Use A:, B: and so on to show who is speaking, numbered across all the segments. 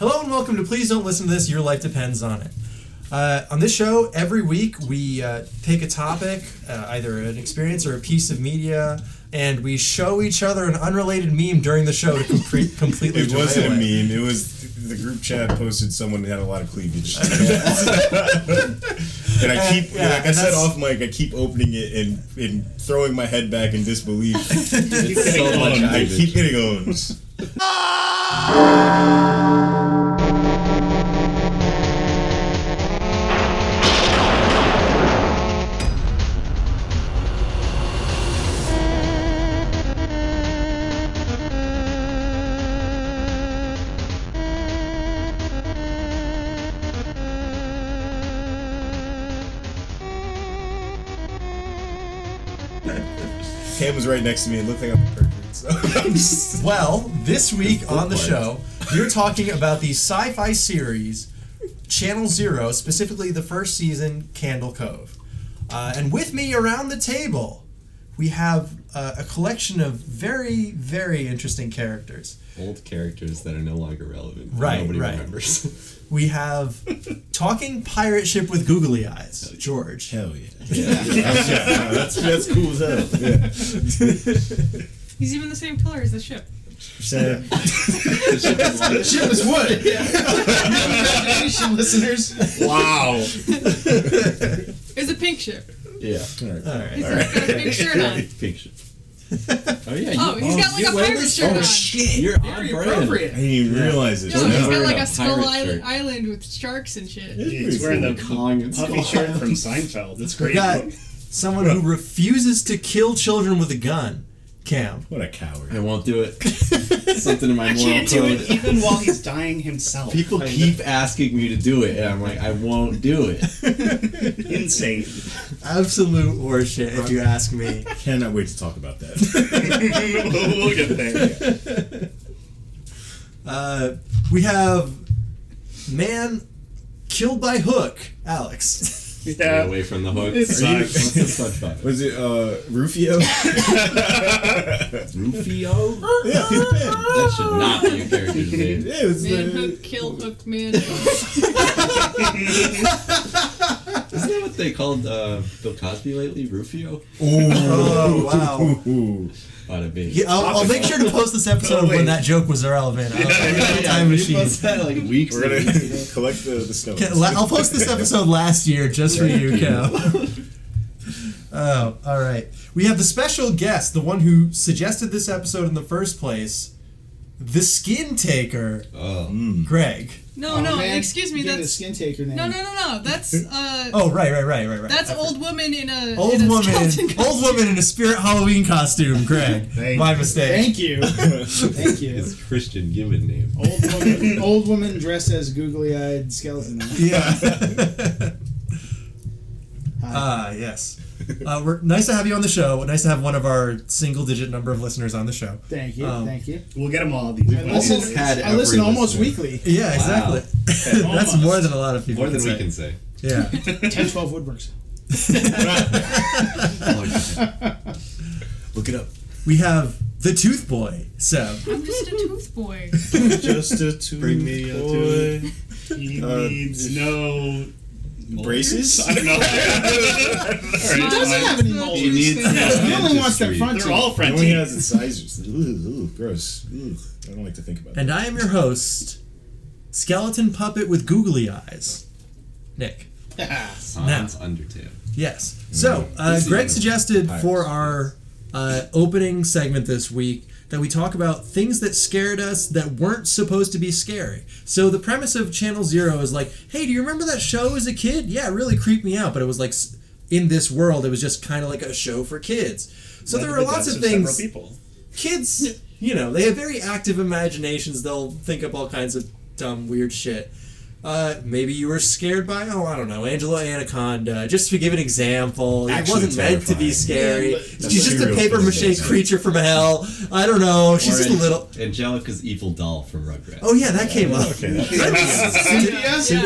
A: and welcome to Please Don't Listen to This, Your Life Depends on It. Uh, on this show, every week we uh, take a topic, uh, either an experience or a piece of media, and we show each other an unrelated meme during the show to complete, completely
B: It wasn't a
A: derail
B: meme.
A: it.
B: It was the group chat posted someone had a lot of cleavage. and I keep,
A: yeah,
B: like I
A: and
B: said
A: that's-
B: off mic, I keep opening it and, and throwing my head back in disbelief.
C: It's so much
B: I
C: cleavage.
B: keep getting owned. Cam was right next to me. It looked like I'm a pervert. So I'm just,
A: Well, this week on the
B: bookmarked.
A: show, you're talking about the sci fi series Channel Zero, specifically the first season, Candle Cove. Uh, and with me around the table, we have uh, a collection of very, very interesting characters.
C: Old characters that are no longer relevant.
A: Right,
C: Nobody
A: right.
C: remembers.
A: We have Talking Pirate Ship with Googly Eyes, Oh, George.
B: hell yeah. yeah. That's, that's cool as hell. Yeah.
D: He's even the same color as the ship.
A: Ship is wood! Imagination, listeners.
B: Wow.
D: It's a pink ship.
C: yeah.
A: All right.
D: He's got a pink shirt on.
C: Picture. Oh yeah. You,
D: Oh, he's got like a pirate shirt on.
C: You're on brand.
B: I didn't even realize it.
D: No, he's
C: wearing
D: got like
C: a
D: a skull
C: pirate
D: island,
C: shirt.
D: island with sharks and shit.
E: He's wearing the
C: Kong and
E: puffy shirt from Seinfeld. It's
A: We
E: great.
A: got someone who refuses to kill children with a gun, Cam.
B: What a coward.
C: I won't do it. Something in my
E: I
C: moral
E: can't do
C: code.
E: it even while he's dying himself.
C: People
E: I-
C: keep asking me to do it, and I'm like, I won't do it.
E: insane.
A: Absolute horseshit, if you ask me.
B: Cannot wait to talk about that.
E: we'll get there.
A: Uh, we have man killed by hook, Alex.
C: Get
E: Yeah.
C: away from the hook.
E: It's-
C: Suck. What's the suck button?
B: Was it uh, Rufio?
C: Rufio?
B: yeah, he's dead.
C: That should not be a character's name.
B: Yeah, it was
D: Man
B: the-
D: hook, kill hook, man hook.
C: Isn't that what they called uh, Bill Cosby lately? Rufio?
A: oh wow!
B: Ooh.
C: Ought be.
A: Yeah, I'll, I'll make sure to post this episode of when that joke was relevant. I'll, I'll- time
C: we
A: machine.
C: must have, like weeks
B: We're gonna
C: ago.
B: collect the, the snow.
A: Ca- la- I'll post this episode last year just for you, Cal. oh, all right. We have the special guest, the one who suggested this episode in the first place, the skin taker,
C: Oh.
E: Mm.
A: Greg.
E: Oh,
D: No, no, excuse me.
F: Give the
D: That's
F: skin taker name.
D: no, no, no, no. That's uh,
A: Oh, right, right, right, right, right.
D: that's
A: I
D: old woman in a
A: Old
D: in a
A: woman,
D: skeleton costume.
A: old woman in a spirit Halloween costume, Greg.
E: Thank
A: My
E: you.
A: mistake.
F: Thank you. Thank you.
C: His Christian given name.
E: Oh,
F: Old woman, old woman dressed as googly-eyed skeleton.
A: Yeah. Ah, yes. Uh, we're nice to have you on the show. Nice to have one of our single-digit number of listeners on the show.
F: Thank you.
A: Um,
F: thank you.
E: We'll get them all. These
F: I
C: almost
F: listen,
C: had
F: I listen
C: every
F: almost
C: listener.
F: weekly.
A: Yeah,
C: Wow.
A: exactly. That's more than a lot of people.
C: More than
A: say.
C: we can say.
A: Yeah.
F: 1012 Woodworks.
B: Look it up.
A: we have the Tooth Boy, Seb.
D: I'm just a tooth boy.
B: Just a two
C: Bring me a boy.
E: he
B: Uh,
E: needs no
B: Braces?
E: I don't know. All
D: He doesn't
E: right, fine.
F: have any
D: That's
F: molars.
D: the
C: He needs-
D: tooth
C: yeah.
D: thing.
F: He only wants that
C: Dentistry.
F: front
E: They're
F: teeth.
E: all
B: It only
E: Frenchie.
B: has its sizes. Ooh, ooh, gross. Ooh, I don't like to think about it.
A: And I am your host, Skeleton Puppet with Googly Eyes, Nick.
C: Sans Undertale.
A: Yes. So, uh,
C: This is
A: Greg
C: the
A: suggested
B: pirates.
A: for our uh, opening segment this week that we talk about things that scared us that weren't supposed to be scary. So, the premise of Channel Zero is like, hey, do you remember that show as a kid? Yeah, it really creeped me out, but it was like s- in this world, it was just kind of like a show for kids. So, there are
E: Under the
A: lots
E: deaths
A: of things.
E: several people.
A: kids, you know, they have very active imaginations. They'll think up all kinds of dumb, weird shit. Uh, maybe you were scared by oh I don't know Angela Anaconda just to give an example it
G: Actually
A: wasn't meant to be
G: terrifying.
A: scary
F: Yeah, but-
A: she's just a
G: Serial
A: paper mache
G: possessor.
A: creature from hell I don't know she's
C: Or
A: just a little
C: Angelica's evil doll from Rugrats.
A: oh yeah that came up
G: Okay. that's-
F: CBS?
D: Yeah.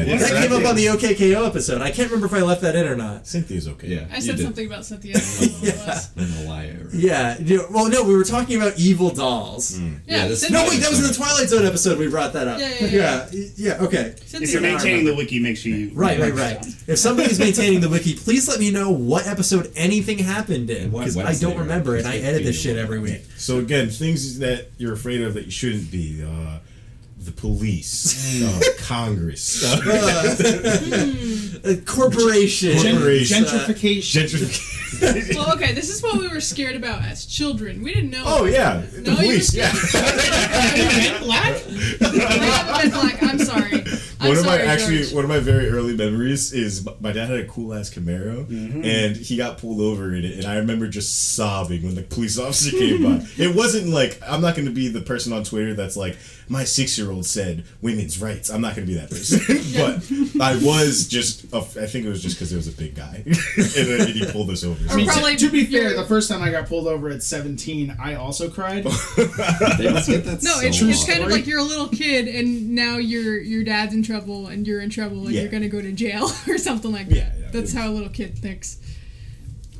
A: yeah
G: Yeah,
A: that
E: that
A: came up
E: is.
A: on the OKKO episode I can't remember if I left that in or not
G: Cynthia's okay.
C: Yeah,
D: I
C: you
D: said
C: did.
D: something about Cynthia. I don't know what it was.
C: I don't know why. I remember.
A: yeah you- well no we were talking about evil dolls
D: Yeah,
C: Yeah, this-
D: Cynthia.
A: no wait that was in the Twilight Zone episode we brought that up
D: Yeah, yeah, yeah.
A: yeah, yeah okay
D: Cynthia.
E: If you're maintaining the wiki, make sure you
A: Right, right, right. If somebody's maintaining the wiki, please let me know what episode anything happened in
C: What
A: because I
C: Wednesday,
A: don't remember
C: right?
A: and I edit this shit every week.
G: So again, things that you're afraid of that you shouldn't be. Uh, the police, uh, Congress, uh,
A: Uh, corporation. Uh,
G: Corporation.
F: Gentrification.
G: gentrification.
D: Well, okay, this is what we were scared about as children. We didn't know.
G: Oh yeah, the
D: No, you-
G: police. Yeah.
D: Have you been black? I haven't been black. I'm sorry. I'm
G: one of
D: sorry,
G: my actually
D: George.
G: one of my very early memories is m- my dad had a cool ass Camaro
A: Mm-hmm.
G: and he got pulled over in it and I remember just sobbing when the police officer came by. It wasn't like I'm not going to be the person on Twitter that's like my 6-year-old said women's rights. I'm not going to be that person. but I was just a- I think it was just cuz it was a big guy. and then he pulled us over.
F: I mean,
D: Or
F: to-
D: probably
F: to be fair,
D: your-
F: the first time I got pulled over at 17, I also cried.
C: They must get that
D: No,
C: so
D: it's, it's
C: wrong.
D: kind of like you're a little kid, and now your your dad's in trouble, and you're in trouble, and
G: Yeah.
D: you're gonna go to jail or something like that.
G: Yeah, yeah,
D: That's
G: it's-
D: how a little kid thinks.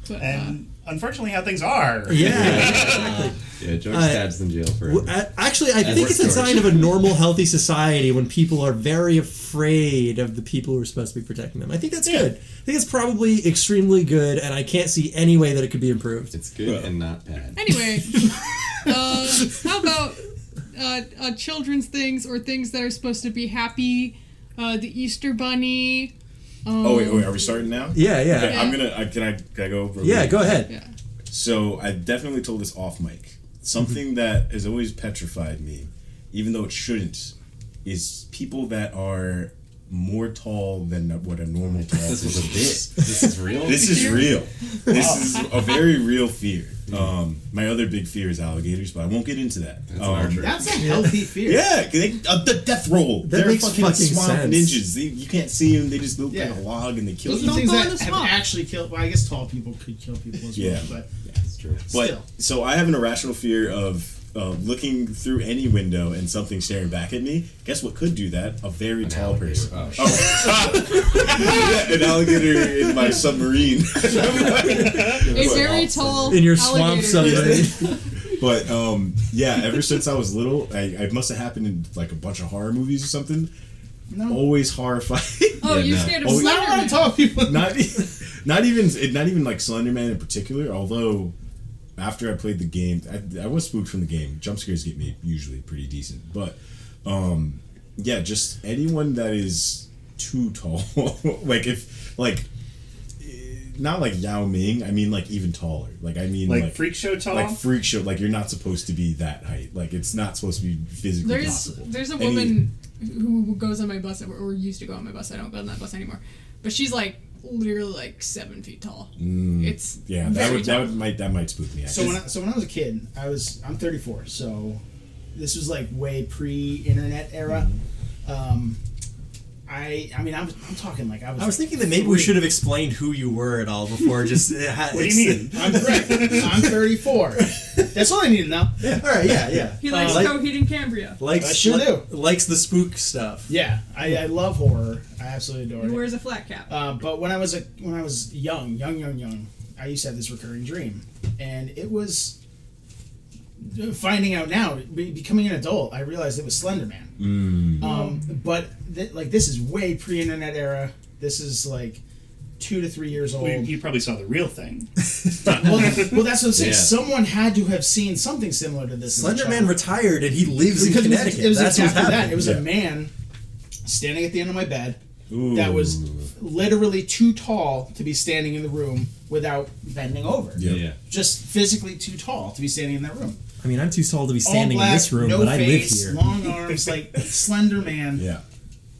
D: But uh,
F: Um,
E: And unfortunately, how things are.
A: Yeah.
C: Yeah, George
A: Uh,
C: stabs in jail for
A: Well,
C: it.
A: a- Actually, I
C: That's
A: think it's a
C: worse,
A: sign of a normal, healthy society when people are very afraid of the people who are supposed to be protecting them. I think that's good. I think it's probably extremely good, and I can't see any way that it could be improved.
C: It's good and not bad.
D: anyway, uh, how about uh, uh, children's things or things that are supposed to be happy? Uh, the Easter Bunny. Um,
G: Oh wait, wait, are we starting now?
A: Yeah, yeah.
G: Okay, I'm going to can I can I go over
A: Yeah, go ahead.
D: Yeah.
G: So I definitely told this off mic. Something that has always petrified me, even though it shouldn't, is people that are more tall than what a normal tall
C: This was a
G: person
C: bit.
G: is.
C: This is real.
G: This is real. This is a very real fear. Um, my other big fear is alligators, but I won't get into that.
C: That's an
G: Um,
C: archery.
F: That's a healthy fear.
G: yeah, 'cause they, uh, the death roll. They're
A: makes
G: fucking,
A: fucking
G: swamp
A: sense.
G: ninjas. They, you can't see them. They just look
F: Yeah.
G: like a log and they kill
F: Those
G: you.
F: are things
D: go
F: that
D: in the
F: have
D: swamp.
F: actually killed. Well, I guess tall people could kill people as well.
G: Yeah.
F: But
C: That's true.
G: But
F: Still.
G: so I have an irrational fear of uh, looking through any window and something staring back at me. Guess what could do that? A very tall
C: alligator.
G: person.
C: Oh,
G: Yeah, an alligator in my submarine.
D: A
G: But-
D: very tall
A: In your swamp
D: alligator.
A: submarine.
G: But um, yeah, ever since I was little, I, I must have happened in like a bunch of horror movies or something.
F: no.
G: Always horrifying.
D: Oh,
C: Yeah,
D: you're
C: no.
D: scared of
G: Oh,
F: There's not a lot
D: Slenderman.
F: of tall people.
G: not e- not even it- not even like Slenderman in particular. Although after I played the game, I, I was spooked from the game. Jump scares get me usually pretty decent, but um, yeah, just anyone that is too tall, like if like eh, not like Yao Ming, I mean like even taller. Like I mean
E: Like,
G: like.
E: freak show tall.
G: like freak show, like you're not supposed to be that height. Like it's not supposed to be physically
D: There's
G: possible.
D: there's a
G: Any-
D: woman who goes on my bus or, or used to go on my bus. I don't go on that bus anymore, but she's like literally like seven feet tall.
A: Mm,
D: it's
G: yeah, that
D: very
G: would,
D: tall.
G: that would might that might spook me.
F: So
G: actually.
F: when I, so when I was a kid, I was I'm 34, so this was like way pre-internet era. Um, I I mean I'm, I'm talking like I was.
A: Mm-hmm. I was thinking that maybe we should have explained who you were at all before. Just
E: what do you mean?
F: I'm right. I'm 34. That's all I need to know.
A: All right, yeah, yeah.
D: He likes
A: Uh, like-
D: Coheed and Cambria.
A: Likes
F: I sure
A: li-
F: do.
A: likes the spook stuff.
F: Yeah, I, I love horror. I absolutely adore
D: He
F: it.
D: wears a flat cap.
F: Uh, but when I was a, when I was young, young, young, young, I used to have this recurring dream, and it was uh, finding out now, be, becoming an adult, I realized it was Slender Man.
A: Mm.
F: Um, but th- like this is way pre-internet era. This is like two to three years old.
E: Well, you- you probably saw the real thing.
F: well, th- well, that's what I'm saying.
C: Yeah.
F: Someone had to have seen something similar to this. as a
A: Slender
F: child.
A: Man retired and he lives in
F: Because it was-
A: Connecticut.
F: It was
A: That's what's
F: exactly
A: happening.
F: that. It was
G: Yeah.
F: a man standing at the end of my bed
G: Ooh.
F: that was literally too tall to be standing in the room without bending over.
G: Yeah.
C: Yeah.
F: Just physically too tall to be standing in that room.
A: I mean, I'm too tall to be standing
F: All black,
A: in this room,
F: no
A: but I live
F: face,
A: here.
F: Long arms, like slender man,
G: yeah,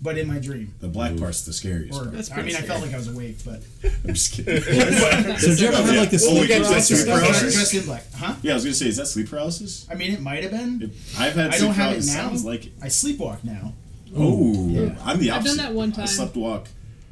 F: but in my dream.
G: the black part's the scariest.
F: Or,
G: part.
D: That's
F: I mean, I
D: pretty
F: felt like I was awake, but
G: I'm just kidding.
A: So, did you ever have like this?
G: Well, we get that
F: Dressed
G: sleep
F: in black,
G: paralysis.
F: dressed in black, huh?
G: Yeah, I was gonna say, is that sleep paralysis?
F: I mean, it might have been.
G: I've had
F: I
G: sleep
F: don't have it
G: paralysis.
F: now.
G: Sounds like it.
F: I sleepwalk now.
G: Oh,
F: Yeah.
G: I'm the opposite.
D: I've done that one
G: I
D: time.
G: slept walk.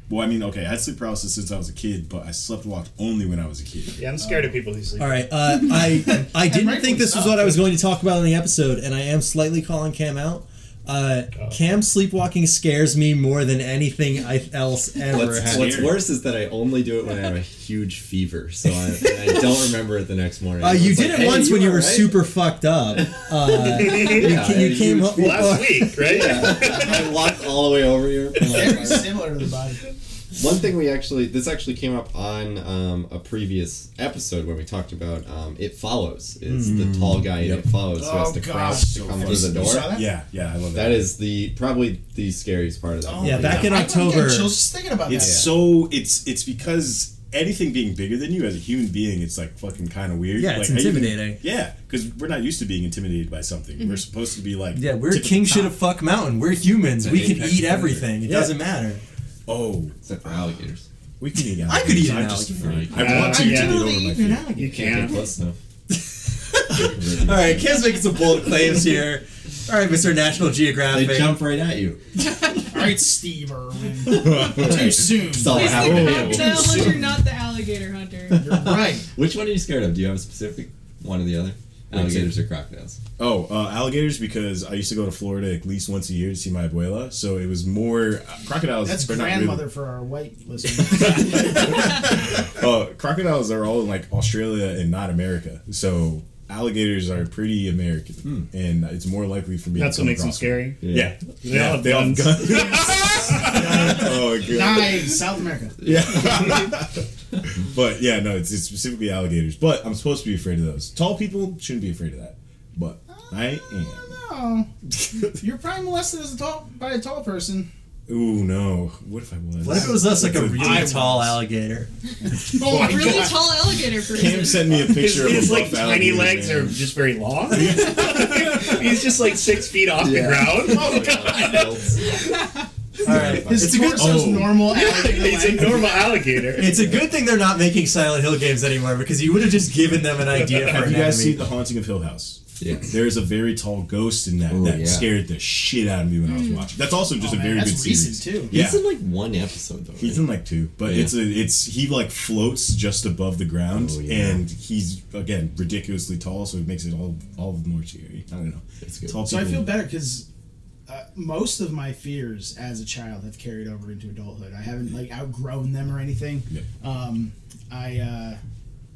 G: Well, I mean, okay, I had sleep paralysis since I was a kid, but I slept walked only when I was a kid.
E: Yeah, I'm scared of people who sleep.
A: All right, uh, I I didn't
F: rightfully
A: think this was
F: so.
A: what I was going to talk about in the episode, and I am slightly calling Cam out. Uh, Cam sleepwalking scares me more than anything I, else ever
C: What's,
A: has.
C: what's
G: Weird.
C: worse is that I only do it when I have a huge fever, so I, and I don't remember it the next morning.
A: Uh, you
C: It's
A: did
C: like,
A: it
C: "Hey,
A: once when
C: you
A: you were
C: all right?"
A: super fucked up. Uh,
C: Yeah,
A: you,
C: I-
A: came
C: you-
A: home.
E: Last week, right?
C: I walked all the way over here. Oh
F: Very similar to the body.
C: One thing we actually, this actually came up on um, a previous episode when we talked about um, It Follows. It's the tall guy in It Follows who
F: Oh,
C: has to crouch to come
G: so
C: through the
F: You saw
C: door.
F: that?
G: Yeah, yeah, I love that.
C: That is the probably the scariest part of that.
F: Oh,
C: movie.
A: Yeah, back in
F: I don't get
A: October-
F: chills just thinking about
G: It's
F: that.
G: so it's it's because anything being bigger than you as a human being, it's like fucking kind of weird.
A: Yeah, it's
G: Like, how you can-
A: intimidating.
G: yeah, because we're not used to being intimidated by something. We're supposed to be like
A: Yeah, we're
G: tip of the
A: king shit
G: top.
A: of fuck mountain. We're humans.
C: It's
A: We
C: an
A: can
C: apex
A: eat
C: predator.
A: everything. It
G: Yeah.
A: doesn't matter.
G: Oh,
C: Except for alligators.
G: we can eat.
A: I could eat an
G: I'm just
A: alligator.
G: afraid.
C: No, you
G: I want to
E: can't.
G: get
E: I've
G: it over
F: Literally
G: my
F: eating an
G: feet.
F: alligator.
E: You
C: Get
E: can't.
C: close enough.
A: All right, Cam's making some bold claims here. All right, Mr. National
C: They
A: Geographic.
C: jump right at you.
F: All right, Steve Irwin. Too soon.
C: It's all
D: He's the
C: happening.
D: crocodile hunter, not the alligator hunter.
F: You're right.
C: Which one are you scared of? Do you have a specific one or the other? Alligators or crocodiles?
G: Oh, uh, alligators because I used to go to Florida at least once a year to see my abuela, so it was more uh, crocodiles.
F: That's
G: are not really-
F: grandmother for our white listeners.
G: Uh, crocodiles are all in like Australia and not America, so alligators are pretty American, and it's more likely for me.
E: Hmm. That's
G: to
E: what
G: come
E: makes them
G: across
E: scary.
G: them. Yeah,
E: They all have
G: all have
E: guns.
G: guns. oh my god.
F: Nice, South America.
G: Yeah. but yeah, no, it's, it's specifically alligators. But I'm supposed to be afraid of those. Tall people shouldn't be afraid of that, but I am.
F: Oh, you're probably molested as a tall by a tall person.
G: Ooh no! What if I was?
A: What if it was us, like a
G: That's
A: really
G: I
A: tall
G: was.
A: alligator?
F: Oh,
D: A really tall alligator
G: Cam
D: person.
G: sent me a
E: His,
G: picture of
E: his
G: a
E: like
G: buff
E: tiny
G: alligator,
E: legs
G: man.
E: are just very long. He's just like six feet off the ground. Oh god.
A: All right,
F: His
G: oh.
F: torso's normal. alligator
E: He's a
F: length.
E: normal alligator.
A: It's a good thing they're not making Silent Hill games anymore because you would have just given them an idea for
G: Have
A: an
G: you guys
A: enemy.
G: seen The Haunting of Hill House?
C: Yes.
G: There is a very tall ghost in that
C: Ooh,
G: that
C: yeah.
G: scared the shit out of me when I was watching. That's also just
F: Oh,
G: a
F: man,
G: very
F: that's
G: good
F: recent,
G: series
F: too.
G: Yeah.
C: It's in like one episode though.
G: He's
C: right?
G: in like two, but
C: Yeah.
G: it's a, it's he like floats just above the ground,
C: Oh, yeah.
G: and he's again ridiculously tall, so it makes it all all the more scary. I don't know.
C: That's good.
G: Tall
F: So I
G: people-
F: feel better because uh, most of my fears as a child have carried over into adulthood. I haven't like outgrown them or anything.
G: Yeah.
F: Um, I uh,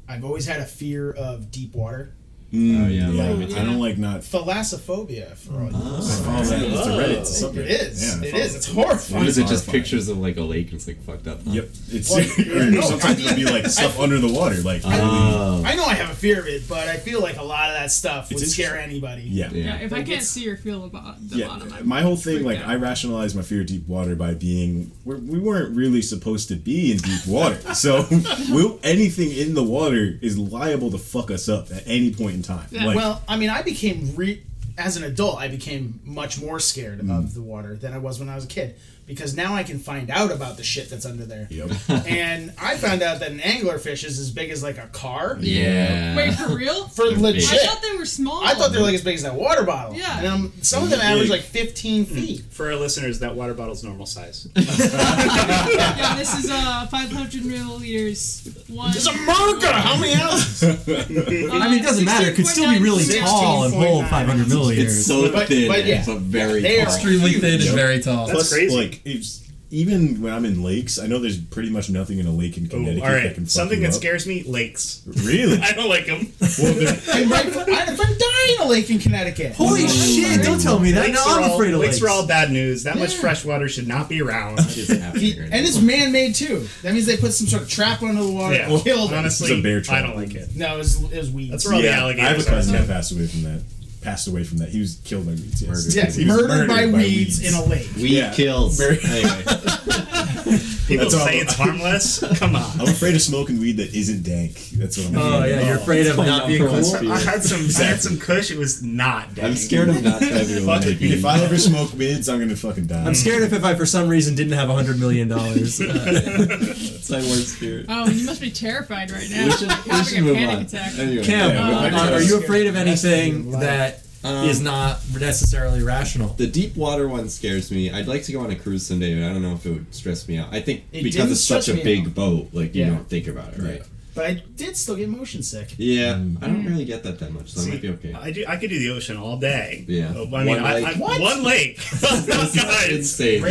F: I've always had a fear of deep water.
G: Mm,
C: Oh, yeah.
G: yeah.
D: Yeah.
G: I don't like not.
F: Thalassophobia for all you
G: I
F: listeners.
G: follow that. It's a Reddit. It's a
F: It
G: subreddit.
F: is.
G: Yeah, I
F: it
G: follow
F: is.
G: that.
F: It's horrifying.
C: What is it? Just
G: Horrifying.
C: pictures of like a lake and it's like fucked up. Huh?
G: Yep. It's
F: Well,
G: or
F: no,
G: sometimes
F: I-
G: it'll be like stuff under the water, like
C: Oh.
F: I know I have a fear of it, but I feel like a lot of that stuff would
G: It's
F: scare anybody.
G: yeah.
D: Yeah,
C: Yeah.
D: if I can't see or feel the, bo- the
G: Yeah,
D: bottom,
A: Uh,
D: I'm
G: my whole thing, like,
D: out.
G: I rationalized my fear of deep water by being we're, we weren't really supposed to be in deep water, so we'll, anything in the water is liable to fuck us up at any point in time.
D: Yeah,
G: Like,
F: Well, I mean, I became re- as an adult, I became much more scared
G: Mm.
F: of the water than I was when I was a kid because now I can find out about the shit that's under there.
G: yep.
F: and I found out that an anglerfish is as big as like a car.
C: Yeah.
D: Wait, for real?
F: For
C: They're
F: legit,
D: I thought they were small.
F: I thought they were like as big as that water bottle.
D: Yeah.
F: and um, some of them average
G: Big. Mm.
F: like 15 feet.
E: For our listeners, that water bottle's normal size.
D: yeah, this is uh 500 milliliters. One. uh,
F: It's America. How many ounces?
E: Oh,
A: I mean, it doesn't matter. It could still be really
D: 16.9.
A: tall and hold 500 milliliters.
C: It's so
F: But-
C: thin,
F: but yeah.
C: but very
F: They are
C: tall.
F: huge.
A: and very tall.
E: That's crazy.
G: Like, it's, even when I'm in lakes, I know there's pretty much nothing in a lake in
E: Ooh,
G: Connecticut
E: Oh, all
G: that can
E: right.
G: fuck
E: Something
G: you
E: that
G: up.
E: scares me: lakes.
G: Really?
E: I don't like them.
G: well, there-
F: I'm right, I'm dying in a lake in Connecticut.
A: Holy shit! Don't tell me that.
E: Lakes
A: No,
E: are
A: I'm
E: all,
A: afraid of
E: lakes.
A: lakes.
E: are all bad news. That much fresh water should not be around.
C: What is happening
F: He-
C: right
F: and
C: now?
F: it's man-made too. That means they put some sort of trap under the water.
E: yeah.
F: and killed them.
E: honestly,
G: It's a bear
E: I
G: trap.
E: don't like it.
F: No, it was, it was weeds.
E: That's where all the
G: yeah, I have a
E: alligators
G: cousin
E: are.
G: that passed away from that. Passed away from that. He was killed by weeds. Yes.
F: Yeah,
G: He was
F: murdered, by, weeds, in a lake.
C: Weed
G: yeah.
C: kills.
G: Very-
C: anyway.
E: People
G: That's all-
E: say it's harmless. Come on.
G: I'm afraid of smoking weed that isn't dank. That's what I'm afraid
A: Oh
G: of.
A: yeah, you're afraid of not being
C: From
A: cool.
C: West Pier.
E: I had some. I had some Kush. It was not.
C: I'm
E: dank.
C: scared of not having a
E: Fuck it,
C: leg.
G: If I ever smoke mids, I'm gonna fucking die.
A: I'm scared if, if I for some reason didn't have 100 million dollars. Uh,
C: It's my worst fear.
D: Oh, you must be terrified right now.
C: We should, we
D: Having
C: should
D: a
C: move
D: panic
C: on.
D: attack.
C: Anyway,
A: Cam,
G: Yeah,
A: uh,
G: I'm
A: are you
G: scared
A: afraid of
F: the rest of your
A: anything
F: life.
A: that
C: Um,
A: is not necessarily rational.
C: The deep water one scares me. I'd like to go on a cruise someday, but I don't know if it would stress me out. I think
F: It
C: because
F: didn't
C: it's such
F: stress
C: a
F: me
C: big
F: out.
C: boat, like you
F: Yeah. Um,
C: don't think about it, right?
F: But I did still get motion sick.
C: Yeah, I
D: Hmm.
C: don't really get that that much, so I might be okay.
E: I do. I could do the ocean all day.
C: Yeah.
E: But, I mean,
C: One
E: I,
C: lake.
E: I,
F: What?
E: one lake. Guys,
C: Insane.
E: I'm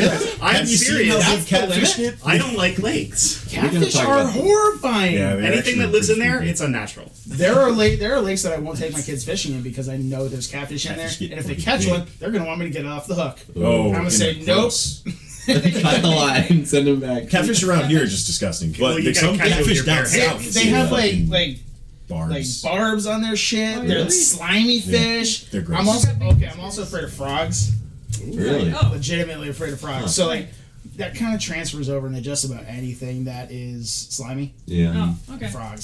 B: Have you seen how
E: serious.
B: they've catfished it?
E: I don't like lakes.
F: Catfish
C: talk
F: are
C: about that.
F: horrifying.
B: Yeah, they're
E: Anything that lives in
B: actually
E: there,
B: pretty
E: it's unnatural.
F: There are lake there are lakes that I won't take my kids fishing in because I know there's catfish in there,
B: Catfish get
F: and if they
B: pretty
F: catch
B: big.
F: one, they're gonna want me to get it off the hook.
B: good. Oh,
F: I'm gonna
B: and
F: say
B: it
F: nope.
B: gross.
C: Cut the line, send him back.
B: Catfish around here are just disgusting. But
E: Well, you
B: they-
E: gotta
B: some
E: catch it with
B: catfish
E: your
B: down
E: bare
B: south.
E: hands.
B: is
F: They have like
B: fucking
F: like like
B: barbs.
F: barbs on their shit.
D: Oh,
F: they're
D: really?
F: slimy fish.
B: They're gross.
F: I'm also okay. I'm also afraid of frogs.
C: Really?
D: Oh.
F: Legitimately afraid of frogs. So like that kind of transfers over into just about anything that is slimy.
C: Yeah.
D: Oh, okay.
F: Frogs,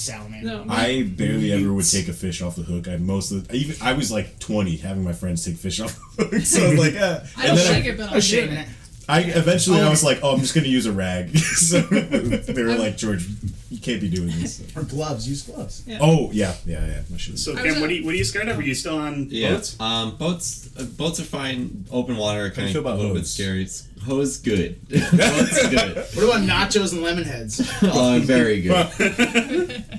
D: No.
F: salamander.
B: I barely ever would take a fish off the hook. I mostly even I was like 20 having my friends take fish off the hook. So I was like, uh,
D: I don't
B: then
D: like it, but
F: Oh
D: I'll
F: shit!
D: do it.
B: I eventually I was like, oh, I'm just gonna use a rag. so they were like, George, you can't be doing this.
F: Or gloves. Use gloves.
B: Oh yeah, yeah, yeah. My shit.
E: So,
D: I was
E: Kim, what
D: a-
E: are you what are you scared of? Are you still on
C: Yeah.
E: boats?
C: Um, boats. Uh, boats are fine. Open water are
B: do you
C: kind
B: feel
C: of a
B: about
C: little bit
B: hose?
C: scary. It's, hose good. boats good.
F: What about nachos and lemon heads?
C: Uh, very good.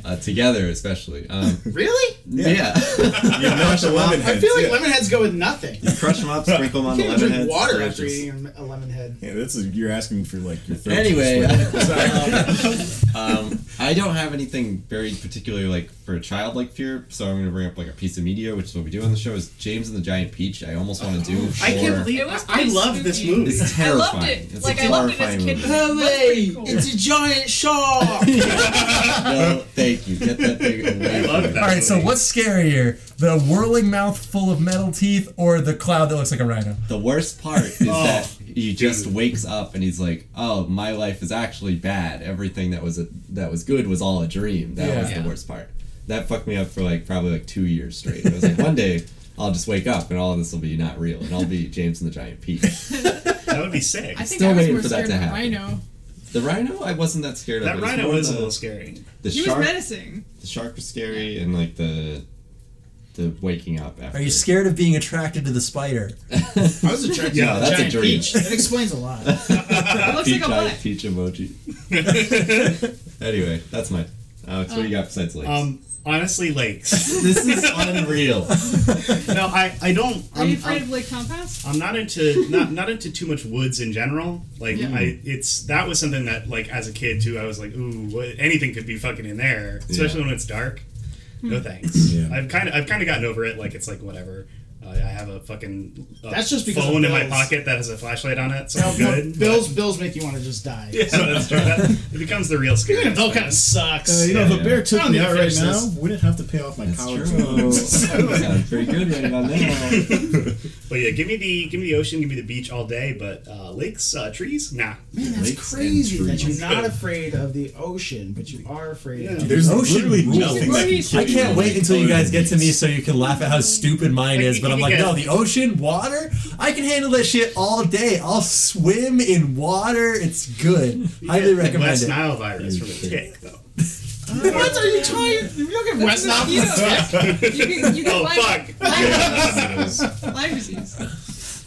C: Uh, together, especially. Um,
F: Really?
C: yeah.
B: You knocked the lemon
F: I
B: heads,
F: feel like
B: yeah.
F: lemon heads go with nothing. You
C: Crush them up, sprinkle them on the
F: can't
C: lemon
F: even drink
C: heads.
F: water
C: Delicious.
F: after eating a lemon head.
B: Yeah, that's a, you're asking for like your throat. to
C: Anyway,
B: slit.
C: um, I don't have anything very particular like for a child like fear, so I'm gonna bring up like a piece of media, which is what we do on the show. Is James and the Giant Peach? I almost want to do.
E: I
C: for-
E: can't believe
D: It was
E: I
D: pretty
E: love this
D: spooky.
E: movie.
C: It's
D: I
C: terrifying.
D: loved it.
C: It's
D: like
C: a
D: I loved it as a
C: horrifying
D: kid.
C: movie.
D: but it was pretty cool.
F: a giant shark.
C: No, thank you. Get that thing away.
E: I
C: from
E: love
C: me.
E: that.
A: All right, so what's scarier, the whirling mouth full of metal teeth or the cloud that looks like a rhino?
C: The worst part is
E: Oh,
C: that he just wakes up and he's like, "Oh, my life is actually bad. Everything that was a, that was good was all a dream." That
A: Yeah.
C: was
D: Yeah.
C: the worst part. That fucked me up for like probably like two years straight. It was like one day I'll just wake up and all of this will be not real, and I'll be James and the Giant Peach.
E: That would be sick.
D: I think
C: Still
D: I was
C: waiting
D: more
C: for that
D: scared
C: to
D: of the
C: happen.
D: rhino.
C: The rhino, I wasn't that scared
E: That
C: of. It was
E: rhino
C: more
E: was a
C: the,
E: little scary.
C: The
D: He
C: shark,
D: was menacing.
C: the shark was scary, and like the the waking up after.
A: Are you scared of being attracted to the spider?
F: I was attracted
E: Yeah,
F: to the
C: Oh, that's a
F: giant
C: dream.
F: peach. That explains a lot.
D: It looks
C: Peach,
D: like a
C: eyes,
D: butt.
C: peach emoji. anyway, that's mine. Alex, what do you got besides lakes?
E: Um, honestly, lakes.
C: this is unreal.
E: no, I, I don't.
D: Are you
E: I'm,
D: afraid
E: I'm,
D: of Lake Compass?
E: I'm not into not not into too much woods in general. Like
D: Yeah.
E: I, it's that was something that like as a kid too, I was like, ooh, what, anything could be fucking in there, especially when it's dark.
D: Hmm.
E: No thanks.
B: Yeah.
E: I've kind of I've kind of gotten over it. Like it's like whatever. I I have a fucking uh,
F: That's just because
E: phone in
F: of
E: my
F: Bill's.
E: pocket that has a flashlight on it, so
F: Now,
E: I'm good.
F: bills, bills make you want to just die.
E: Yeah, that's true. That, it becomes the real scary.
F: Bill kind of sucks.
B: Uh, you know,
C: Yeah,
B: if a bear
C: yeah.
B: took
F: Found
B: me
F: the
B: out right
F: fish
B: now,
F: list.
B: wouldn't have to pay off my
C: That's
B: college
C: true.
B: loans.
C: Sounds pretty good right about now.
E: But yeah, give me the give me the ocean, give me the beach all day, but uh, lakes, uh, trees, nah.
F: That's
C: Lakes and
F: crazy that
C: trees.
F: you're not afraid of the ocean, but you are afraid of
B: There's
A: Ocean
B: literally
A: rules.
B: nothing that can
D: Movies.
B: kill
A: I can't
B: you
A: wait
B: like
A: until you
B: other
A: guys
B: than
A: get to me
B: these.
A: so you can laugh at how stupid mine is. But I'm like, no, the ocean, water, I can handle that shit all day. I'll swim in water. It's good. Highly
E: Yeah, the
A: recommend
E: West
A: it.
E: Nile virus from a tick, though.
F: What are you
C: Oh,
F: trying? You're looking at West Nile.
D: You can, you can
E: Oh
D: Lyme-
E: fuck!
D: Lyme disease. Lyme disease.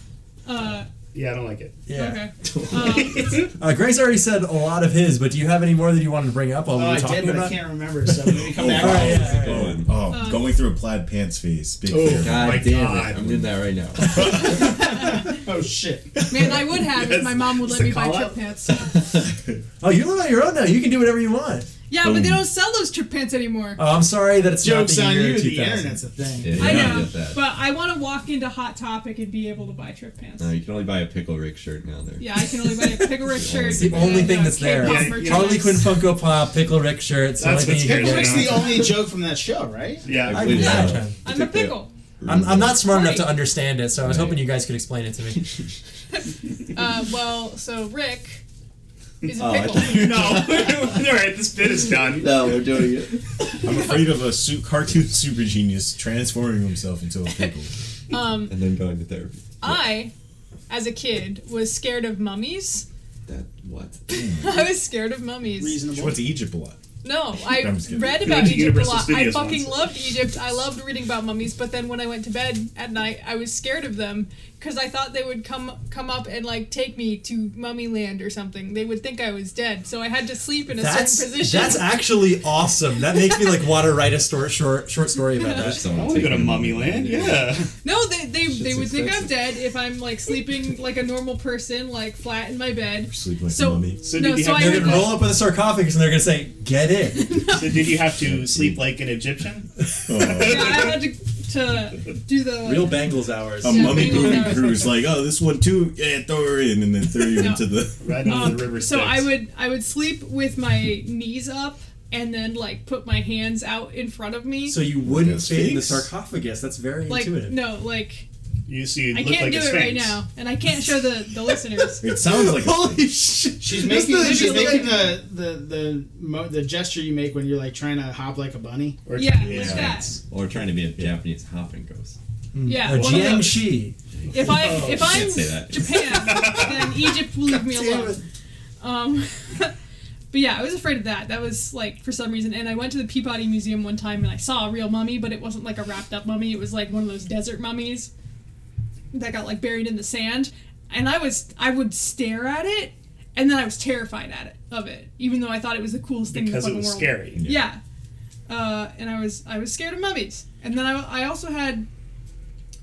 D: Uh,
E: Yeah, I don't like it.
A: Yeah.
D: Okay. Um,
A: Uh, Grace already said a lot of his, but do you have any more that you wanted to bring up while we
F: Oh,
A: were
F: I
A: talking
F: did, but I
A: about?
F: can't remember. So when we come
A: All right,
F: back,
A: yeah, all right.
B: Oh, oh, going through a plaid pants phase. Big
E: Oh.
B: fear.
C: God
E: my
C: damn
E: God.
C: it! I'm doing that right now.
F: oh shit!
D: man, I would have if my mom would let me buy
E: call
D: trip
E: out.
D: pants.
A: Oh, you live on your own now. You can do whatever you want.
D: Yeah, but they don't sell those trip pants anymore.
A: Oh, I'm sorry that it's
F: Jokes
A: not
F: on
A: the year
F: you. The
A: 2000.
F: internet's a thing.
C: Yeah, you
D: I
C: don't
D: know,
C: get that.
D: but I want to walk into Hot Topic and be able to buy trip pants.
C: No, you can only buy a pickle Rick shirt now. There.
D: Yeah, I can only buy a pickle Rick shirt.
A: It's the only
D: and,
A: thing
D: uh,
A: that's there.
D: K-pop
E: Yeah,
D: merchandise.
A: Harley Quinn Funko Pop, Pickle Rick shirts. the
E: That's
A: only
E: what's
A: thing you
E: scary.
A: can
F: Rick's
A: get.
F: the only joke from that show, right?
E: Yeah,
C: I believe
A: Yeah.
C: that.
D: I'm a pickle.
A: I'm, I'm not smart enough to
D: Right.
A: understand it, so I was
C: Right.
A: hoping you guys could explain it to me.
D: Uh, well, so Rick is a
C: Oh, I
D: pickle.
C: thought you-
E: no. All right, this bit is done.
C: No, we're doing it.
B: I'm afraid of a su- cartoon super genius transforming himself into a pickle.
D: Um,
C: And then going to therapy.
D: I, as a kid, was scared of mummies.
C: That what?
D: I was scared of mummies.
B: She
F: Reasonable.
B: went to Egypt a lot.
D: No, I
B: I'm just kidding.
D: read
E: went
D: about
E: to
D: Egypt a
E: Universal
D: lot. I
E: Studios
D: fucking
E: once.
D: loved Egypt. I loved reading about mummies, but then when I went to bed at night, I was scared of them because I thought they would come come up and like take me to mummy land or something. They would think I was dead, so I had to sleep in a certain
A: That's
D: position.
A: that's actually awesome. That makes me like want to write a story, short short story about that.
C: Someone
E: I want to go
C: take
E: to
C: me.
E: Mummy Land. Yeah.
D: no, they they, they would think I'm
C: expensive.
D: dead if I'm like sleeping like a normal person, like flat in my bed.
B: Sleep like
D: So-
B: a mummy.
E: So
D: No,
E: did you
D: so
E: have
D: I
A: They're
E: to,
A: gonna roll up with a sarcophagus and they're gonna say, "Get in."
E: so did you have to sleep like an Egyptian?
D: Yeah, I had to to do the
A: Real Bengals hours.
B: A
D: Yeah,
B: mummy
D: people
B: movie
D: know.
B: cruise, like, oh, this one too, yeah, throw her in, and then throw you
D: No.
B: into the.
E: Right over
D: Um,
E: the river.
D: so I
E: Styx.
D: would I would sleep with my knees up and then like put my hands out in front of me.
A: So you wouldn't
B: Yes.
A: fit in the
B: Sphinx?
A: sarcophagus. That's very
D: like
A: intuitive.
D: no, like
E: You see, you
D: I
E: look
D: can't
E: like
D: do
E: a
D: it
E: sphinx.
D: right now, and I can't show the the listeners.
B: It sounds like. A,
A: Holy shit!
F: She's
A: That's
F: making,
A: the-
F: she's
A: that's
F: making the the the, mo- the gesture you make when you're like trying to hop like a bunny.
E: Or-
D: Yeah,
E: yeah.
D: like that.
C: Or trying to be a Japanese hopping ghost.
E: Hmm.
D: Yeah,
A: A
D: one of
A: Jiang
D: those.
A: Shi.
D: If I if
E: Oh,
C: can't
D: I'm
C: say that.
D: Japan, then Egypt will leave me
A: damn
D: alone.
A: it.
D: Um, but yeah, I was afraid of that. That was like for some reason. And I went to the Peabody Museum one time and I saw a real mummy, but it wasn't like a wrapped up mummy. It was like one of those desert mummies that got like buried in the sand. And I was I would stare at it, and then I was terrified at it of it, even though I thought it was the coolest thing
E: Because
D: in
E: it
D: the fucking
E: was
D: world.
E: scary.
D: Yeah. Uh, and I was I was scared of mummies. And then I, I also had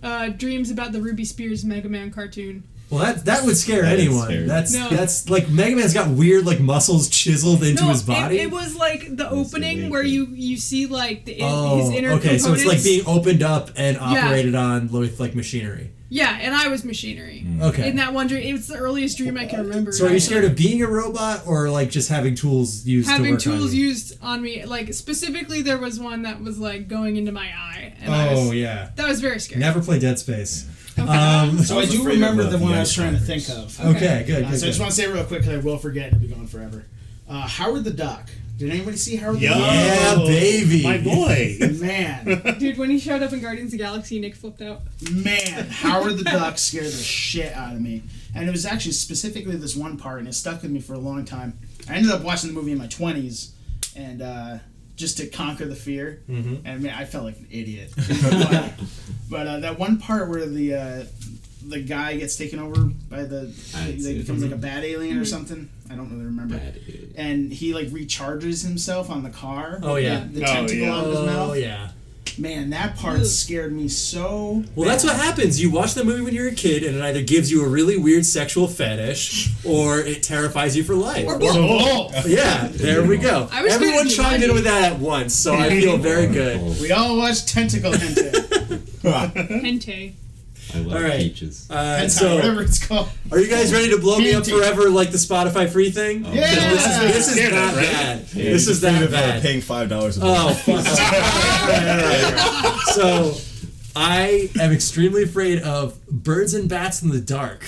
D: uh, dreams about the Ruby Spears Mega Man cartoon.
A: Well, that that would scare
C: That is
A: anyone.
C: scary.
A: That's
D: No.
A: that's like Mega Man's got weird like muscles chiseled into his
D: it-
A: body.
D: It, was like the
C: That's
D: opening
C: amazing.
D: where you you see like the in, his
A: oh,
D: inner
A: okay.
D: components.
A: So it's like being opened up and operated on with like machinery.
D: yeah, and I was machinery
A: Okay.
D: in that one dream. It was the earliest dream I can remember.
A: Mm. so are you
D: actually.
A: scared of being a robot or like just having tools used to
D: having
A: work on
D: tools
A: you?
D: used on me? Like specifically, there was one that was like going into my eye, and I
A: Oh
D: was,
A: yeah.
D: that was very scary.
A: Never play Dead Space.
D: Okay.
A: Um,
F: So I,
B: was
F: do
B: afraid
F: remember
B: of
F: the
B: the
F: one I
B: ice
F: was trying to think
B: climbers.
F: of.
A: okay. Good.
F: Uh,
A: good,
F: so I just
A: good.
F: want to say real quick because I will forget and it'll be gone forever. Uh, Howard the Duck. Did anybody see Howard
E: Yo,
A: Yeah, baby.
E: My boy.
F: the Duck? Man,
D: Dude, when he showed up in Guardians of the Galaxy, Nick flipped out.
F: man, Howard the Duck scared the shit out of me. And it was actually specifically this one part, and it stuck with me for a long time. I ended up watching the movie in my 20s, and uh, just to conquer the fear.
A: Mm-hmm.
F: And man, I felt like an idiot. but uh, that one part where the uh, the guy gets taken over by the,
C: I
F: they
C: didn't see it.
F: becomes
A: Mm-hmm.
F: like a bad alien or something. I don't really remember.
C: Bad idiot.
F: and he like recharges himself on the car.
A: Oh, yeah.
F: The, the
E: Oh,
F: tentacle
E: yeah.
F: out of his
A: Oh
F: mouth.
A: yeah.
F: Man, that part scared me so.
A: Well, that's what happens. You watch the movie when you're a kid, and it either gives you a really weird sexual fetish, or it terrifies you for life.
F: Oh,
A: Yeah, there we go.
D: I was
A: Everyone
D: curious,
A: chimed in
D: why-
A: with that at once, so I feel very good.
C: Wonderful.
F: we all watched Tentacle Hentai.
D: Hente.
C: I love
A: All right.
C: peaches.
A: Uh,
F: Hentai,
A: so,
F: whatever it's called.
A: are you guys ready to blow me up
F: Panty.
A: forever like the Spotify free thing?
C: Oh,
F: Yeah.
A: This is this is
E: Yeah,
A: that
E: right?
A: bad.
C: Yeah,
A: This is that
B: about
A: bad.
B: paying five dollars.
A: Oh, fuck. so I am extremely afraid of birds and bats in the dark.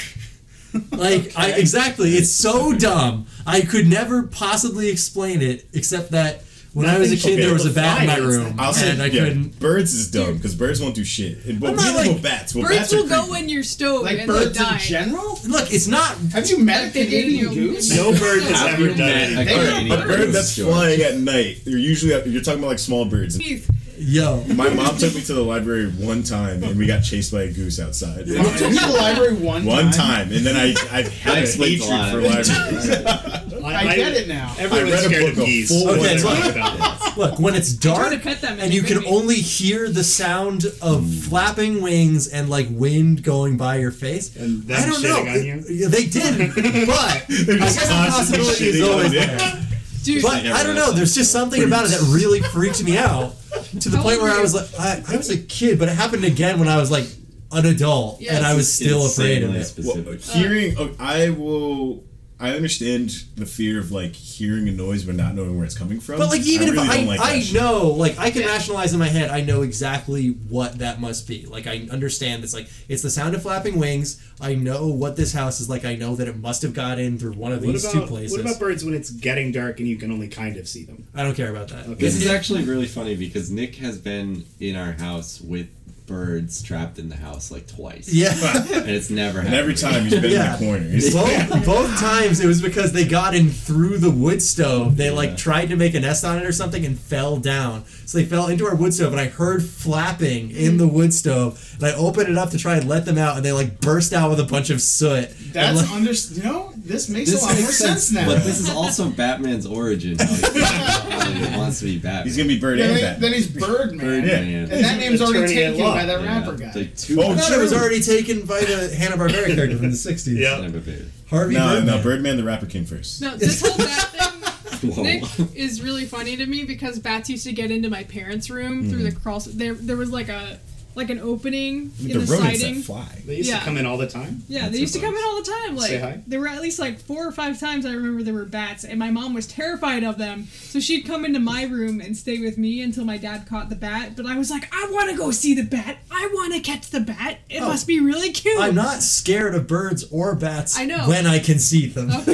A: Like I exactly, it's so dumb. I could never possibly explain it except that when I was a
B: Nothing-
A: kid, there was a
B: okay,
A: bat in my
E: fine.
A: room,
B: I'll say
A: Oh, and I
B: yeah,
A: couldn't.
B: birds is dumb because birds won't do shit. And, but
A: I'm
B: we
A: not
B: don't know
A: like-
B: bats. Well,
D: Birds
B: bats are
D: will go
B: creepy.
D: in your stove
F: Like
D: and
F: birds
D: they'll
F: in
D: die.
F: general?
A: Look, it's not.
F: Have you met a
D: Like they
F: Canadian
D: do.
F: goose?
E: No bird has ever done
C: I
E: anything.
F: They
C: can't
F: are
C: eat
B: A bird
C: those
B: that's
C: shorts.
B: flying at night. You're usually you're talking about like small birds.
D: Teeth.
A: Yo,
B: My mom took me to the library one time, and we got chased by a goose outside.
F: You took me to the library one,
B: One time, and then I I've
C: That
B: had a
C: explains
B: hatred
C: a
B: for
C: lot.
B: libraries.
F: I get it now.
B: I
E: Everyone's
B: read a
E: scared of
B: book of
E: geese.
B: full
E: What
A: Okay,
E: they're
A: look.
E: talking about.
A: look, when it's
D: tried
A: dark
D: to cut them and
A: and
D: they
A: you can
D: bit me.
A: only hear the sound of flapping wings and like wind going by your face.
E: And them
A: I don't know.
E: shitting on you?
A: Yeah, They did, but I guess
B: just
A: the
B: constantly
A: possibility is
B: shitting on
A: always
B: you.
A: there.
D: Dude,
A: But I don't know. There's just something about it that really freaked me out to the
D: How
A: point
D: old
A: where I
D: were you?
A: was like, I, I was a kid, but it happened again when I was like an adult,
D: Yeah,
A: and I
D: it's
A: was still afraid of
C: Insanely
A: it.
C: Specific.
B: Well, hearing, oh, I will. I understand the fear of like hearing a noise but not knowing where it's coming from.
A: But like, even
B: really
A: if I,
B: don't like
A: I
B: that shit.
A: know, like, I can
D: Yeah.
A: rationalize in my head, I know exactly what that must be. Like, I understand it's like it's the sound of flapping wings. I know what this house is like. I know that it must have got in through one of
E: What
A: these two
E: about,
A: places.
E: what about birds when it's getting dark and you can only kind of see them?
A: I don't care about that.
E: Okay.
C: This is actually really funny because Nick has been in our house with birds trapped in the house like twice.
H: Yeah.
C: And it's never
G: And
C: happened.
G: every time he's been
H: Yeah.
G: in the corner. He's
H: Both, both times it was because they got in through the wood stove. They like tried to make a nest on it or something and fell down. So they fell into our wood stove, and I heard flapping in the wood stove. And I opened it up to try and let them out, and they like burst out with a bunch of soot. And,
F: That's
H: like,
F: under. You know, this makes
C: This
F: a lot
C: makes
F: more sense, now.
C: But this is also Batman's origin. Like, he wants to be Batman.
G: he's gonna be bird
F: then,
G: and
F: he-
G: bat.
F: then he's Birdman.
G: yeah.
C: Birdman.
F: And that name's already
E: Attorney at
F: taken
E: law.
F: by that
C: Yeah.
F: rapper guy.
C: Like two
G: Oh,
H: I thought it was
G: Sure.
H: already taken by the Hanna Barbera character from the '60s.
E: Yeah.
C: Son of a bitch.
H: Harvey
G: No,
H: Birdman.
G: no, Birdman the rapper came first.
D: No, this whole bat thing,
C: Whoa.
D: Nick, is really funny to me because bats used to get into my parents' room through the cross. There, there was like a like an opening in the,
G: rodents
D: siding.
G: that fly.
E: They used
D: Yeah.
E: to come in all the time.
D: Yeah, they used to come in all the time. Like
E: Say hi.
D: there were at least like four or five times I remember there were bats, and my mom was terrified of them. So she'd come into my room and stay with me until my dad caught the bat. But I was like, I want to go see the bat. I want to catch the bat. It
H: Oh.
D: must be really cute.
H: I'm not scared of birds or bats.
D: I know.
H: when I can see them.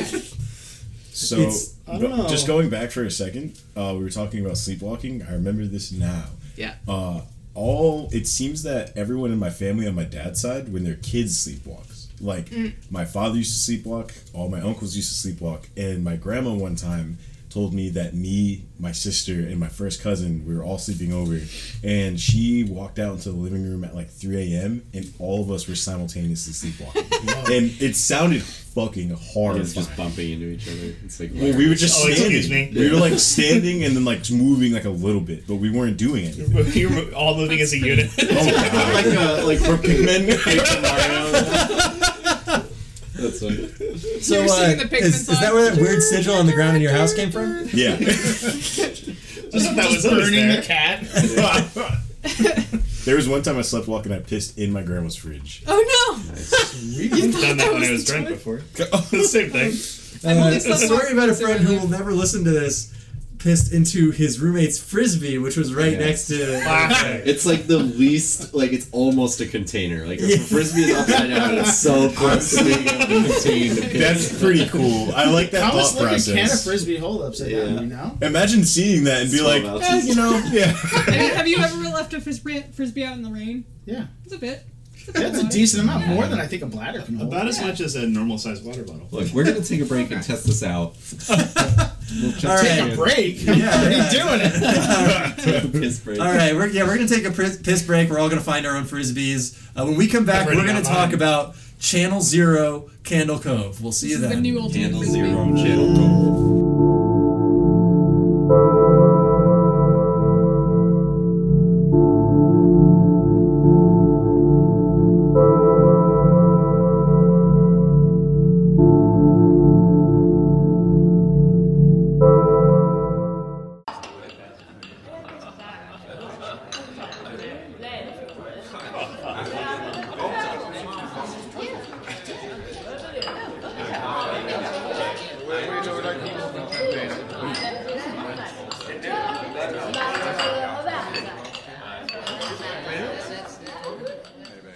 D: Okay.
G: So
H: It's-
F: I don't
G: go- just
F: know.
G: going back for a second, uh, we were talking about sleepwalking. I remember this now.
D: Yeah.
G: Uh, all it seems that everyone in my family on my dad's side, when their kids sleepwalks, like my father used to sleepwalk, all my uncles used to sleepwalk, and my grandma one time told me that me, my sister, and my first cousin we were all sleeping over, and she walked out into the living room at like 3 a.m. and all of us were simultaneously sleepwalking, and it sounded fucking horrifying.
C: It's just bumping into each other. It's like
G: Well, we were just
E: Oh,
G: standing.
E: excuse me.
G: We were like standing and then like moving like a little bit, but we weren't doing it.
E: You were all moving as a unit.
G: Oh
C: like
G: god!
C: uh, like for
G: Pigmen.
C: That's funny.
H: So
D: were
H: uh,
D: singing the Pikmin
H: is, is that
D: song.
H: where that weird sigil on the ground in your house came from?
G: yeah.
E: Just, that was always
F: Burning
E: there.
F: the cat.
G: there was one time I slept walking. I pissed in my grandma's fridge.
D: Oh no!
E: Done that,
D: That
E: when I
D: was
E: was
D: the
E: drunk
D: time.
E: before. Same thing.
D: I've
H: Uh,
D: only
H: a
D: slept
H: story
D: on
H: about a
D: once in
H: friend
D: my
H: who
D: life.
H: will never listen to this pissed into his roommate's frisbee, which was right
C: Yeah.
H: next to.
E: Classic.
C: It's like the least, like it's almost a container. Like
H: Yeah.
C: a frisbee is upside down, and it's so close to being able to contain the pin.
G: That's pretty cool. I like that
F: How much
G: thought
F: like a can of
G: process.
F: frisbee hold upside
C: Yeah.
F: down, you know?
G: Imagine seeing that and be
C: Small
G: like,
C: mouses.
G: eh, you know, yeah.
D: I mean, have you ever left a frisbee, frisbee out in the rain?
F: Yeah.
D: It's a bit.
F: That's a decent amount, more than I think a bladder can hold.
E: About as much as a normal sized water bottle.
C: Look, we're gonna take a break and test this out. We'll check
H: All
F: Take
H: right.
F: a break.
H: Yeah,
F: How are
H: yeah.
F: you doing it?
C: the piss break.
H: All right, we're, yeah, we're gonna take a pris- piss break. We're all gonna find our own frisbees. Uh, when we come back,
E: I've already
H: we're gonna
E: got
H: talk
E: mine.
H: about Channel Zero, Candle Cove. We'll see
D: This
H: you
D: is the
H: then.
D: new old
C: Handle
D: frisbee.
C: zero, channel gold.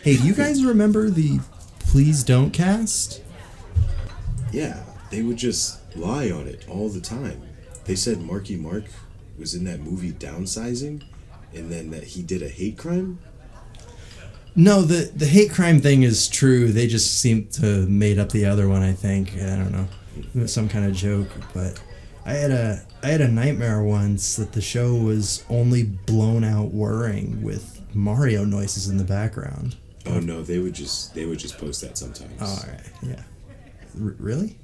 H: Hey, do you guys remember the Please Don't Cast?
G: Yeah, they would just lie on it all the time. They said Marky Mark was in that movie Downsizing, and then that he did a hate crime.
H: No, the the hate crime thing is true. They just seem to made up the other one. I think I don't know. It was some kind of joke, but I had a I had a nightmare once that the show was only blown out whirring with Mario noises in the background. Oh,
G: Oh no, they would just they would just post that sometimes.
H: All right, yeah, R- really.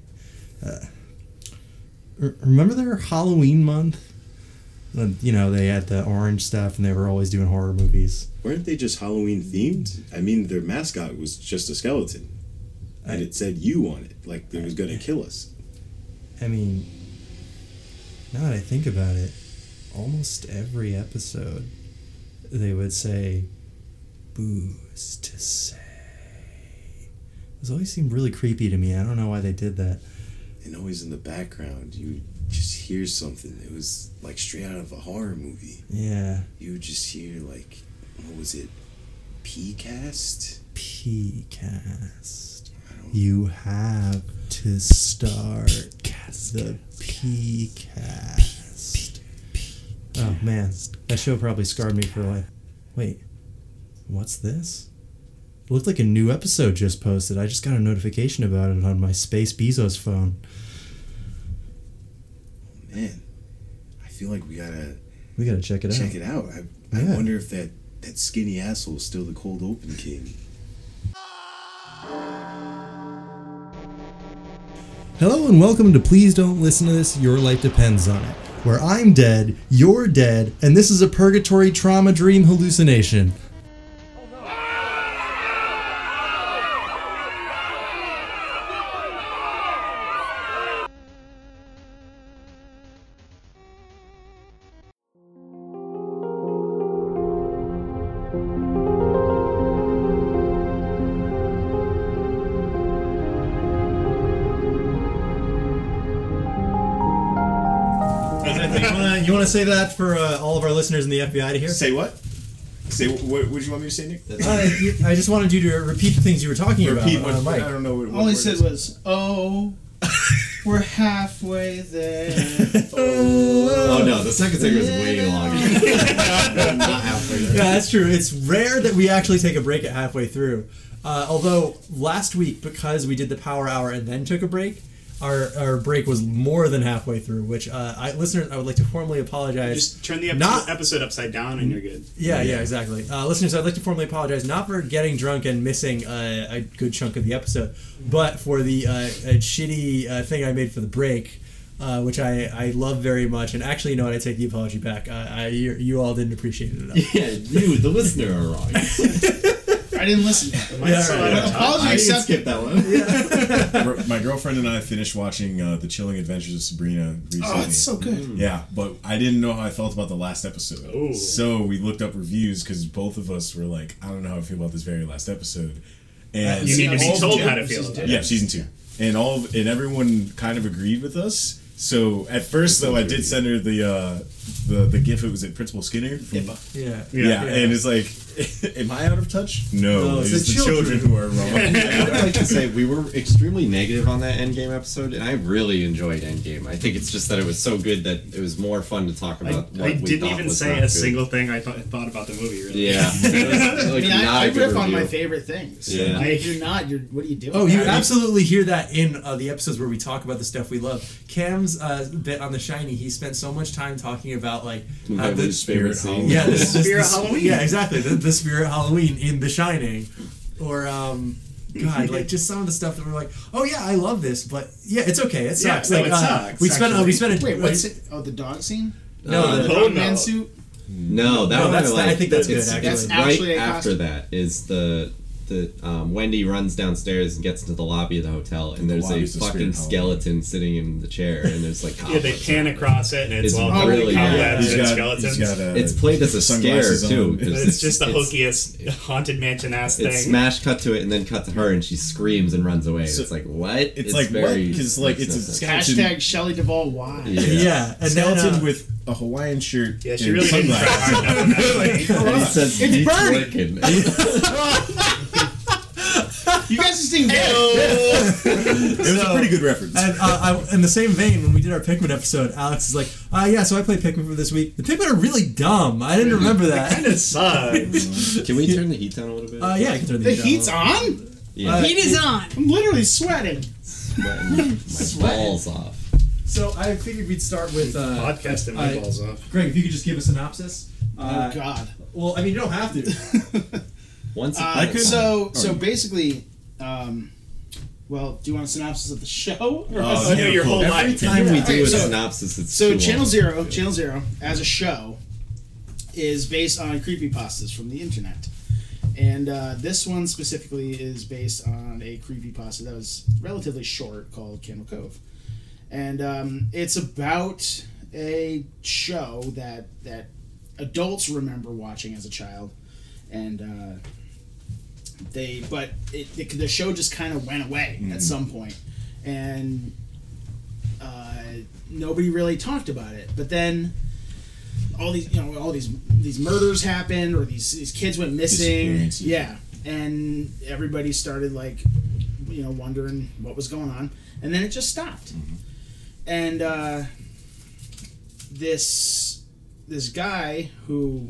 H: Uh, r- remember their Halloween month? When, you know they had the orange stuff, and they were always doing horror movies.
G: Weren't they just Halloween themed? I mean, their mascot was just a skeleton, and it said "you" on it, like it was gonna kill us.
H: I mean, now that I think about it, almost every episode they would say, booze to say. This always seemed really creepy to me. I don't know why they did that.
G: And always in the background, you would just hear something. It was like straight out of a horror movie.
H: Yeah.
G: You would just hear like, what was it? P cast.
H: P-cast. You have to start the P-cast. Oh, man. That show probably scarred me for life. Wait.
A: what's this? It looked like a new episode just posted. I just got a notification about it on my Space Bezos phone.
G: Man, I feel like we gotta
A: We gotta check it
G: check
A: out.
G: it out. I, I
A: Yeah.
G: wonder if that that skinny asshole is still the cold open king.
A: Hello and welcome to Please Don't Listen to This, Your Life Depends on It, where I'm dead, you're dead, and this is a purgatory trauma dream hallucination. You want to say that for uh, all of our listeners in the FBI to hear?
B: Say what? Say what? What did you want me to say, Nick?
A: Uh, you- I just wanted you to repeat the things you were talking
B: Repeat
A: about. Uh,
B: what?
A: on the mic.
B: I don't know what. what
F: All he
B: word
F: said
B: is.
F: was, "Oh, we're halfway there."
C: Oh no, the second thing was way longer. Not halfway there.
A: Yeah, that's true. It's rare that we actually take a break at halfway through. Uh, although last week, because we did the power hour and then took a break, our, our break was more than halfway through. Which uh, I, listeners, I would like to formally apologize.
E: Just turn the episode,
A: Not-
E: episode upside down and you're good.
A: yeah, yeah, exactly. Uh, listeners, I'd like to formally apologize not for getting drunk and missing uh, a good chunk of the episode, but for the uh, a shitty uh, thing I made for the break, uh, which I, I love very much. And actually, you know what? I take the apology back. Uh, I you, you all didn't appreciate it enough.
C: Yeah, you, the listener, are wrong.
F: I didn't listen.
A: Yeah,
E: So,
A: right.
E: uh,
F: Apology
C: I can
F: accepted.
C: skip that one.
B: Gr- My girlfriend and I finished watching uh, The Chilling Adventures of Sabrina recently.
F: Oh, it's so good.
B: yeah, but I didn't know how I felt about the last episode.
E: Ooh.
B: So we looked up reviews because both of us were like, I don't know how I feel about this very last episode. And
E: You need to
F: all
E: be
F: the
E: told how to
F: differences
E: feel about it.
B: yeah, season two, and all of, and everyone kind of agreed with us. So at first, though, I did send her the uh, the the gif. It was at Principal Skinner. From, yeah.
A: Yeah.
E: Yeah.
B: and it's like, am I out of touch? No,
A: No,
B: Oh, it's,
A: it's
B: the
A: the
B: children. who are wrong.
C: I would like to say we were extremely negative on that Endgame episode, and I really enjoyed Endgame. I think it's just that it was so good that it was more fun to talk
E: I,
C: about. what we
E: I didn't
C: thought
E: even
C: was
E: say
C: not
E: a
C: good.
E: single thing I thought, thought about the movie, really.
C: Yeah, it was,
F: I
C: like,
F: mean, I,
C: not
F: I
C: a good
F: riff on my
C: review.
F: favorite things.
C: Yeah.
F: Like, if you're not, you're. What are you doing?
A: Oh, you
F: I-
A: absolutely hear that in uh, the episodes where we talk about the stuff we love. Cam's uh, bit on The Shiny, he spent so much time talking about like uh,
C: Everyone's
A: the,
C: favorite scene.
A: yeah, the, the,
E: Spirit
A: the-
E: Halloween.
A: Yeah, exactly. The, the spirit Halloween in The Shining, or um, God, like just some of the stuff that we're like, oh yeah, I love this, but yeah, it's okay. It
E: Yeah,
A: sucks.
E: no,
A: like
E: it
A: uh,
E: sucks,
A: we spent uh, we
E: actually.
A: spent a,
F: Wait, what's it? Oh, the dog scene.
A: No,
C: Uh,
A: the-
F: The
E: Oh,
F: dog man
E: no.
F: suit.
C: No, that
A: No,
C: one
A: that's-
C: I, like.
A: I think that's
C: It's-
A: good, actually.
F: That's actually
C: right
F: a
C: after
F: costume.
C: that is the the um, Wendy runs downstairs and gets into the lobby of the hotel, and
B: The
C: there's a
B: lobby's the
C: fucking
B: spirit hall.
C: skeleton sitting in the chair, and there's like
E: Yeah, they
C: cobwebs
E: pan
C: on it.
E: across it and it's,
C: It's
E: all
C: really-
E: really
C: Yeah,
E: cobwebs
B: He's
E: and
B: got,
E: skeletons.
B: he's got uh,
C: It's played as a scare
B: sunglasses
C: too.
B: on.
C: 'cause
E: But it's just the hokeyest haunted mansion ass thing.
C: It's smash cut to it and then cut to her and she screams and runs away. it's like what?
B: It's, like very because like it's a skeleton,
F: Hashtag Shelley Duvall. Why?
C: Yeah.
A: yeah. and then
B: skeleton
A: uh,
B: with a Hawaiian shirt.
E: yeah, she
B: and
E: really didn't try
B: sunglasses.
E: hard enough. on that one.
C: and he says,
F: It's
C: "It's
F: burning!"
C: working."
F: You guys just didn't get it.
B: It was a pretty good reference.
A: And uh, I, in the same vein, when we did our Pikmin episode, Alex is like, "Ah, yeah, so I played Pikmin for this week. The Pikmin are really dumb. I didn't remember that."
E: kind of sucks.
C: Can we turn the heat down a little bit?
A: Uh, yeah, I can turn the,
F: The
A: heat on.
F: heat's on.
C: yeah.
A: uh,
D: Heat is on.
F: I'm literally sweating.
C: Sweating my balls off.
A: So I figured we'd start with uh,
E: Podcasting
A: I-
E: my balls off.
A: Greg. If you could just give a synopsis. Uh,
F: oh God.
A: well, I mean, you don't have to.
C: Once
F: Uh,
C: upon a time-
F: so so basically, um, well, do you want a synopsis of the show? Or
C: Oh,
E: I knew your whole
B: Every
E: life.
C: every time we do a
F: so-
C: synopsis, it's
F: So
C: too
F: Channel
C: long.
F: Zero, Channel Zero, as a show, is based on creepypastas from the internet, and uh, this one specifically is based on a creepypasta that was relatively short called Candle Cove, and um, it's about a show that that adults remember watching as a child, and. Uh, they, but it, it, the show just kind of went away
C: Mm-hmm.
F: at some point, and uh, nobody really talked about it. But then all these, you know, all these these murders happened, or these these kids went missing.
B: Disappearances.
F: Yeah, and everybody started like, you know, wondering what was going on, and then it just stopped.
B: Mm-hmm.
F: And uh, this this guy who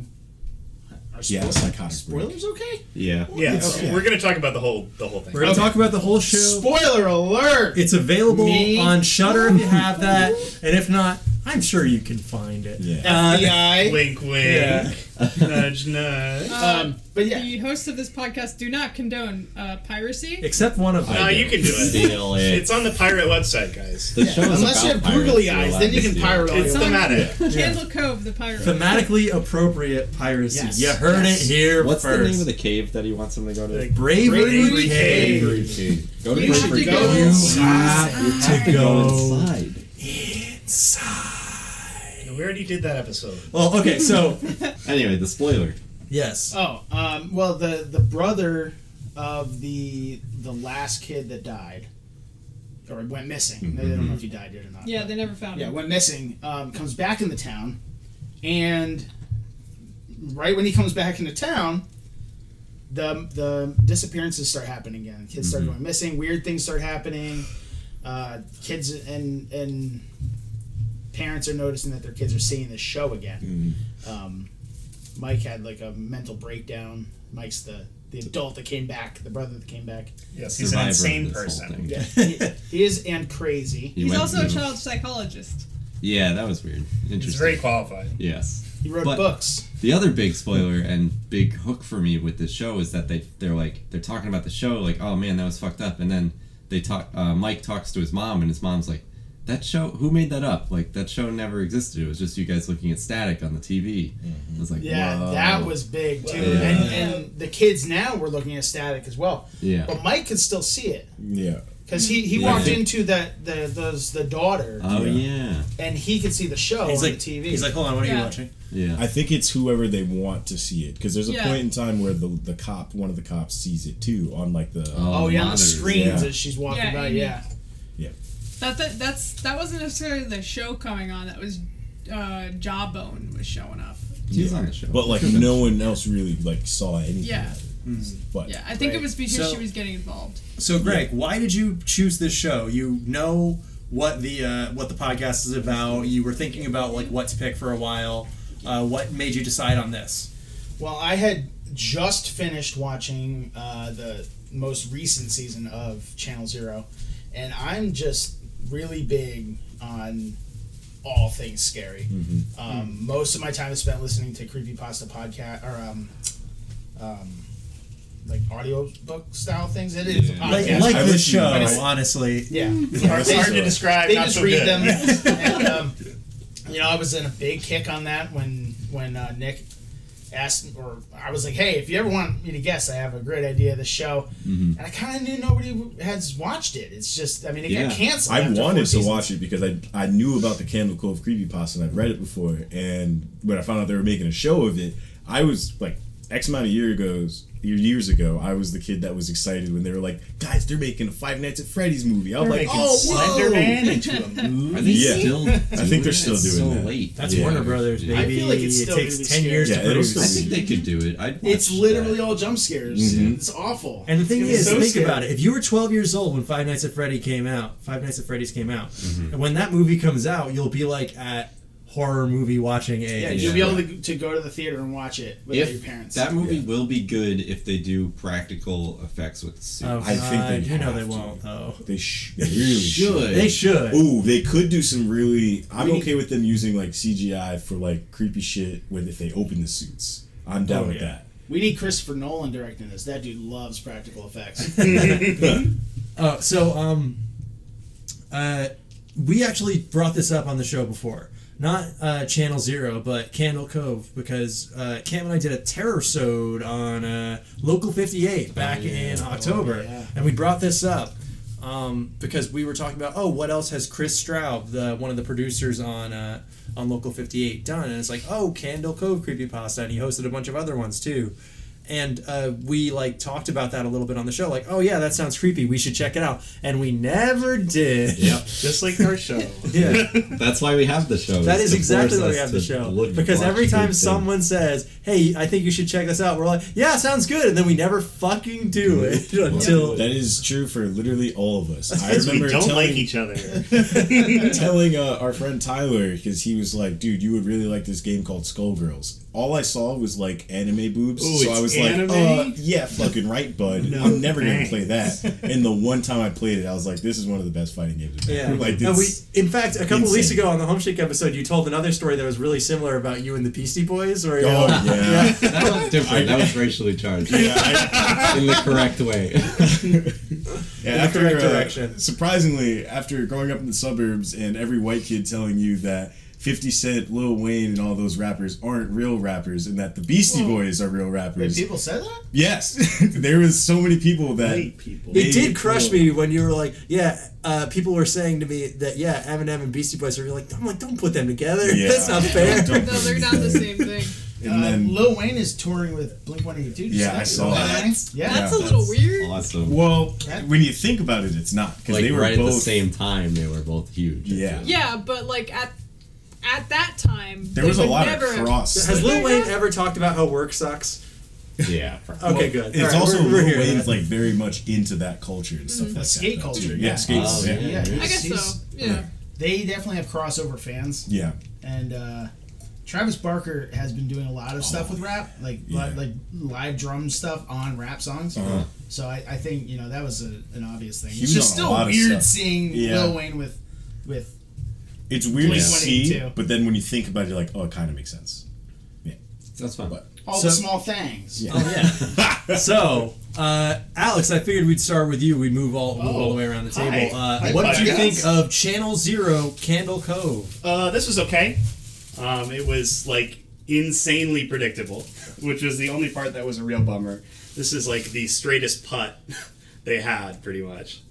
F: I Are
B: Yeah,
F: spoil-
B: psychotic
F: Spoilers okay?
C: Yeah.
E: Yeah,
F: Okay.
E: we're gonna talk about the whole the whole thing.
H: We're gonna talk about the whole show.
F: Spoiler alert!
H: It's available
F: Me?
H: on Shutter if you have that, and if not, I'm sure you can find it.
B: Yeah.
H: Uh,
F: FBI.
E: wink, wink, nudge, nudge.
F: Um, but yeah,
D: The hosts of this podcast do not condone uh, piracy.
H: except one of
E: No,
H: them.
E: you can do it.
C: Steal it.
E: It's on the pirate website, guys.
C: The show is
F: unless you have
C: about pirates,
F: googly
C: you're
F: eyes,
C: allowed
F: then
C: to
F: you can
C: steal.
F: pirate all you
E: It's
F: want.
E: thematic.
D: Candle Cove, the pirate.
H: Thematically appropriate piracy.
F: Yes.
H: You heard
F: Yes.
H: it here
C: What's
H: first.
C: the name of the cave that he wants them to go to?
H: Bravery,
E: Bravery
H: Cave.
E: Cave.
C: Go to
D: You have
C: Bravery
D: to
C: Cave.
D: go
H: You
F: inside.
H: have to
C: You have to
H: go.
C: inside.
E: We already did that episode.
H: Well, okay, so
C: Anyway, the spoiler.
H: yes,
F: Oh, um, well, the the brother of the the last kid that died, or went missing. I don't know if he died yet or not.
D: Yeah,
F: but-
D: they never found
F: yeah,
D: him.
F: went missing. Um, comes back in the town, and right when he comes back into town, the the disappearances start happening again. Kids start going missing. Weird things start happening. Uh, kids and and parents are noticing that their kids are seeing this show again. Um, Mike had like a mental breakdown. Mike's the the adult that came back, the brother that came back.
E: Yes, he's
C: Survivor of
E: an insane
C: this whole
E: person.
C: thing.
F: Yeah, he, he is and crazy.
C: He
D: He's
C: went
D: also a
C: to-
D: child psychologist.
C: Yeah, that was weird. Interesting.
E: He's very qualified.
C: Yes.
F: He wrote
C: But-
F: books.
C: The other big spoiler and big hook for me with this show is that they they're like they're talking about the show like oh man that was fucked up and then they talk uh, Mike talks to his mom and his mom's like that show who made that up like that show never existed it was just you guys looking at static on the TV.
B: Mm-hmm.
C: I was like
F: Yeah,
C: Whoa.
F: that was big too.
C: Yeah.
F: And, and the kids now were looking at static as well.
C: Yeah.
F: But Mike could still see it
B: Yeah.
F: because he, he
C: Yeah.
F: walked into that the those the daughter
C: oh yeah
F: and he could see the show
H: he's
F: on
H: like,
F: the TV.
H: he's like, hold on, what are you
D: Yeah.
H: watching?
C: yeah
B: I think it's whoever they want to see it because there's a
D: Yeah.
B: point in time where the the cop, one of the cops, sees it too on like the.
F: oh yeah, on the
C: monitors,
F: screens
B: yeah.
F: as she's walking
D: Yeah,
F: by.
D: Amy.
F: Yeah,
D: That, that that's that wasn't necessarily the show coming on. That was uh, Jawbone was showing up.
C: he's on the show
B: But like no one else really like saw anything.
D: Yeah.
E: Mm-hmm.
B: But
D: Yeah, I think it was because
H: So-
D: she was getting involved.
H: So, Greg, why did you choose this show? You know what the uh, what the podcast is about. You were thinking about like what to pick for a while. Uh, what made you decide on this?
F: Well, I had just finished watching uh, the most recent season of Channel Zero, and I'm just really big on all things scary. Um, Most of my time is spent listening to creepypasta podcast or um, um, like audiobook style things. It is a
C: Yeah.
H: Like,
F: podcast.
H: like
B: I
H: this
B: listen to
H: show,
B: mine.
H: honestly.
F: yeah
E: Hard, hard to describe.
F: they
E: not
F: just
E: so
F: read
E: good.
F: them. and, um, you know, I was in a big kick on that when when uh, Nick asked, or I was like, "Hey, if you ever want me to guess, I have a great idea of the show." And I kind of knew nobody has watched it. It's just, I mean, it
C: Yeah.
F: got canceled.
B: I
F: after four
B: wanted to
F: seasons.
B: watch it because I I knew about the Candle Cove creepypasta and I've read it before. And when I found out they were making a show of it, I was like X amount of year ago, years ago, I was the kid that was excited when they were like, guys, they're making a Five Nights at Freddy's movie. I was
E: They're
B: like,
E: making
B: oh, whoa.
E: Slenderman into a movie.
C: are they
B: Yeah.
C: still
B: I think they're still
C: it's
B: doing
C: so
B: that.
C: late
H: That's
B: Yeah.
H: Warner Brothers,
C: Yeah.
H: baby.
F: I feel like it's
H: it
F: still
H: takes
F: gonna be
H: ten years
B: Yeah,
H: to
B: it'll
H: produce.
B: still
C: I
H: this.
C: think they could do it I'd watch
F: It's literally
C: that.
F: all jump scares. It's awful.
H: And the thing
F: It's
H: is,
F: so
H: think
F: scary.
H: about it. If you were 12 years old when Five Nights at Freddy came out, Five Nights at Freddy's came out,
B: Mm-hmm.
H: and when that movie comes out, you'll be like at horror movie watching age.
F: Yeah, you'll be able to, to go to the theater and watch it with your
C: if
F: parents.
C: that movie will be good if they do practical effects with the suit.
H: Oh,
B: I think
H: God,
B: they
H: you know
B: have
H: they
B: to.
H: won't though.
B: They, sh- they really should.
H: They should.
B: Ooh, they could do some really. I'm
F: We need-
B: okay with them using like CGI for like creepy shit with if they open the suits. I'm down
H: Oh,
B: with
H: yeah.
B: that.
F: we need Christopher Nolan directing this. That dude loves practical effects.
H: Oh, so um, uh, we actually brought this up on the show before, not uh, Channel Zero, but Candle Cove, because uh, Cam and I did a terror sode on uh, Local Fifty Eight back in October,
F: Oh, yeah.
H: and we brought this up. Um, because we were talking about, oh, what else has Chris Straub, the one of the producers on uh, on Local 58, done? And it's like, oh, Candle Cove creepypasta, and he hosted a bunch of other ones too and uh, we like talked about that a little bit on the show like oh yeah that sounds creepy we should check it out and we never did
C: Yep.
E: Just like our show.
H: yeah
C: That's why we have the show.
H: that is
C: to
H: exactly
C: force
H: why we
C: us
H: have the
C: to
H: show
C: look-
H: because
C: watch
H: every time
C: good
H: someone says hey, I think you should check this out. We're like, yeah, sounds good, and then we never fucking do it until
B: That is true for literally all of us. I
E: Because we
B: remember
E: don't like
B: telling,
E: each other.
B: telling uh, our friend Tyler because he was like, "Dude, you would really like this game called Skullgirls." All I saw was like anime boobs,
E: Ooh,
B: so
E: Oh, it's
B: I was
E: anime?
B: like, uh, "Yeah, fucking right, bud.
E: No
B: I'm never gonna
E: thanks.
B: play that." And the one time I played it, I was like, "This is one of the best fighting games." I've
H: Yeah.
B: ever played." like
H: and we,
B: this.
H: in fact, a couple
B: insane.
H: weeks ago on the Homeshake episode, you told another story that was really similar about you and the Beastie Boys. Or,
B: Oh yeah,
C: That was different. That was racially charged
B: yeah. I-
C: in the correct way.
B: Yeah,
H: the
B: after,
H: correct
B: uh,
H: direction.
B: surprisingly, after growing up in the suburbs and every white kid telling you that 50 Cent, Lil Wayne, and all those rappers aren't real rappers and that the Beastie Boys are real rappers.
F: people said that?
B: yes, there was so many people that.
E: White people.
H: It
B: Hey,
H: did crush
B: cool.
H: me when you were like, yeah, uh, people were saying to me that, yeah, Eminem and Beastie Boys are really like, I'm like, don't put them together.
B: Yeah.
H: That's not fair.
B: Don't-
D: No, they're not the same thing.
B: And
F: uh,
B: then,
F: Lil Wayne is touring with Blink 182.
B: Yeah, I saw
F: Yeah.
B: that.
D: That's
B: Yeah.
D: a little weird.
C: Awesome.
B: well,
F: That-
B: when you think about it, it's not because
C: Like
B: they were
C: right
B: both.
C: at the same time, they were both huge.
B: Yeah.
D: Yeah, but like at at that time,
B: There
D: they
B: was a
D: would
B: lot of
D: never have-
B: cross.
H: Has Lil Wayne ever talked about how work sucks?
C: Yeah. probably.
H: Okay,
B: Well,
H: good.
B: It's
H: All right,
B: also
H: we're, we're
B: Lil
H: here. Mm-hmm.
B: Wayne's like very much into that culture and stuff like
F: skate
B: that.
F: culture,
B: Yeah,
F: yeah.
B: skate.
C: Oh,
B: yeah.
C: yeah.
B: Yeah.
F: Yeah,
D: I guess
F: he's-
D: so. Yeah.
F: They definitely have crossover fans,
B: yeah.
F: and uh, Travis Barker has been doing a lot of stuff with rap, like li-
B: Oh. Yeah.
F: like live drum stuff on rap songs.
B: Uh-huh.
F: So I, I think you know that was a, an obvious thing.
B: He
F: it's
B: was
F: just
B: on a
F: still
B: lot of
F: weird
B: stuff.
F: seeing
B: Yeah.
F: Lil Wayne with with
B: It's weird to
F: Yeah.
B: see,
F: 182.
B: but then when you think about it, you're like, oh, it kind of makes sense.
C: That's fine.
B: But-
F: all
H: So-
F: the small things.
B: Yeah.
H: Oh, So, uh, Alex, I figured we'd start with you. We'd move all move all the way around the
E: Oh. hi.
H: table. Uh,
E: Hi,
H: what did you
E: podcast.
H: think of Channel Zero Candle Cove?
E: Uh, this was okay. Um, it was like insanely predictable, which was the only part that was a real bummer. This is like the straightest putt they had, pretty much.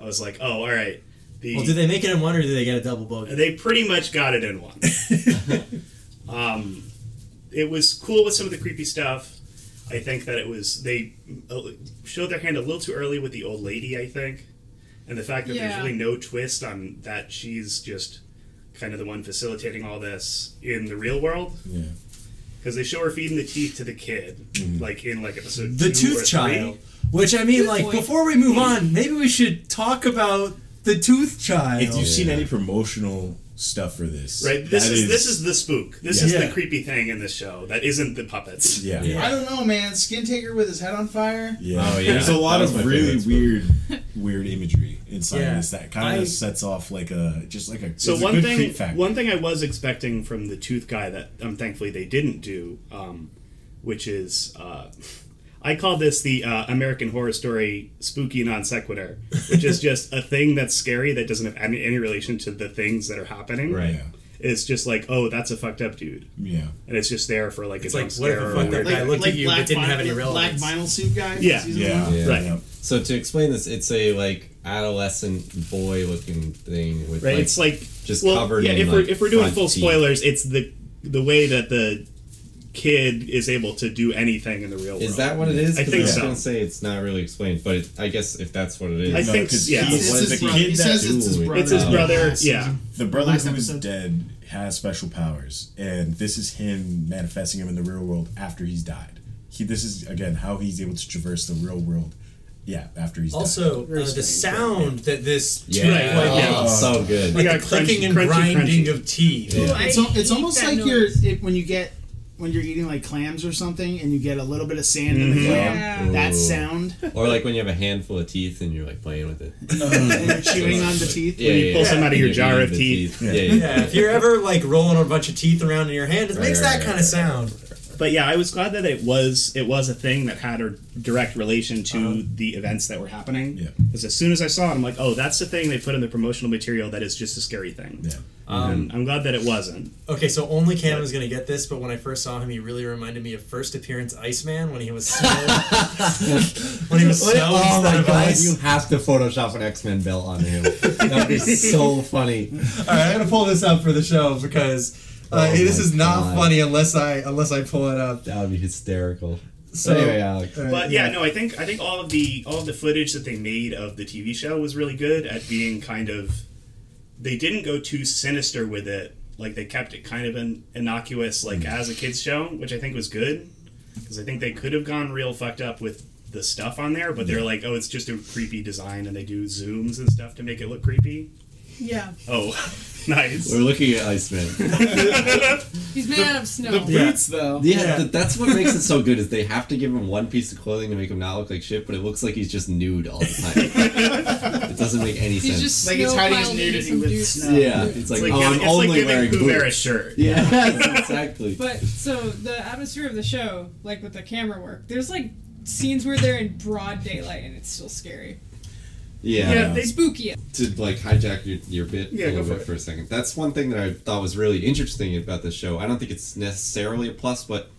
E: I was like, oh, all right. The,
H: Well, did they make it in one or did they get a double bogey?
E: They pretty much got it in one. um, it was cool with some of the creepy stuff. I think that it was they uh, showed their hand a little too early with the old lady. I think, and the fact that
D: Yeah.
E: there's really no twist on that she's just kind of the one facilitating all this in the real world
B: Yeah.
E: because they show her feeding the teeth to the kid, like in like episode
H: the
E: two or
H: Tooth
E: three.
H: Child. Which I mean,
D: Good
H: like,
D: point.
H: before we move on, maybe we should talk about the Tooth Child.
B: If you've seen any promotional stuff for this,
E: Right. This
B: that
E: is, this is the spook. This
B: Yeah.
E: is
H: Yeah.
E: the creepy thing in this show that isn't the puppets.
B: yeah.
H: Yeah.
B: yeah.
F: I don't know, man. Skin Taker with his head on fire.
C: Oh, yeah.
B: There's a lot
C: That was
B: of
C: my
B: really
C: favorite
B: weird, weird imagery inside
H: Yeah.
B: this that kind
H: I-
B: of sets off like a just like a
E: So
B: it's a
E: one
B: good
E: thing,
B: creep factor.
E: one thing I was expecting from the tooth guy that um, thankfully they didn't do, um, which is uh, I call this the uh, American Horror Story spooky non sequitur, which is just a thing that's scary that doesn't have any, any relation to the things that are happening.
C: Right.
B: yeah,
E: It's just like, oh, that's a fucked up dude,
B: yeah.
E: and it's just there for like
H: It's
E: a
H: like,
E: jump
H: what if
E: scare
H: a
E: or
H: fucked
E: a
H: up
E: weird-
H: guy looked at you but
F: Black
H: didn't have
F: vinyl-
H: any
F: Black
H: relevance.
F: vinyl suit guy. from
E: Yeah.
F: season
B: Yeah.
F: one?
C: Yeah.
E: Right.
B: yeah.
C: So to explain this, it's a like adolescent boy looking thing with
E: right?
C: like,
E: it's like
C: just
E: well,
C: covered
E: Yeah,
C: in,
E: if
C: like,
E: we're if we're doing
C: front
E: full
C: teeth.
E: spoilers, it's the the way that the kid is able to do anything in the real world.
C: Is that what it is?
E: I
C: 'Cause
E: think
C: was
E: so.
C: gonna say it's not really explained, but it, I guess if that's what it is,
E: I
B: No,
E: think
B: 'cause
E: yeah.
B: he's-
F: It's
B: was
F: his
B: the
F: brother.
B: kid
F: He
B: that
F: says it's
C: dude.
F: his brother.
E: It's his
F: in the
E: brother,
F: last
E: yeah.
F: season.
B: The brother
F: Last
B: who is
F: episode.
B: dead has special powers, and this is him manifesting him in the real world after he's died. He this is again how he's able to traverse the real world. Yeah, after he's died.
H: Also, uh,
F: Very
H: the
F: strange,
H: sound that this
C: yeah,
E: Right, like, yeah.
C: Oh, so good.
H: like
E: Like
H: the
E: a
H: clicking
E: crunchy-
H: and
E: crunchy,
H: grinding
E: crunchy.
H: of teeth.
C: Yeah.
D: I
F: It's, al- it's
D: hate
F: almost
D: that
F: like
D: noise.
F: you're it, when you get when you're eating like clams or something, and you get a little bit of sand in
B: Mm-hmm.
F: the
E: Mhm.
F: clam.
D: Yeah.
F: That
C: Ooh.
F: sound
C: Or like when you have a handful of teeth and you're like playing with it.
F: when you're chewing on the teeth.
C: Yeah,
E: you
C: yeah,
E: pull
C: yeah.
E: some out of your
C: You're
E: jar
C: eating
E: of
C: the
E: teeth.
C: Yeah, yeah.
H: Yeah, if you're ever like rolling a bunch of teeth around in your hand, it
C: Right,
H: makes
C: right,
H: that
C: right,
H: kind
C: right,
H: of sound.
E: But yeah, I was glad that it was it was a thing that had a direct relation to the events that were happening.
B: Uh-huh. Yeah.
E: Because as soon as I saw it, I'm like, oh, that's the thing they put in the promotional material that is just a scary thing.
B: Yeah.
C: Mm-hmm.
E: Um, I'm glad that it wasn't.
H: Okay, so only Cam was gonna get this, but when I first saw him, he really reminded me of first appearance Iceman when he was snow. when he was snow
C: oh
H: instead
C: my
H: of
C: god,
H: ice.
C: you have to Photoshop an X Men belt on him. That'd be so funny.
H: All right, I'm gonna pull this up for the show because uh,
C: Oh
H: this
C: my
H: is not
C: God.
H: funny unless I unless I pull it up.
C: That would be hysterical.
H: So,
C: anyway, Alex.
H: all right,
E: But yeah, no, I think I think all of the all of the footage that they made of the TV show was really good at being kind of they didn't go too sinister with it Like they kept it kind of in, innocuous,
C: Hmm.
E: like as a kids show, which I think was good because I think they could have gone real fucked up with the stuff on there, but they're like, oh, it's just a creepy design, and they do zooms and stuff to make it look creepy.
D: Yeah,
E: Oh, nice.
C: We're looking at Iceman.
D: he's made out of snow.
F: The
H: Yeah.
F: boots, though.
C: Yeah, th- that's what makes it so good is they have to give him one piece of clothing to make him not look like shit, but it looks like he's just nude all the time. it doesn't make any
D: he's
C: sense.
D: just
F: Like
D: snow
F: he's hiding his
D: piled into
F: nudity
D: some
F: with
D: dudes.
F: snow.
C: yeah, it's like,
E: It's like,
C: oh,
E: giving-
C: I'm
E: it's like
C: only
E: giving
C: wearing
E: Kuvera a
C: boots.
E: shirt.
C: Yeah, exactly.
D: But so the atmosphere of the show, like with the camera work, there's like scenes where they're in broad daylight and it's still scary,
C: yeah,
E: Yeah, they
D: spooky.
C: to like hijack your, your bit
E: Yeah,
C: a
E: go
C: little
E: for
C: bit
E: it.
C: for a second. That's one thing that I thought was really interesting about this show. I don't think it's necessarily a plus, but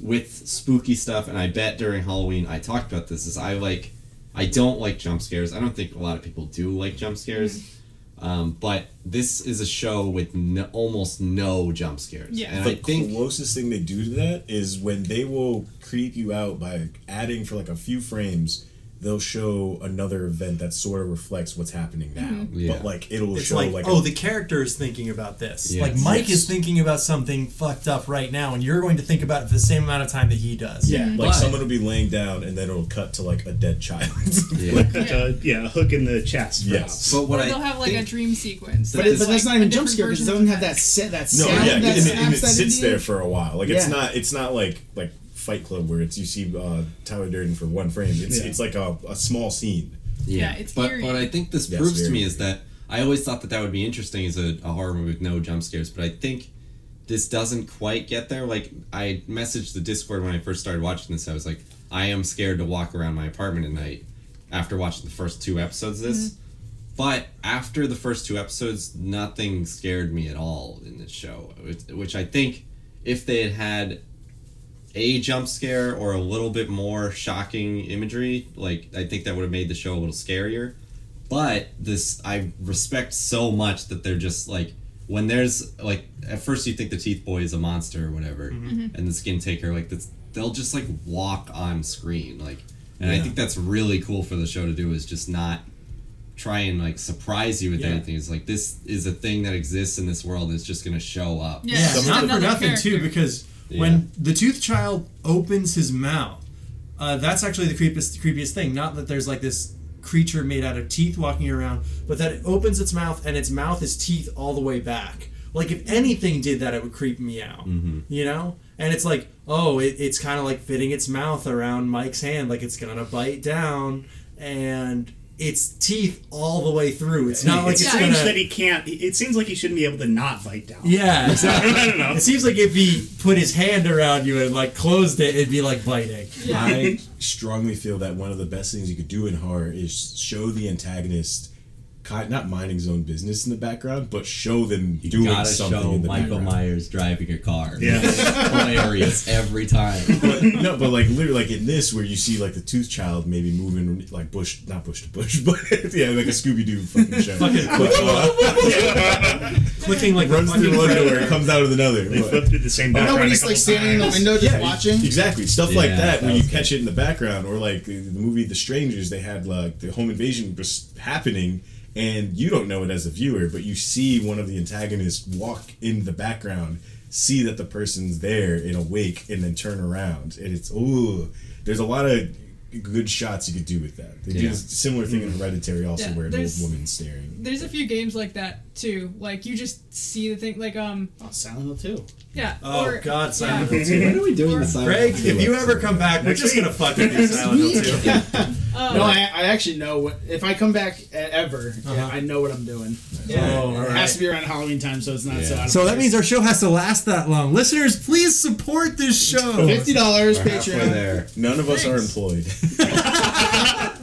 C: with spooky stuff, and I bet during Halloween I talked about this. Is I like, I don't like jump scares. I don't think a lot of people do like jump scares.
D: Mm-hmm.
C: Um, but this is a show with no, almost no jump scares.
D: Yeah.
C: and
B: the
C: I think
B: closest thing they do to that is when they will creep you out by adding for like a few frames. They'll show another event that sort of reflects what's happening now,
F: Mm-hmm.
C: Yeah.
B: but like it'll
H: It's
B: show
H: like,
B: like,
H: oh,
B: a-
H: the character is thinking about this.
C: Yes.
H: Like Mike
B: Yes.
H: is thinking about something fucked up right now, and you're going to think about it for the same amount of time that he does.
B: yeah, like
H: But-
B: someone will be laying down and then it'll cut to like a dead child.
C: yeah.
E: Like, uh, yeah, a hook in the chest.
B: Yes.
E: perhaps.
C: But what
D: Or
C: I
D: they'll have like a
C: think-
D: dream sequence.
F: But, it, but
D: like,
F: that's not
D: a
F: even a jump
D: different
F: scare because it
D: version
F: doesn't
D: of
F: have that sa- that
B: No,
F: sound
B: yeah, and,
F: that
B: it- and it
F: snaps that
B: sits
F: into you.
B: there for a while. Like it's
F: Yeah.
B: not it's not like like Fight Club where it's you see uh, Tyler Durden for one frame. It's
E: Yeah.
B: it's like a, a small scene.
D: Yeah, it's
C: but
D: eerie.
C: what I think this
B: Yes,
C: proves to
B: very
C: me is that I always thought that that would be interesting as a, a horror movie with no jump scares, but I think this doesn't quite get there. Like I messaged the Discord when I first started watching this. I was like, I am scared to walk around my apartment at night after watching the first two episodes of
D: Mm-hmm.
C: this. But after the first two episodes, nothing scared me at all in this show, which- which I think if they had had a jump scare or a little bit more shocking imagery, like I think that would have made the show a little scarier. But this I respect so much that they're just like when there's like at first you think the teeth boy is a monster or whatever
H: Mm-hmm.
C: and the skin taker like that's they'll just like walk on screen like and I
H: Yeah.
C: think that's really cool for the show to do is just not try and like surprise you with
H: Yeah.
C: anything. It's like this is a thing that exists in this world that's just gonna show up.
D: Yeah,
H: Yeah,
D: it's just
H: not for
D: another
H: nothing too,
D: character.
H: because
C: Yeah.
H: when the Tooth Child opens his mouth, uh, that's actually the creepiest, creepiest thing. Not that there's like this creature made out of teeth walking around, but that it opens its mouth and its mouth is teeth all the way back. Like if anything did that, it would creep me out. You know, and it's like, oh, it, it's kind of like fitting its mouth around Mike's hand, like it's gonna bite down, and its teeth all the way through. It's not like
E: It's
H: it's
E: strange
H: gonna.
E: that he can't. It seems like he shouldn't be able to not bite down.
H: yeah, exactly.
E: I don't know.
H: It seems like if he put his hand around you and like closed it, it'd be like biting.
B: I strongly feel that one of the best things you could do in horror is show the antagonist ki- not minding his own business in the background, but show them
C: You
B: doing
C: gotta
B: something
C: show
B: in the
C: Michael
B: background.
C: Myers driving a car.
E: Yeah.
C: It's hilarious every time.
B: but, no, but like literally, like in this, where you see like the tooth child maybe moving like bush, not bush to bush, but yeah, like a Scooby Doo fucking show.
H: Fucking
B: But, uh,
H: Clicking like
B: runs through one door and
H: fucking
B: comes out of another.
E: They
B: But-
E: flipped through the same
F: Oh,
E: background.
F: no, when
E: a
F: he's
E: couple
F: like standing in the
E: times.
F: window just
B: Yeah,
F: watching.
B: Exactly, stuff like
C: Yeah,
B: that,
C: that
B: when you
C: was
B: catch it in the background, or like the, the movie The Strangers, they had like the home invasion just happening, and you don't know it as a viewer, but you see one of the antagonists walk in the background, see that the person's there and awake, and then turn around, and it's ooh, there's a lot of good shots you could do with that. They do
C: Yeah.
B: this similar thing in Hereditary, also
D: Yeah,
B: where an old
D: there's-
B: woman's staring.
D: There's a few games like that too. Like you just see the thing, like um,
F: Oh, Silent Hill too.
D: yeah.
H: Oh,
D: or,
H: God, Silent
D: yeah.
H: Hill
C: What are we doing with Simon?
H: Greg, if you ever come back, we're just gonna fuck with you, Silent Hill too.
D: Um,
F: No, I, I actually know what. If I come back e- ever, yeah,
H: Uh-huh.
F: I know what I'm doing.
D: yeah.
H: Oh, all
F: It has to
H: right.
F: be around Halloween time, so it's not so. Out of
H: So that
F: place.
H: means our show has to last that long. Listeners, please support this show.
F: fifty dollars
C: We're halfway
F: Patreon.
C: there.
B: None of us are
D: Thanks.
B: employed.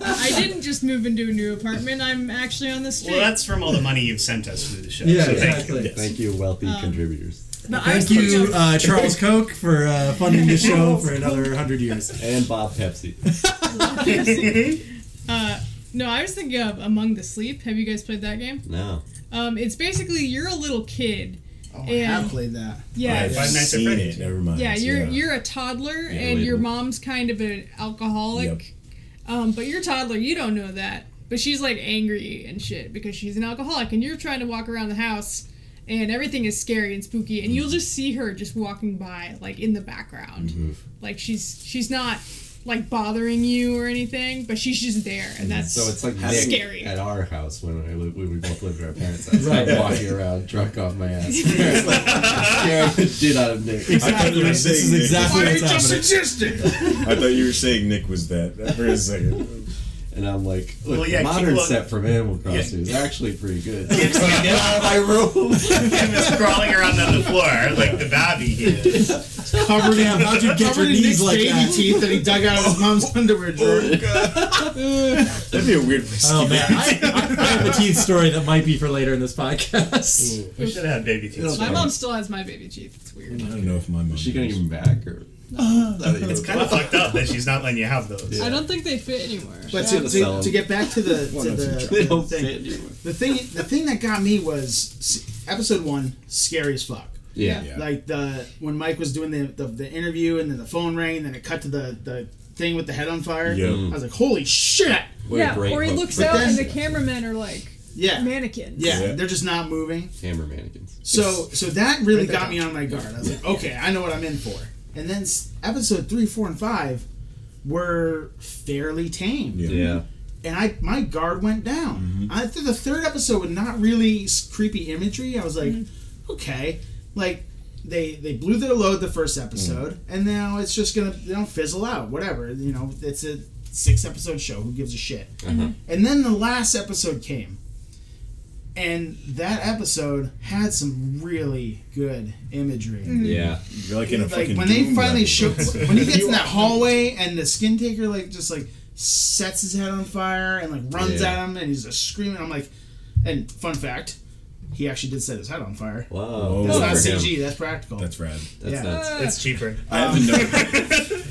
D: I didn't just move into a new apartment. I'm actually on the street.
E: Well, that's from all the money you've sent us through the show.
H: Yeah,
E: so thank
H: exactly.
E: you. Yes.
C: Thank you, wealthy
D: Oh.
C: contributors.
D: But I was
H: Thank you,
D: thinking of-
H: uh, Charles Koch, for uh, funding this show for another hundred years.
C: And Bob Pepsi.
D: uh, no, I was thinking of Among the Sleep. Have you guys played that game?
C: No.
D: Um, it's basically you're a little kid.
F: Oh, I
D: Yeah.
F: have played that.
D: Yeah.
B: I've
E: Five Nights at
B: seen
E: Freddy's.
B: it. Never mind.
D: Yeah, you're you're a toddler
C: Yeah,
D: and your
C: lately.
D: mom's kind of an alcoholic. Um, but you're a toddler, you don't know that. But she's like angry and shit because she's an alcoholic and you're trying to walk around the house and everything is scary and spooky and you'll just see her just walking by like in the background like she's she's not like bothering you or anything but she's just there and that's
I: So it's like Nick
D: having- scary.
I: at our house when I lived, when we both lived at our parents' house. right. walking around drunk off my ass, scaring the shit out of Nick.
B: I thought you were
A: This is
B: saying Nick.
A: exactly what's happening.
F: suggested.
B: I thought you were saying Nick was that for a second.
I: And I'm like, look,
E: Well, yeah,
I: the modern
E: keep-
I: set from Animal Crossing is actually pretty good.
E: He was crawling around on the floor like the Bobby here.
F: Covered in, how'd you get
A: your knees like
F: baby
A: that?
F: teeth that he dug out of his mom's underwear drawer.
B: That'd be a weird whiskey.
H: Oh man, I, I have a teeth story that might be for later in this podcast.
E: We should have had baby teeth.
D: my mom still has my baby teeth it's weird
B: I don't know if my mom.
I: Is she gonna give him back or?
E: It's kind of fucked up that she's not letting you have those.
D: i don't think they fit anymore
F: But
D: Yeah.
F: to,
I: sell
F: to,
I: 'em.
F: to get back to the to the,
I: They
F: the
I: don't
F: thing,
I: fit anymore.
F: the thing the thing that got me was s- episode one scary as fuck.
I: Yeah.
B: Yeah.
F: Like the when Mike was doing the, the the interview and then the phone rang then it cut to the the thing with the head on fire.
B: Yeah.
F: I was like, holy shit!
I: What a
D: yeah
I: great
D: or he
I: hook
D: looks
I: for
D: out
F: then-
D: and the cameramen are like
F: Yeah.
D: mannequins
F: yeah,
B: Yeah.
F: they're just not moving.
I: Hammer mannequins.
F: So so that really got me on my guard. I was like, okay, I know what I'm in for. And then s- episode three, four, and five were fairly tame.
B: Yeah.
F: and I my guard went down. I th- the third episode with not really s- creepy imagery. I was like, okay, like they they blew their load the first episode, and now it's just gonna you know fizzle out. Whatever, you know, it's a six episode show. Who gives a shit? And then the last episode came. And that episode had some really good imagery.
C: Mm-hmm.
I: Yeah.
B: You're like in a
F: Like
B: fucking.
F: when they
B: doom
F: finally
B: battle.
F: show, when he gets in that hallway and the skin taker like just like sets his head on fire and like runs
I: Yeah.
F: at him and he's just screaming. I'm like, and fun fact, he actually did set his head on fire.
I: Wow.
F: That's
B: Oh,
F: not
I: That's
B: for
F: CG. That's practical.
B: That's rad. Um,
I: That's
F: yeah.
I: nuts.
E: It's cheaper.
B: I haven't known. I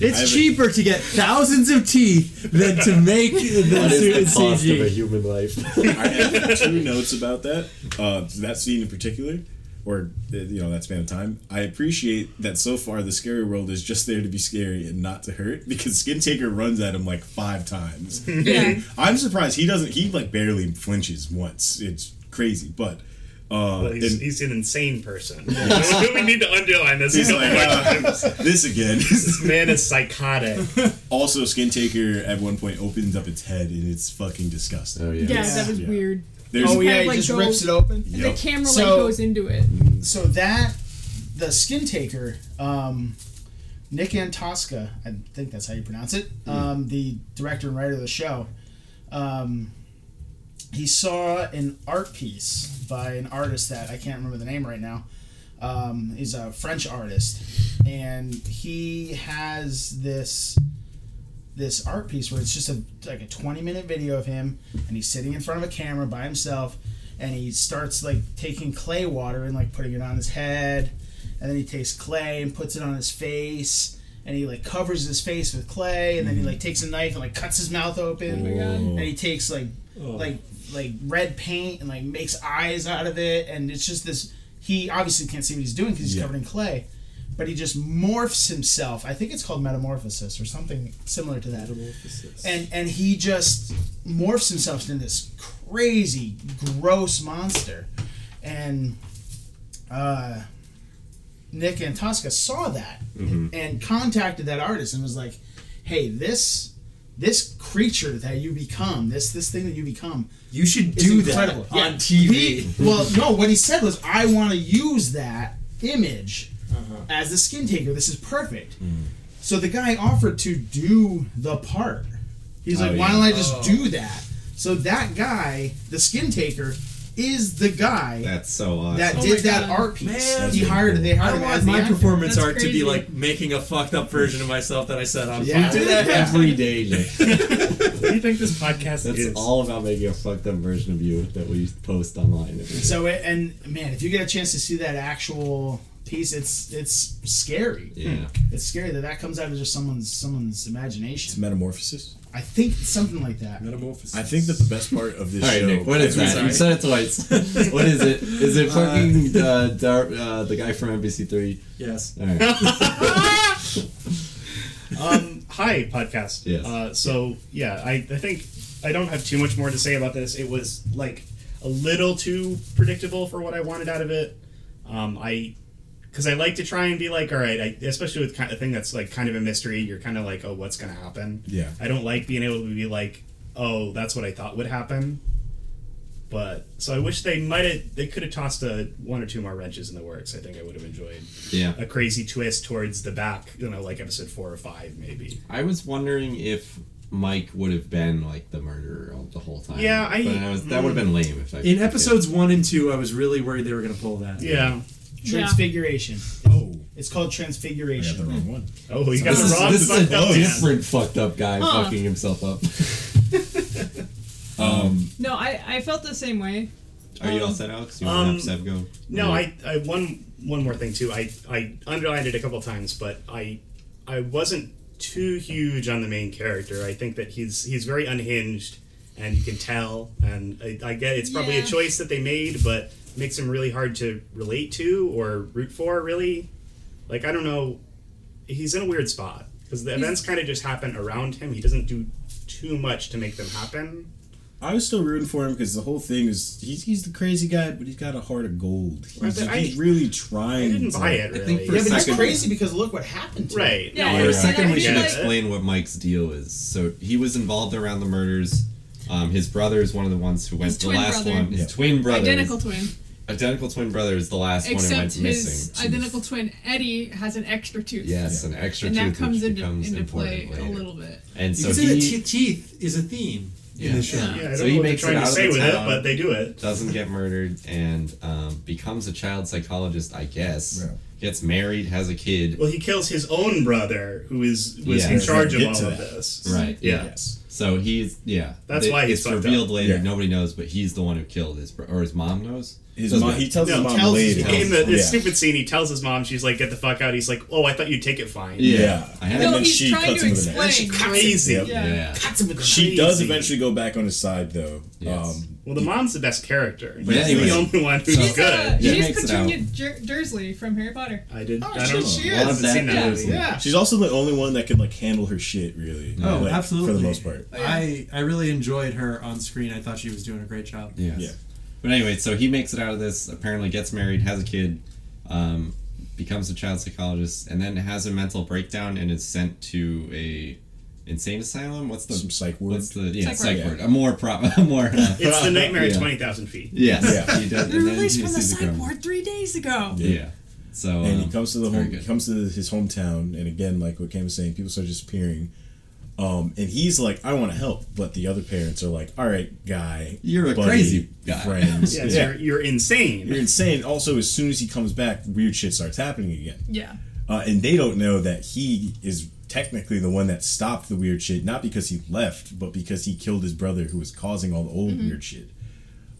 H: It's
B: have a-
H: cheaper to get thousands of teeth than to make
I: What
H: them suit in
I: is the cost of a
H: CG.
I: human life?
B: I have two notes about that. Uh, that scene in particular, or uh, you know that span of time. I appreciate that so far the scary world is just there to be scary and not to hurt because Skin Taker runs at him like five times.
D: Yeah.
B: I'm surprised he doesn't. He like barely flinches once. It's crazy, but. Uh,
E: Well, he's,
B: and-
E: he's an insane person. we need to underline this.
B: He's like, uh, this again.
E: this man is psychotic.
B: also, Skin Taker at one point opens up its head and it's fucking disgusting.
I: Oh
D: yeah,
I: yeah.
D: that was
B: Yeah.
D: weird
B: There's
F: oh
D: kind
F: yeah,
D: of
F: he
D: like
F: just
D: go-
F: rips it open.
D: and
B: Yep.
D: the camera
F: So-
D: like goes into it
F: So that the skin taker, um, Nick Antosca, I think that's how you pronounce it, um, the director and writer of the show. Um, he saw an art piece by an artist that I can't remember the name right now. Um, he's a French artist, and he has this this art piece where it's just a like a 20 minute video of him and he's sitting in front of a camera by himself and he starts like taking clay water and like putting it on his head and then he takes clay and puts it on his face and he like covers his face with clay and then he like takes a knife and like cuts his mouth open
D: Mm-hmm. Oh my God. Oh.
F: and he takes like like like red paint and like makes eyes out of it and it's just this he obviously can't see what he's doing because he's
B: Yeah.
F: covered in clay but he just morphs himself i think it's called metamorphosis or something similar to that and and he just morphs himself into this crazy gross monster and uh nick antosca saw that and contacted that artist and was like hey this this creature that you become this this thing that you become
H: You should
F: is
H: do that
F: incredible
H: on
F: Yeah.
H: TV.
F: We- well no what he said was i want to use that image as the skin taker this is perfect so the guy offered to do the part he's like
B: Oh,
F: why
B: yeah.
F: don't i just do that so that guy the skin taker is the guy
I: That's so awesome.
F: that
D: Oh
F: did
D: my
F: that
D: God.
F: art piece.
H: Man.
F: he hired. They
H: I
F: hired
H: don't
F: him
H: want
F: as the
H: my
F: actor.
H: performance
D: That's
H: art to
D: crazy.
H: be like making a fucked up version of myself that I said I'm.
F: Yeah.
H: We do that
I: Every day, Nick.
E: What do you think this podcast
I: That's
E: is?
I: all about making a fucked up version of you that we post online. every day.
F: So it, and man, if you get a chance to see that actual piece, it's it's scary.
I: Yeah.
F: It's scary that that comes out of just someone's someone's imagination.
B: metamorphosis.
F: I think it's something like that.
H: Metamorphosis.
B: I think that the best part of this
I: All right,
B: show.
I: Nick. What is
B: I'm
I: that?
B: sorry.
I: You said it twice. what is it? Is it fucking uh, Dar- uh, the guy from NBC Three?
H: yes.
I: All right.
E: um, hi, podcast.
I: Yes.
E: Uh, so yeah, I, I think I don't have too much more to say about this. It was like a little too predictable for what I wanted out of it. Um, I because I like to try and be like, all right, I, especially with kind of thing that's like kind of a mystery. You're kind of like, oh, what's gonna happen?
B: Yeah.
E: I don't like being able to be like, oh, that's what I thought would happen. But so I wish they might have. They could have tossed a one or two more wrenches in the works. I think I would have enjoyed
C: Yeah.
E: a crazy twist towards the back. You know, like episode four or five, maybe.
C: I was wondering if Mike would have been like the murderer all- the whole time.
E: Yeah, I-
C: But was, that would have been lame if I.
A: In episodes one and two, I was really worried they were going to pull that.
E: Yeah.
D: Yeah.
F: Transfiguration.
B: Oh,
F: It's called
B: I got the
F: Transfiguration.
B: wrong one.
E: Oh, you got
C: This
E: the
C: is,
E: wrong
C: this is
E: fucked up
C: a
E: man.
C: different fucked up guy
D: Huh.
C: fucking himself up. um,
D: No, I, I felt the same way.
C: are
D: Um,
C: you all set, Alex? You want to have Seb
E: um,
C: go?
E: No, I, I one one more thing too. I I underlined it a couple times, but I I wasn't too huge on the main character. I think that he's he's very unhinged, and you can tell. And I, I get it's probably
D: Yeah.
E: a choice that they made, but makes him really hard to relate to or root for. Really, like I don't know, he's in a weird spot because the events kind of just happen around him. He doesn't do too much to make them happen.
B: I was still rooting for him because the whole thing is he's, he's the crazy guy, but he's got a heart of gold. He's,
E: I-
B: he's really
E: I
B: trying.
E: didn't
B: to-
E: buy
C: I
E: it really.
C: think for
F: Yeah, but it's
C: Second.
F: crazy because look what happened to him.
E: right.
D: Yeah,
C: For
D: Yeah.
C: a second,
D: I
C: we
D: feel
C: should
D: like-
C: explain what Mike's deal is. So he was involved around the murders. Um, his brother is one of the ones who went.
D: His
C: the
D: twin
C: last
D: brother.
C: one, his twin brother,
D: Identical twin.
C: identical twin brother, is the last one who
D: Except
C: went
D: his
C: missing.
D: identical twin, Eddie, has an extra tooth.
C: Yes, an extra
D: And
C: tooth
D: that comes
C: which
D: into,
C: becomes
D: into play
C: important later.
D: a little bit.
C: And
A: You
C: so
A: can say
C: he
A: that te- teeth is a theme
C: Yeah.
A: in this show.
E: Yeah, I don't
C: So
E: know
C: he
E: what they're
C: makes it
E: trying
C: out
E: to
C: of
E: say
C: the
E: with
C: town.
E: it, but they do it.
C: doesn't get murdered and um, becomes a child psychologist, I guess.
B: Yeah.
C: Gets married, has a kid.
E: Well, he kills his own brother, who is was
C: Yeah.
E: in charge of
B: Get
E: all
B: to
E: of
B: that.
E: this.
C: Right.
E: Yeah.
C: So he's yeah.
E: That's
C: They-
E: why he's
C: it's
E: fucked
C: revealed
E: up.
C: later.
B: Yeah.
C: Nobody knows, but he's the one who killed his bro- or his mom knows.
B: His
C: Doesn't
B: mom,
C: matter.
B: he tells his
E: No,
B: mom
F: tells his
B: later.
F: mom.
E: In the this
B: Yeah.
E: stupid scene, he tells his mom, she's like, "Get the fuck out." He's like, "Oh, I thought you'd take it fine."
C: Yeah.
B: Yeah.
C: I had
D: No,
B: then
D: he's
B: she
D: trying
B: cuts
D: to
B: him with an
D: explain.
E: Crazy.
B: Yep.
D: Yeah.
C: yeah.
F: Cuts him with the
B: She
E: Crazy.
B: does eventually go back on his side though.
C: Yes.
B: Um,
E: Well, the mom's the best character.
C: But
E: She's
C: anyway,
E: the only one who's
D: She's, uh,
E: good.
C: Oh, Yeah.
D: she's
C: Makes it
D: Petunia Jer- Dursley from Harry Potter.
E: I did.
F: Oh,
E: I
F: she-
E: don't
F: she
E: know.
F: is.
E: I haven't seen that
D: Yeah.
E: movie.
F: Yeah.
B: she's also the only one that can like handle her shit really.
A: Oh,
B: like,
A: absolutely.
B: For the most part.
A: I, I really enjoyed her on screen. I thought she was doing a great job.
C: Yes.
B: Yeah.
C: But anyway, so he makes it out of this. Apparently, gets married, has a kid, um, becomes a child psychologist, and then has a mental breakdown and is sent to a insane asylum. What's the
B: Some psych ward.
C: what's the yeah
D: Psych
C: psych
D: ward.
C: ward? A more prop a more. Uh,
E: It's the nightmare at
C: Yeah.
E: twenty thousand feet.
C: yes.
B: Yeah.
C: He does.
D: They
C: and
D: were
C: then
D: released
C: he
D: from the
C: sees
D: psych
C: criminal.
D: ward three days ago.
C: Yeah. So
B: and
C: um,
B: he comes to the
C: it's very
B: home,
C: good.
B: comes to his hometown, and again, like what Cam was saying, people start disappearing. Um, and he's like, I want to help, but the other parents are like, All right, guy,
C: You're a crazy guy."
B: friends,
E: Yeah,
B: yeah,
E: it's- You're, you're insane.
B: you're insane. Also, as soon as he comes back, weird shit starts happening again,
D: Yeah.
B: uh, and they don't know that he is technically the one that stopped the weird shit, not because he left, but because he killed his brother, who was causing all the old
E: Mm-hmm.
B: weird shit.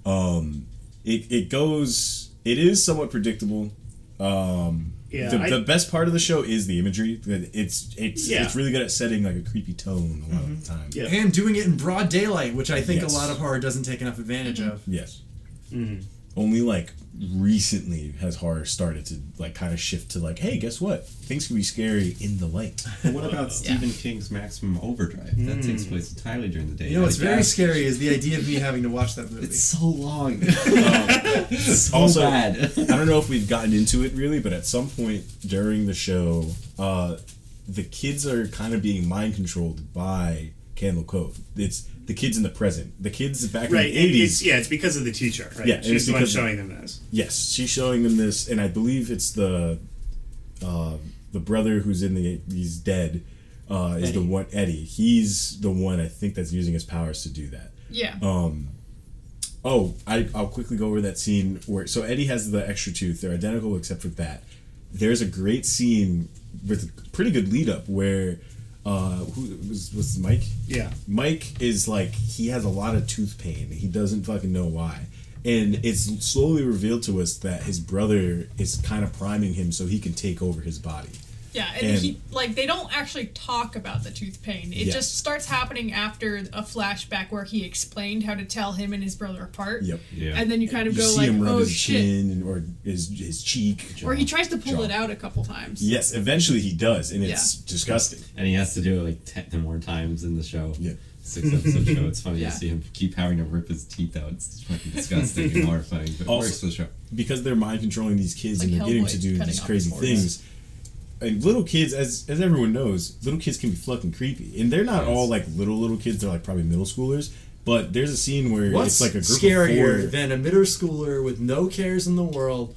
B: Um, it it goes, it is somewhat predictable. Um,
E: Yeah,
B: the,
E: I-
B: the best part of the show is the imagery. That It's it's
E: Yeah. Mm-hmm.
B: it's really good at setting like a creepy tone a lot of the time.
E: Yeah.
A: And doing it in broad daylight, which I think
B: Yes.
A: a lot of horror doesn't take enough advantage of.
B: Yes.
E: Mm-hmm.
B: Only like recently has horror started to like kind of shift to like, hey, guess what? Things can be scary in the light.
C: But what about Stephen King's Maximum Overdrive? That takes place entirely during the day.
A: You know what's
C: Like,
A: very
C: yeah,
A: scary is the idea of me having to watch that movie.
C: It's so long. so
B: also-
C: bad.
B: I don't know if we've gotten into it really, but at some point during the show, uh, the kids are kind of being mind controlled by Candle Cove. It's the kids in the present. The kids back
E: Right.
B: in
E: it-
B: the eighties.
E: It's, yeah, it's because of the teacher. Right.
B: Yeah, it
E: She's
B: is
E: the one
B: because of-
E: showing them this.
B: Yes, she's showing them this, and I believe it's the uh, the brother who's in the he's dead uh, is the
A: Eddie.
B: one Eddie. He's the one I think that's using his powers to do that.
D: Yeah.
B: Um, oh, I, I'll quickly go over that scene where so Eddie has the extra tooth. They're identical except for that. There's a great scene with a pretty good lead up where uh, who was was Mike?
E: Yeah.
B: Mike is like he has a lot of tooth pain. He doesn't fucking know why. And it's slowly revealed to us that his brother is kind of priming him so he can take over his body.
D: Yeah, and,
B: And-
D: he like they don't actually talk about the tooth pain. It
B: Yes.
D: just starts happening after a flashback where he explained how to tell him and his brother apart.
B: Yep.
C: Yeah.
D: And then you kind of
B: You
D: go
B: see
D: like,
B: him rub
D: "Oh
B: his
D: shit."
B: chin or his his cheek.
D: Or he tries to pull
B: Jaw.
D: it out a couple times.
B: Yes, eventually he does, and it's disgusting.
C: and he has to do it like ten more times in the show.
B: Yeah.
C: six episode show. It's funny
D: Yeah.
C: to see him keep having to rip his teeth out. It's fucking disgusting and horrifying, but
B: Also-
C: it works for the show.
B: because they're mind controlling these kids
D: Like
B: and they're getting
D: Hellboy,
B: to do
D: cutting
B: these
D: off
B: crazy
D: his
B: things. And little kids, as as everyone knows, little kids can be fucking creepy, and they're not
C: Yes.
B: all like little little kids. They're like probably middle schoolers. But there's a scene where
H: What's
B: it's like a group
H: scarier
B: of four.
H: than a middle schooler with no cares in the world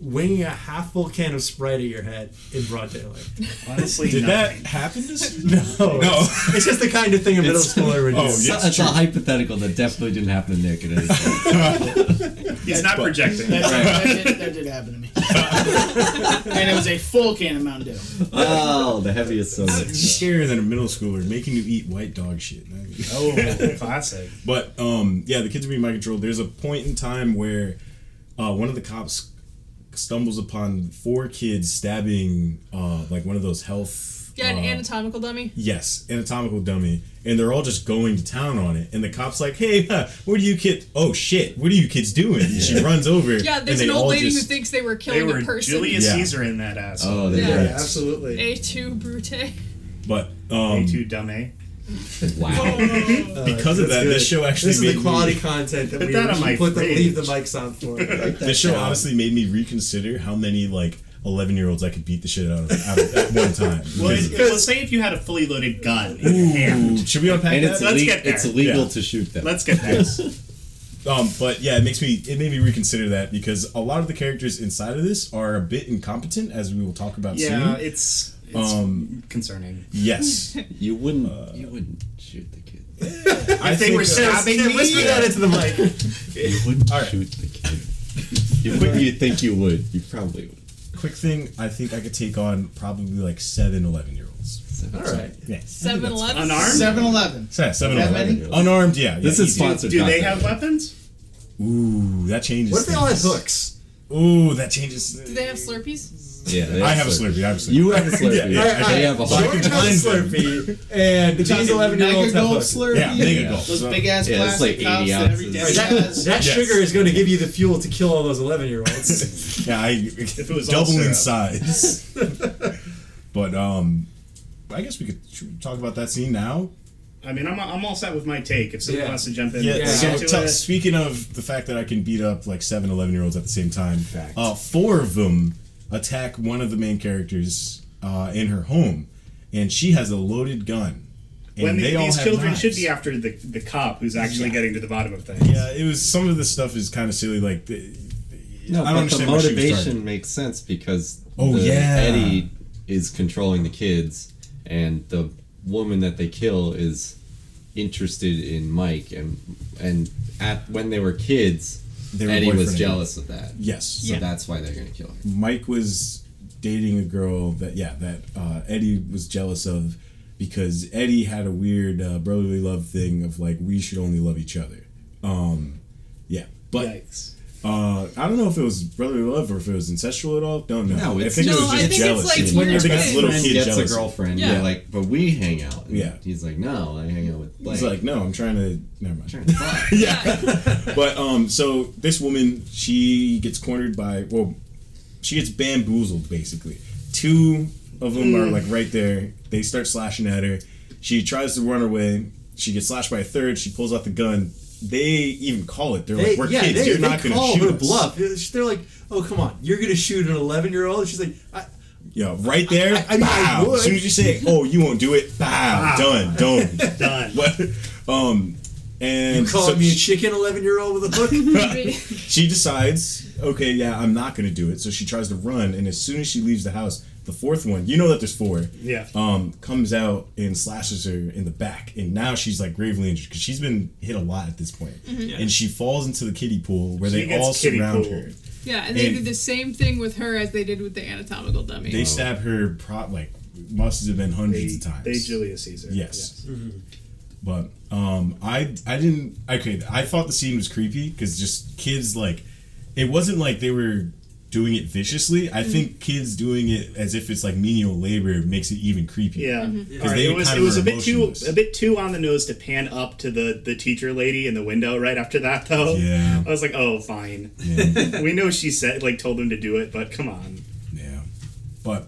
H: winging a half full can of Sprite at your head in broad daylight?
E: Honestly,
B: Did that
E: nothing.
B: happen to? s-
H: No,
B: No.
H: it's, it's just the kind of thing a middle
C: It's-
H: schooler would do.
B: Oh,
C: It's,
B: yeah,
C: a-
B: it's
C: it's a
B: true.
C: hypothetical that definitely didn't happen to Nick at any point.
E: He's not projecting.
F: That, that, did, that did happen to me. and it was a full can of Mountain Dew.
C: oh, the heaviest so
B: It's scarier than a middle schooler making you eat white dog shit. man.
E: Oh, classic.
B: But um, yeah, the kids are being mind controlled. There's a point in time where uh, one of the cops stumbles upon four kids stabbing uh, like one of those health.
D: Yeah, an
B: uh,
D: anatomical dummy.
B: Yes, anatomical dummy, and they're all just going to town on it. And the cops like, "Hey, huh, what are you kids? Oh shit, what are you kids doing?" And she runs over.
D: Yeah, there's
B: and
D: an
B: they
D: old
B: all
D: lady who
B: just-
D: thinks they were
E: They
D: killing
E: were
D: a person.
E: Julius
B: Yeah.
E: Caesar in that asshole.
C: Oh, they
D: Yeah.
C: were.
H: absolutely.
D: A2 Brute.
B: But um,
E: Me too, dumb, eh?
C: Wow.
B: because of that, this show actually
H: This is
B: made
H: the quality
B: me,
H: content that
E: Put
H: we
E: that on
H: should
E: my
H: put the,
E: fridge.
H: leave the mics on for.
B: This show honestly made me reconsider how many like eleven year olds I could beat the shit out of, out of at one time.
E: Well,
B: Because-
E: it- let's say if you had a fully loaded gun in your hand.
B: Ooh, should we unpack
C: And
B: that?
C: it's,
E: Let's
C: le-
E: get there.
C: it's legal
B: Yeah.
C: to shoot them.
E: Let's get this.
B: Um, but yeah, it makes me it made me reconsider that because a lot of the characters inside of this are a bit incompetent, as we will talk about
E: yeah,
B: soon.
E: it's, it's
B: Um,
E: concerning.
B: Yes,
C: you wouldn't. you wouldn't shoot the kid.
B: I
E: If they were stabbing me,
H: into the mic.
C: You wouldn't
B: All right.
C: shoot the kid. You would. You think you would? You probably would.
B: Quick thing, I think I could take on probably like seven 11 year olds.
C: So-
H: All right.
B: Yeah,
D: 7 Eleven.
E: Unarmed?
F: 7 Eleven.
B: Se- seven
F: That
B: 11.
F: many?
B: Unarmed, yeah. yeah,
C: This is
B: easy.
C: sponsored.
E: Do they
C: content.
E: have weapons?
B: Ooh, that changes.
H: What if they all had
B: things.
H: hooks?
B: Ooh, that changes.
D: Do they have Slurpees?
C: Yeah. They
B: I have a
C: slurpee.
B: Slurpee. I have a Slurpee.
C: You have a slurpee.
B: Yeah.
H: All right, all
C: They
H: right.
C: have a whole.
H: George has a Slurpee, and these eleven-year-olds have
F: Gold
H: hooks.
F: Slurpee.
B: yeah, mega
C: Yeah.
B: golf.
F: Those
B: So-
F: big ass
C: Yeah, it's
F: plastic
C: like
F: cups
C: 80
F: that every
C: ounces.
F: dad
H: That,
F: has.
H: that
B: Yes.
H: sugar is going to give you the fuel to kill all those 11 year olds.
B: Yeah, I
E: it was all
B: double
E: syrup.
B: in size. but um, I guess we could should we talk about that scene now.
E: I mean, I'm, I'm all set with my take. If someone
H: Yeah.
E: wants to jump in,
B: Yeah.
E: let's
B: So
E: get to
B: t-
E: it.
B: speaking of the fact that I can beat up like seven 11 year olds at the same time,
G: Fact.
B: uh, four of them attack one of the main characters uh, in her home, and she has a loaded gun. And
E: when the-
B: they all
E: these
B: have
E: children
B: knives.
E: should be after the, the cop who's actually getting to the bottom of things.
B: Yeah, it was some of the stuff is kind of silly. Like, the,
C: No,
B: I don't
C: but the
B: understand where she was
C: motivation
B: starting.
C: makes sense because
B: Oh,
C: the
B: yeah.
C: Eddie is controlling the kids, and the woman that they kill is interested in Mike, and and at when they were kids,
B: They were
C: Eddie
B: boyfriend
C: was
B: and-
C: jealous of that.
B: yes,
C: So that's why they're gonna kill her.
B: Mike was dating a girl that yeah that uh, Eddie was jealous of because Eddie had a weird uh, brotherly love thing of like we should only love each other. Um, yeah, but
E: Yikes.
B: uh, I don't know if it was brotherly love or if it was ancestral at all. Don't know.
C: No, it's
B: I think
C: just-
B: it was
C: No, I
B: just
C: think it's
B: jealousy.
D: like
B: It's when
D: weird
B: I think it's
D: thing.
B: little
C: Friend
B: kid
C: gets
B: jealousy.
C: a girlfriend.
D: Yeah.
C: Yeah, like but we hang out. And
B: Yeah.
C: he's like, no, I hang out with Blake.
B: He's like, no, I'm trying to. Never mind.
C: Turn fuck.
B: but um, so this woman, she gets cornered by well, she gets bamboozled basically. Two of them
H: Mm.
B: are like right there. They start slashing at her. She tries to run away. She gets slashed by a third. She pulls out the gun. They even call it. They're
H: They,
B: like, "We're
H: yeah,
B: kids.
H: they,
B: You're
H: they
B: not going to
H: call
B: shoot
H: her
B: us."
H: bluff. It's- They're like, oh, come on, you're going to shoot an 11 year old? She's like, I,
B: Yeah, right there.
H: I- I mean, I
B: bow.
H: would.
B: As soon as you say, "Oh, you won't do it," bow, done, done.
E: Done.
B: What? Um, and
H: you calling
B: so
H: me a
B: she-
H: chicken 11 year old with a hook?
B: she decides, okay, yeah, I'm not gonna do it. So she tries to run, and as soon as she leaves the house, the fourth one, you know that there's four,
E: Yeah.
B: um, comes out and slashes her in the back, and now she's like gravely injured because she's been hit a lot at this point, and she falls into the kiddie pool where
E: She
B: they
E: gets
B: all
E: kiddie
B: surround
E: pooled.
B: her.
D: Yeah, and they
B: And-
D: did the same thing with her as they did with the anatomical dummy.
B: They stab her pro- like must have been
E: They,
B: hundreds of times.
E: they Julius Caesar.
B: Yes. But um, I I didn't okay. I thought the scene was creepy because just kids like it wasn't like they were doing it viciously. I think kids doing it as if it's like menial labor makes it even creepier.
E: Yeah.
D: Mm-hmm.
E: All right,
B: they
E: it was
B: kind
E: it
B: of
E: was
B: were
E: a bit too
B: emotionless.
E: a bit too on the nose to pan up to the the teacher lady in the window right after that though.
B: Yeah.
E: I was like, oh, fine.
B: Yeah.
E: we know she said like told him to do it, but come on.
B: yeah. But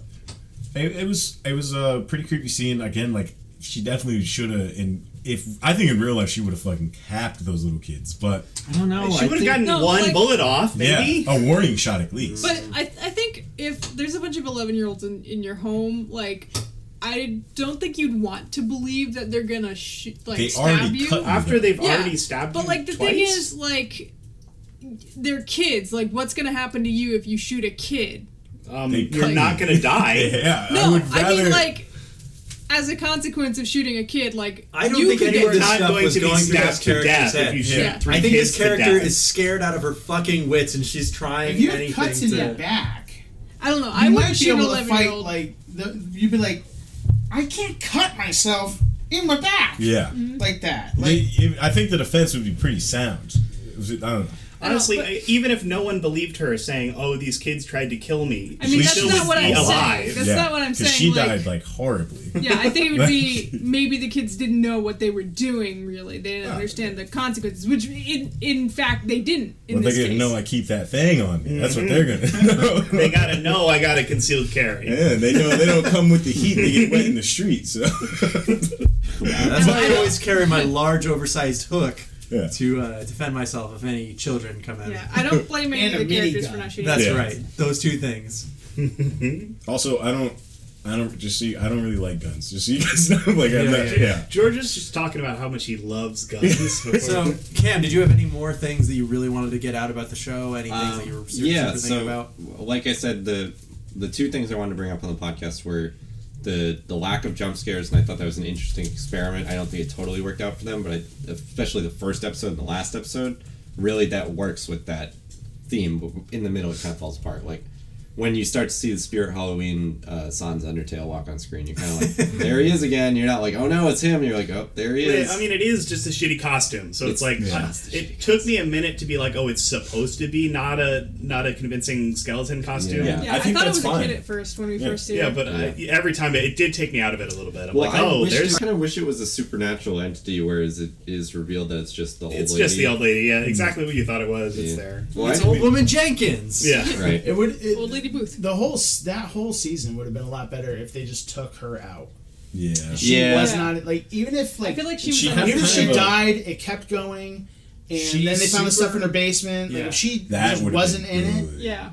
B: it, it was it was a pretty creepy scene. Again, like she definitely should have in if I think in real life she would have fucking capped those little kids, but
C: I don't know.
E: She
C: I
E: would have
C: think-
E: gotten
D: No,
E: one
D: like-
E: bullet off, maybe.
B: yeah, Oh, a warning shot at least.
D: But I, I think if there's a bunch of 11 year olds in, in your home, like, I don't think you'd want to believe that they're gonna sh- like
B: They
D: stab
B: already
D: you.
B: cut you.
E: After they've
D: Yeah,
E: already stabbed
D: But
E: you
D: like the
E: twice?
D: thing is, like, they're kids. Like, what's gonna happen to you if you shoot a kid?
E: um,
B: They
E: you're
B: cut
E: not
B: you.
E: gonna die.
B: yeah, I
D: No,
B: would
D: I,
B: rather.
D: mean like, as a consequence of shooting a kid, like
H: I don't
D: you
H: think
D: could
H: any
D: get
H: of
E: You're
H: This
E: not
H: stuff
E: going
H: was
E: to be
H: going through
E: stabbed
H: this
E: to
H: character's
E: death if
H: head.
E: you shoot
D: Yeah.
E: three
H: I think
E: kids
H: this character
E: to death.
H: is scared out of her fucking wits, and she's trying
F: If you
H: anything
F: have cuts in
H: to.
F: your back,
D: I don't know.
F: you
D: I
F: might
D: wouldn't
F: be
D: shoot an
F: able to
D: 11 year
F: fight
D: old.
F: like the, you'd be like, I can't cut myself in my back
B: yeah,
F: like that. Like
B: They- if- I think the defense would be pretty sound. It was- I don't know.
E: Honestly,
D: I know,
E: I- even if no one believed her saying, "Oh, these kids tried to kill me,"
D: I mean,
E: she
D: that's
E: still
D: not
E: would
D: what
E: be
D: I'm saying.
E: alive.
D: That's
B: yeah,
D: not what I'm
B: 'cause
D: saying,
B: She
D: like-
B: died like horribly.
D: Yeah, I think it would be maybe the kids didn't know what they were doing. Really, they didn't understand the consequences, which in in fact they didn't in
B: But they
D: this
B: didn't
D: case.
B: know I keep that thing on me. That's what they're gonna know.
E: They gotta know I got a concealed carry.
B: Yeah, they know they don't come with the heat. They get wet in the street. So
H: That's why I always carry my large, oversized hook
B: Yeah.
H: to uh, defend myself if any children come at me.
D: yeah, I don't blame any
F: And
D: of
F: a
D: the characters
F: minigun.
D: for not shooting.
H: That's
B: Yeah.
H: right. Those two things.
B: also, I don't, I don't just see. I don't really like guns. Just so you guys know, like I'm
H: Yeah,
B: not.
H: yeah,
B: Yeah,
H: yeah.
E: George is just talking about how much he loves guns.
H: So, Cam, did you have any more things that you really wanted to get out about the show? Any things that you were super,
C: Um, yeah,
H: super
C: so
H: thinking about?
C: like I said, the the two things I wanted to bring up on the podcast were the the lack of jump scares, and I thought that was an interesting experiment. I don't think it totally worked out for them, but I, especially the first episode and the last episode, really that works with that theme. But in the middle, it kind of falls apart. Like when you start to see the Spirit Halloween uh, Sans Undertale walk on screen, you're kind of like, there he is again. You're not like, oh no, it's him. You're like, oh, there he is.
E: I mean, it is just a shitty costume. So it's,
C: It's-
E: like
C: yeah.
E: uh,
C: It's a
E: it
C: shitty
E: took me a minute to be like, oh, it's supposed to be not a not a convincing skeleton costume.
C: Yeah.
D: Yeah,
B: I
D: I,
B: think
D: thought it
B: that's
D: was a
B: fine.
D: kid at first when we first see
E: Yeah,
D: it.
E: but I, every time it, it did take me out of it a little bit. I'm
C: Well,
E: like, oh,
C: I,
E: there's
C: kind of wish it was a supernatural entity, whereas it is revealed that it's just the old
E: it's
C: lady. Mm.
E: just the old lady. Yeah, exactly what you thought it was. It's
C: Yeah.
E: there.
C: Well,
H: It's
C: I-
H: Old Woman Jenkins.
E: Yeah.
C: right.
F: it would. It,
D: Old Lady Booth.
F: the whole s- that whole season would have been a lot better if they just took her out.
B: yeah.
F: She
C: Yeah.
F: was not like even if like
D: I feel like she was
B: She
D: on
B: had
D: the
F: even if
B: kind
F: she
B: of a-
F: died, it kept going. And
B: She's
F: then they found the
B: super-
F: stuff in her basement. Like
H: Yeah.
F: if she
B: That
F: just
B: would've
F: wasn't in
B: been
F: it
B: good.
D: Yeah,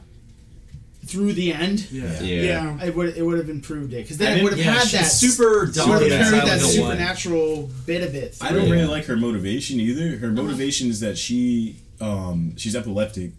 F: through the end,
H: Yeah.
C: Yeah.
E: Yeah.
F: it would it would have improved it because
H: I
F: then it
H: didn't-
F: would have
H: yeah,
F: had
H: she's
F: that
H: super
F: would have
H: dominant.
C: Yeah.
F: carried that
H: Silent Hill one.
F: supernatural bit of it.
B: I don't
C: Yeah.
B: really like her motivation either. Her
D: Uh-huh.
B: motivation is that she um, she's epileptic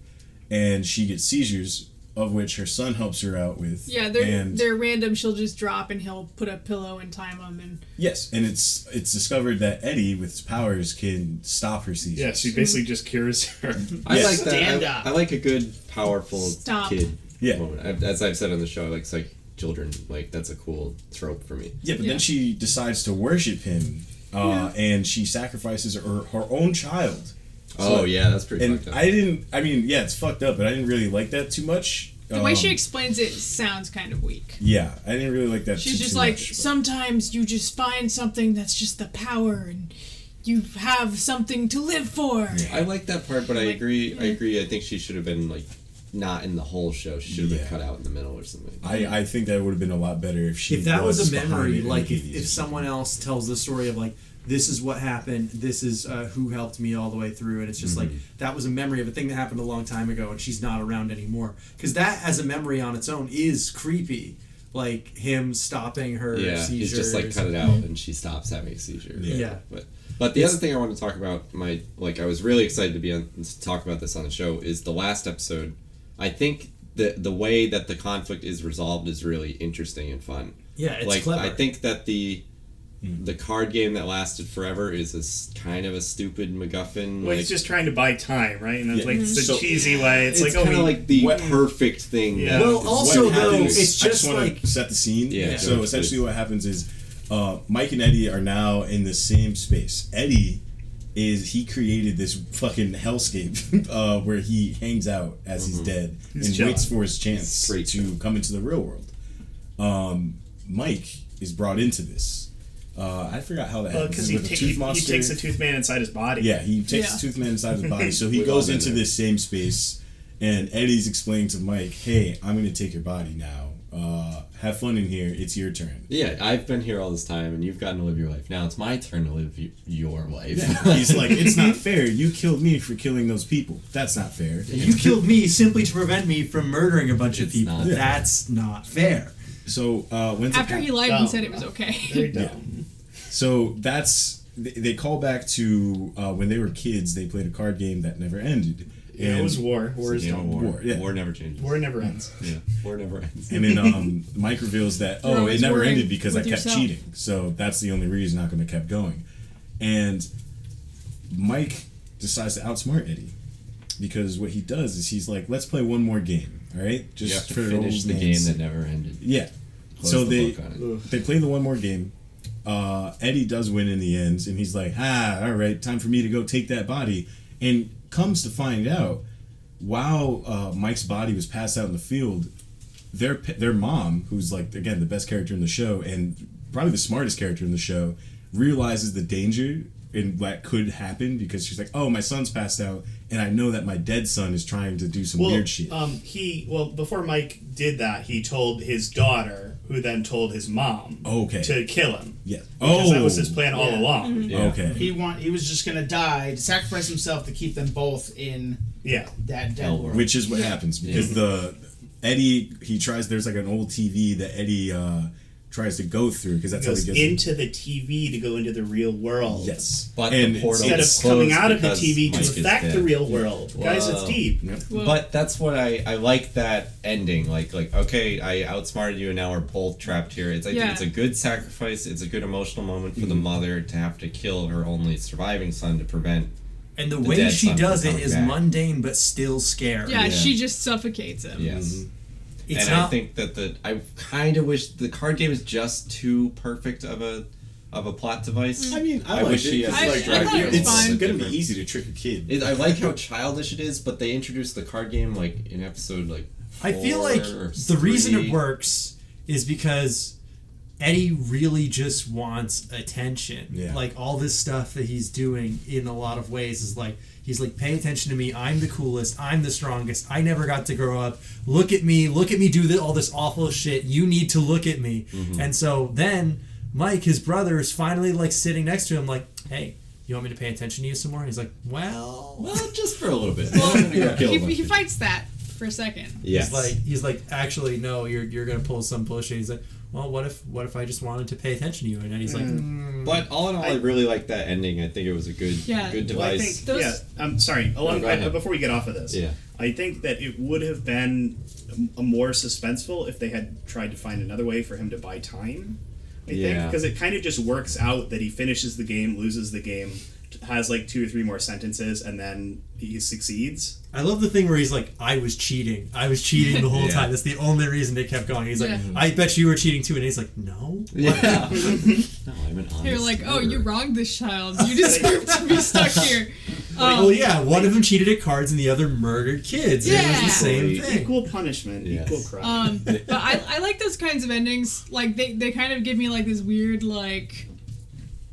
B: and she gets seizures, of which her son helps her out with.
D: yeah, they're
B: and
D: they're random. She'll just drop and he'll put a pillow and time them and
B: yes, and it's it's discovered that Eddie with his powers can stop her seizures.
E: Yeah, she basically just cures her.
C: I
B: Yes.
C: like
F: Stand
C: that.
F: up.
C: I, I like a good, powerful
D: Stop.
C: kid
B: Yeah.
C: moment. I, as I've said on the show, I like psych children. Like that's a cool trope for me.
B: Yeah, but
D: Yeah.
B: then she decides to worship him, uh, and she sacrifices her her own child.
C: oh yeah, that's pretty
B: And
C: fucked up.
B: I didn't. I mean, yeah, it's fucked up, but I didn't really like that too much. Um,
D: the way she explains it sounds kind of weak.
B: yeah, I didn't really like that.
D: She's
B: too,
D: just
B: too
D: like,
B: much, but-
D: sometimes you just find something that's just the power and you have something to live for.
C: I like that part, but I
D: Like,
C: agree. I agree. I think she should have been like not in the whole show. She should have
B: Yeah.
C: been cut out in the middle or something.
B: I, I think that would have been a lot better if she.
H: if that was, a
B: behind
H: memory,
B: it
H: like
B: and
H: if,
B: gave
H: if
B: these-
H: someone else tells the story of like this is what happened, this is uh, who helped me all the way through, and it's just
C: Mm-hmm.
H: like that was a memory of a thing that happened a long time ago, and she's not around anymore. Because that, as a memory on its own, is creepy. Like him stopping her
C: yeah,
H: seizures.
C: he's just like cut it out, and she stops having a seizure.
B: Yeah.
H: Yeah.
C: but but the other thing I want to talk about, my like, I was really excited to be on to talk about this on the show is the last episode. I think the the way that the conflict is resolved is really interesting and fun.
H: Yeah, it's
C: like
H: clever.
C: I think that the
E: Mm-hmm.
C: the card game that lasted forever is a s- kind of a stupid MacGuffin.
E: Well,
C: like,
E: he's just trying to buy time, right? And it's
B: Yeah.
E: like it's a
B: So-
E: cheesy way. It's, like, oh,
C: kind of
E: we-
C: like the
B: What-
C: perfect thing.
E: Yeah.
C: that
H: Well,
C: is-
H: also,
B: What
H: though,
B: happens-
H: it's
B: I
H: just
B: just want
H: like-
B: to set the scene.
C: Yeah.
B: So
C: Yeah.
B: essentially, what happens is, uh, Mike and Eddie are now in the same space. Eddie is he created this fucking hellscape uh, where he hangs out as he's dead and
E: chilling.
B: waits for his chance
C: Straight
B: to come into the real world. Um, Mike is brought into this. Uh, I forgot how that
E: Well,
B: happens.
E: because
B: Is
E: he,
B: it with
E: ta- he,
B: a tooth
E: he
B: monster?
E: takes a tooth man inside his body.
B: Yeah, he takes
D: Yeah.
B: the tooth man inside his body. So he
C: We've all
B: goes
C: been
B: into
C: there.
B: this same space, and Eddie's explaining to Mike, "Hey, I'm going to take your body now, Uh, have fun in here. It's your turn.
C: Yeah, I've been here all this time, and you've gotten to live your life. Now it's my turn to live y- your life.
B: He's like, it's not fair. You killed me for killing those people. That's not fair.
H: You killed me simply to prevent me from murdering a bunch of
C: It's
H: people.
C: not-
H: That's not fair.
B: So uh, when's
D: After
B: it
D: he lied and
E: Oh.
D: said it was okay.
E: There you go.
B: So that's they- they call back to uh, when they were kids. They played a card game that never ended.
E: Yeah, it was war. War is
C: You know,
E: done.
C: war.
B: War, yeah.
C: war never changes.
E: War never ends.
C: Yeah, war never ends.
B: And then um, Mike reveals that
D: You're
B: oh, it
D: always
B: never
D: working
B: ended because I
D: with
B: kept
D: yourself.
B: cheating. So that's the only reason I could have kept going. And Mike decides to outsmart Eddie because what he does is he's like, let's play one more game. All right,
C: you have to
B: for
C: finish
B: old
C: the game
B: man's
C: that never ended.
B: Yeah.
C: Close
B: so
C: the
B: they
C: book on it.
B: they play the one more game. Uh, Eddie does win in the end, and he's like, "Ah, all right, time for me to go take that body." And comes to find out, while uh, Mike's body was passed out in the field, their p- their mom, who's like again the best character in the show and probably the smartest character in the show, realizes the danger and that could happen because she's like, "Oh, my son's passed out, and I know that my dead son is trying to do some
E: Well,
B: weird shit."
E: um, he well before Mike did that, he told his daughter, who then told his mom,
B: Oh, Okay.
E: to kill him.
B: yeah.
E: Because
B: Oh,
E: that was his plan all
F: Yeah.
E: along.
C: Yeah. Mm-hmm.
B: Okay.
F: He want he was just gonna die to sacrifice himself to keep them both in
E: Yeah.
F: that dead
C: Hell,
F: world.
B: which is what happens because the Eddie he tries there's like an old TV that Eddie uh, tries to go through because that's how he
E: goes
B: gets
E: into the TV to go into the real world.
B: yes
C: But
B: and
C: the portal-
E: Instead of
C: It's
E: coming
C: closed
E: out of the
C: because
E: TV to
C: Mike is
E: affect the
C: dead.
E: real world. Guys, it's
C: Wow.
E: deep.
D: Whoa.
C: But that's what I I like that ending. Like like okay, I outsmarted you, and now we're both trapped here. It's I
D: Yeah.
C: think it's a good sacrifice. It's a good emotional moment for the
B: Mm-hmm.
C: mother to have to kill her only surviving son to prevent.
H: And the,
C: The
H: way
C: dead
H: she
C: son
H: does it
C: coming
H: is
C: back.
H: mundane but still scary.
D: yeah,
C: Yeah.
D: she just suffocates him.
C: Yes.
B: Mm-hmm.
H: It's
C: and I
H: not
C: think that the I kind of wish the card game is just too perfect of a of a plot device.
B: I mean I,
C: I
B: like
C: wish
B: it.
C: she
B: It's
D: I-
B: like
D: I thought it was
B: it's
D: fine.
B: gonna be easy to trick a kid
C: It, I like how childish it is, but they introduced the card game like in episode like.
H: I feel
C: four
H: like
C: or
H: the reason
C: three.
H: it works is because Eddie really just wants attention.
B: Yeah.
H: Like all this stuff that he's doing in a lot of ways is like he's like pay attention to me. I'm the coolest. I'm the strongest. I never got to grow up. Look at me. Look at me do th- all this awful shit. You need to look at me.
C: Mm-hmm.
H: And so then Mike, his brother, is finally like sitting next to him like, "Hey, you want me to pay attention to you some more?" And he's like, "Well."
C: Well, just for a little bit.
D: Well,
C: I'm gonna go kill
D: He,
C: him.
D: he fights that for a second.
C: Yes.
H: He's like he's like actually no you're you're gonna pull some bullshit. He's like well what if what if I just wanted to pay attention to you and then he's like
D: Mm.
C: But all in all, I, really like that ending. I think it was a good,
D: Yeah.
C: good
E: Well, I
C: device.
E: think,
D: Those-
E: yeah, I'm sorry. Along,
C: go ahead.
E: I- before we get off of this,
C: Yeah.
E: I think that it would have been m- more suspenseful if they had tried to find another way for him to buy time. I think
C: Yeah.
E: because it kind of just works out that he finishes the game, loses the game, t- has like two or three more sentences, and then he succeeds.
H: I love the thing where he's like I was cheating I was cheating the whole
C: Yeah.
H: time that's the only reason they kept going. He's like
D: Yeah.
H: I bet you were cheating too and he's like no
C: yeah. no, I'm an honest.
D: They're like, oh,
C: murderer.
D: you wronged this child. You deserve to be stuck here.
H: Like,
D: Um,
H: well yeah one of them cheated at cards and the other murdered kids it was
D: Yeah.
H: the same
C: Equally-
H: thing.
E: Equal punishment,
C: Yes.
E: equal crime.
D: Um, but I, I like those kinds of endings. Like they, they kind of give me like this weird like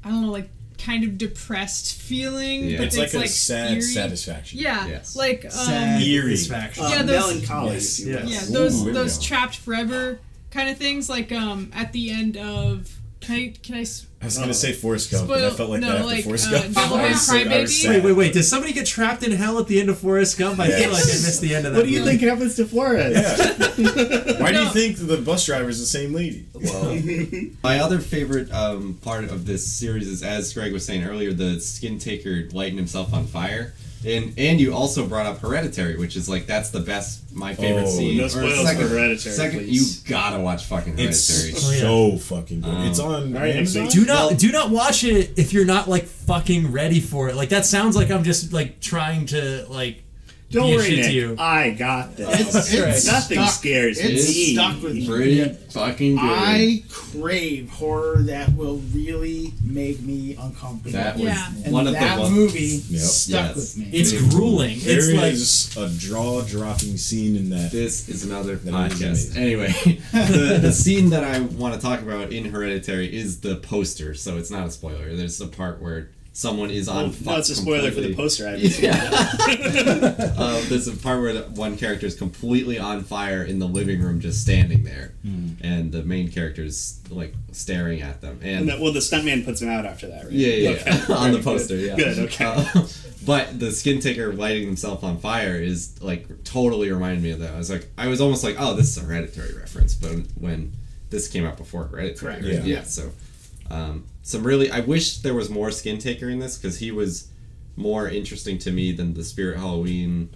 D: I don't know like kind of depressed feeling.
C: Yeah.
D: But
B: it's like a sad
D: eerie.
B: satisfaction
D: Yeah,
C: Yes.
D: like um,
H: Sad
B: Eerie.
H: satisfaction.
E: Uh,
F: Um,
D: yeah, those-
E: melancholy.
B: Yes,
E: if you
D: yeah,
E: will.
B: Ooh,
D: those
B: there we
D: those
B: go.
D: trapped forever kind of things. Like um at the end of can I can I s-
B: I was gonna say Forrest Gump and I
D: Oh. Spoil-
B: felt like
D: no,
B: Oh, that after
D: like,
B: Forrest
D: uh,
B: Gump
D: Devil May
B: I was so-
D: Cry
B: I was
D: Baby?
B: sad.
H: Wait, wait, wait! Does somebody get trapped in hell at the end of Forrest Gump? I feel like I
B: Yes.
H: missed the end of that.
E: What do you
H: movie.
E: think happens to Flores?
B: why do you
D: No.
B: think the bus driver is the same lady
C: My other favorite um, part of this series is, as Greg was saying earlier, the skin taker lighting himself on fire. And and you also brought up Hereditary, which is like that's the best my favorite
B: Oh,
C: scene.
E: no
C: Or
E: spoilers for
C: second,
E: Hereditary,
C: Second,
E: please.
C: you gotta watch fucking Hereditary.
B: it's
H: Oh, yeah.
B: so fucking good
C: Um,
B: it's on
E: all right,
B: Amazon
E: next
H: Do not do not watch it if you're not like fucking ready for it. Like that sounds like I'm just like trying to like
E: Don't
H: Yeah,
E: worry,
H: shit to
E: Nick.
H: you.
E: I got this.
F: it's
E: Nothing
F: stuck-
E: scares me.
F: It's
C: It's
F: stuck with me.
C: pretty fucking good.
F: I crave horror that will really make me uncomfortable.
C: that was
D: Yeah.
F: and
C: one of
F: that
C: the ones.
F: movie
B: Yep.
F: stuck
C: Yes.
F: with me.
H: it's
C: Dude,
H: grueling.
B: There
H: It's like
B: is a jaw dropping scene in that
C: This is another
B: That is
C: podcast.
B: amazing.
C: Anyway, the, the scene that I want to talk about in Hereditary is the poster, so it's not a spoiler. There's a part where someone is on
J: Well,
C: fire.
J: that's a spoiler for the poster. I haven't seen it.
C: Yeah. uh, there's a part where the, one character is completely on fire in the living room, just standing there, and the main character is like staring at them. And,
J: And that, well, the stuntman puts him out after that, right?
C: yeah, yeah, yeah.
J: Okay.
C: on the
J: Right,
C: poster,
J: good.
C: yeah.
J: Good, okay.
C: Uh, but the skin ticker lighting himself on fire is like totally reminded me of that. I was like, I was almost like, oh, this is a Hereditary reference, but when this came out before Hereditary,
F: Correct.
C: right?
B: Yeah.
C: So, um, some really, I wish there was more skin taker in this because he was more interesting to me than the Spirit Halloween.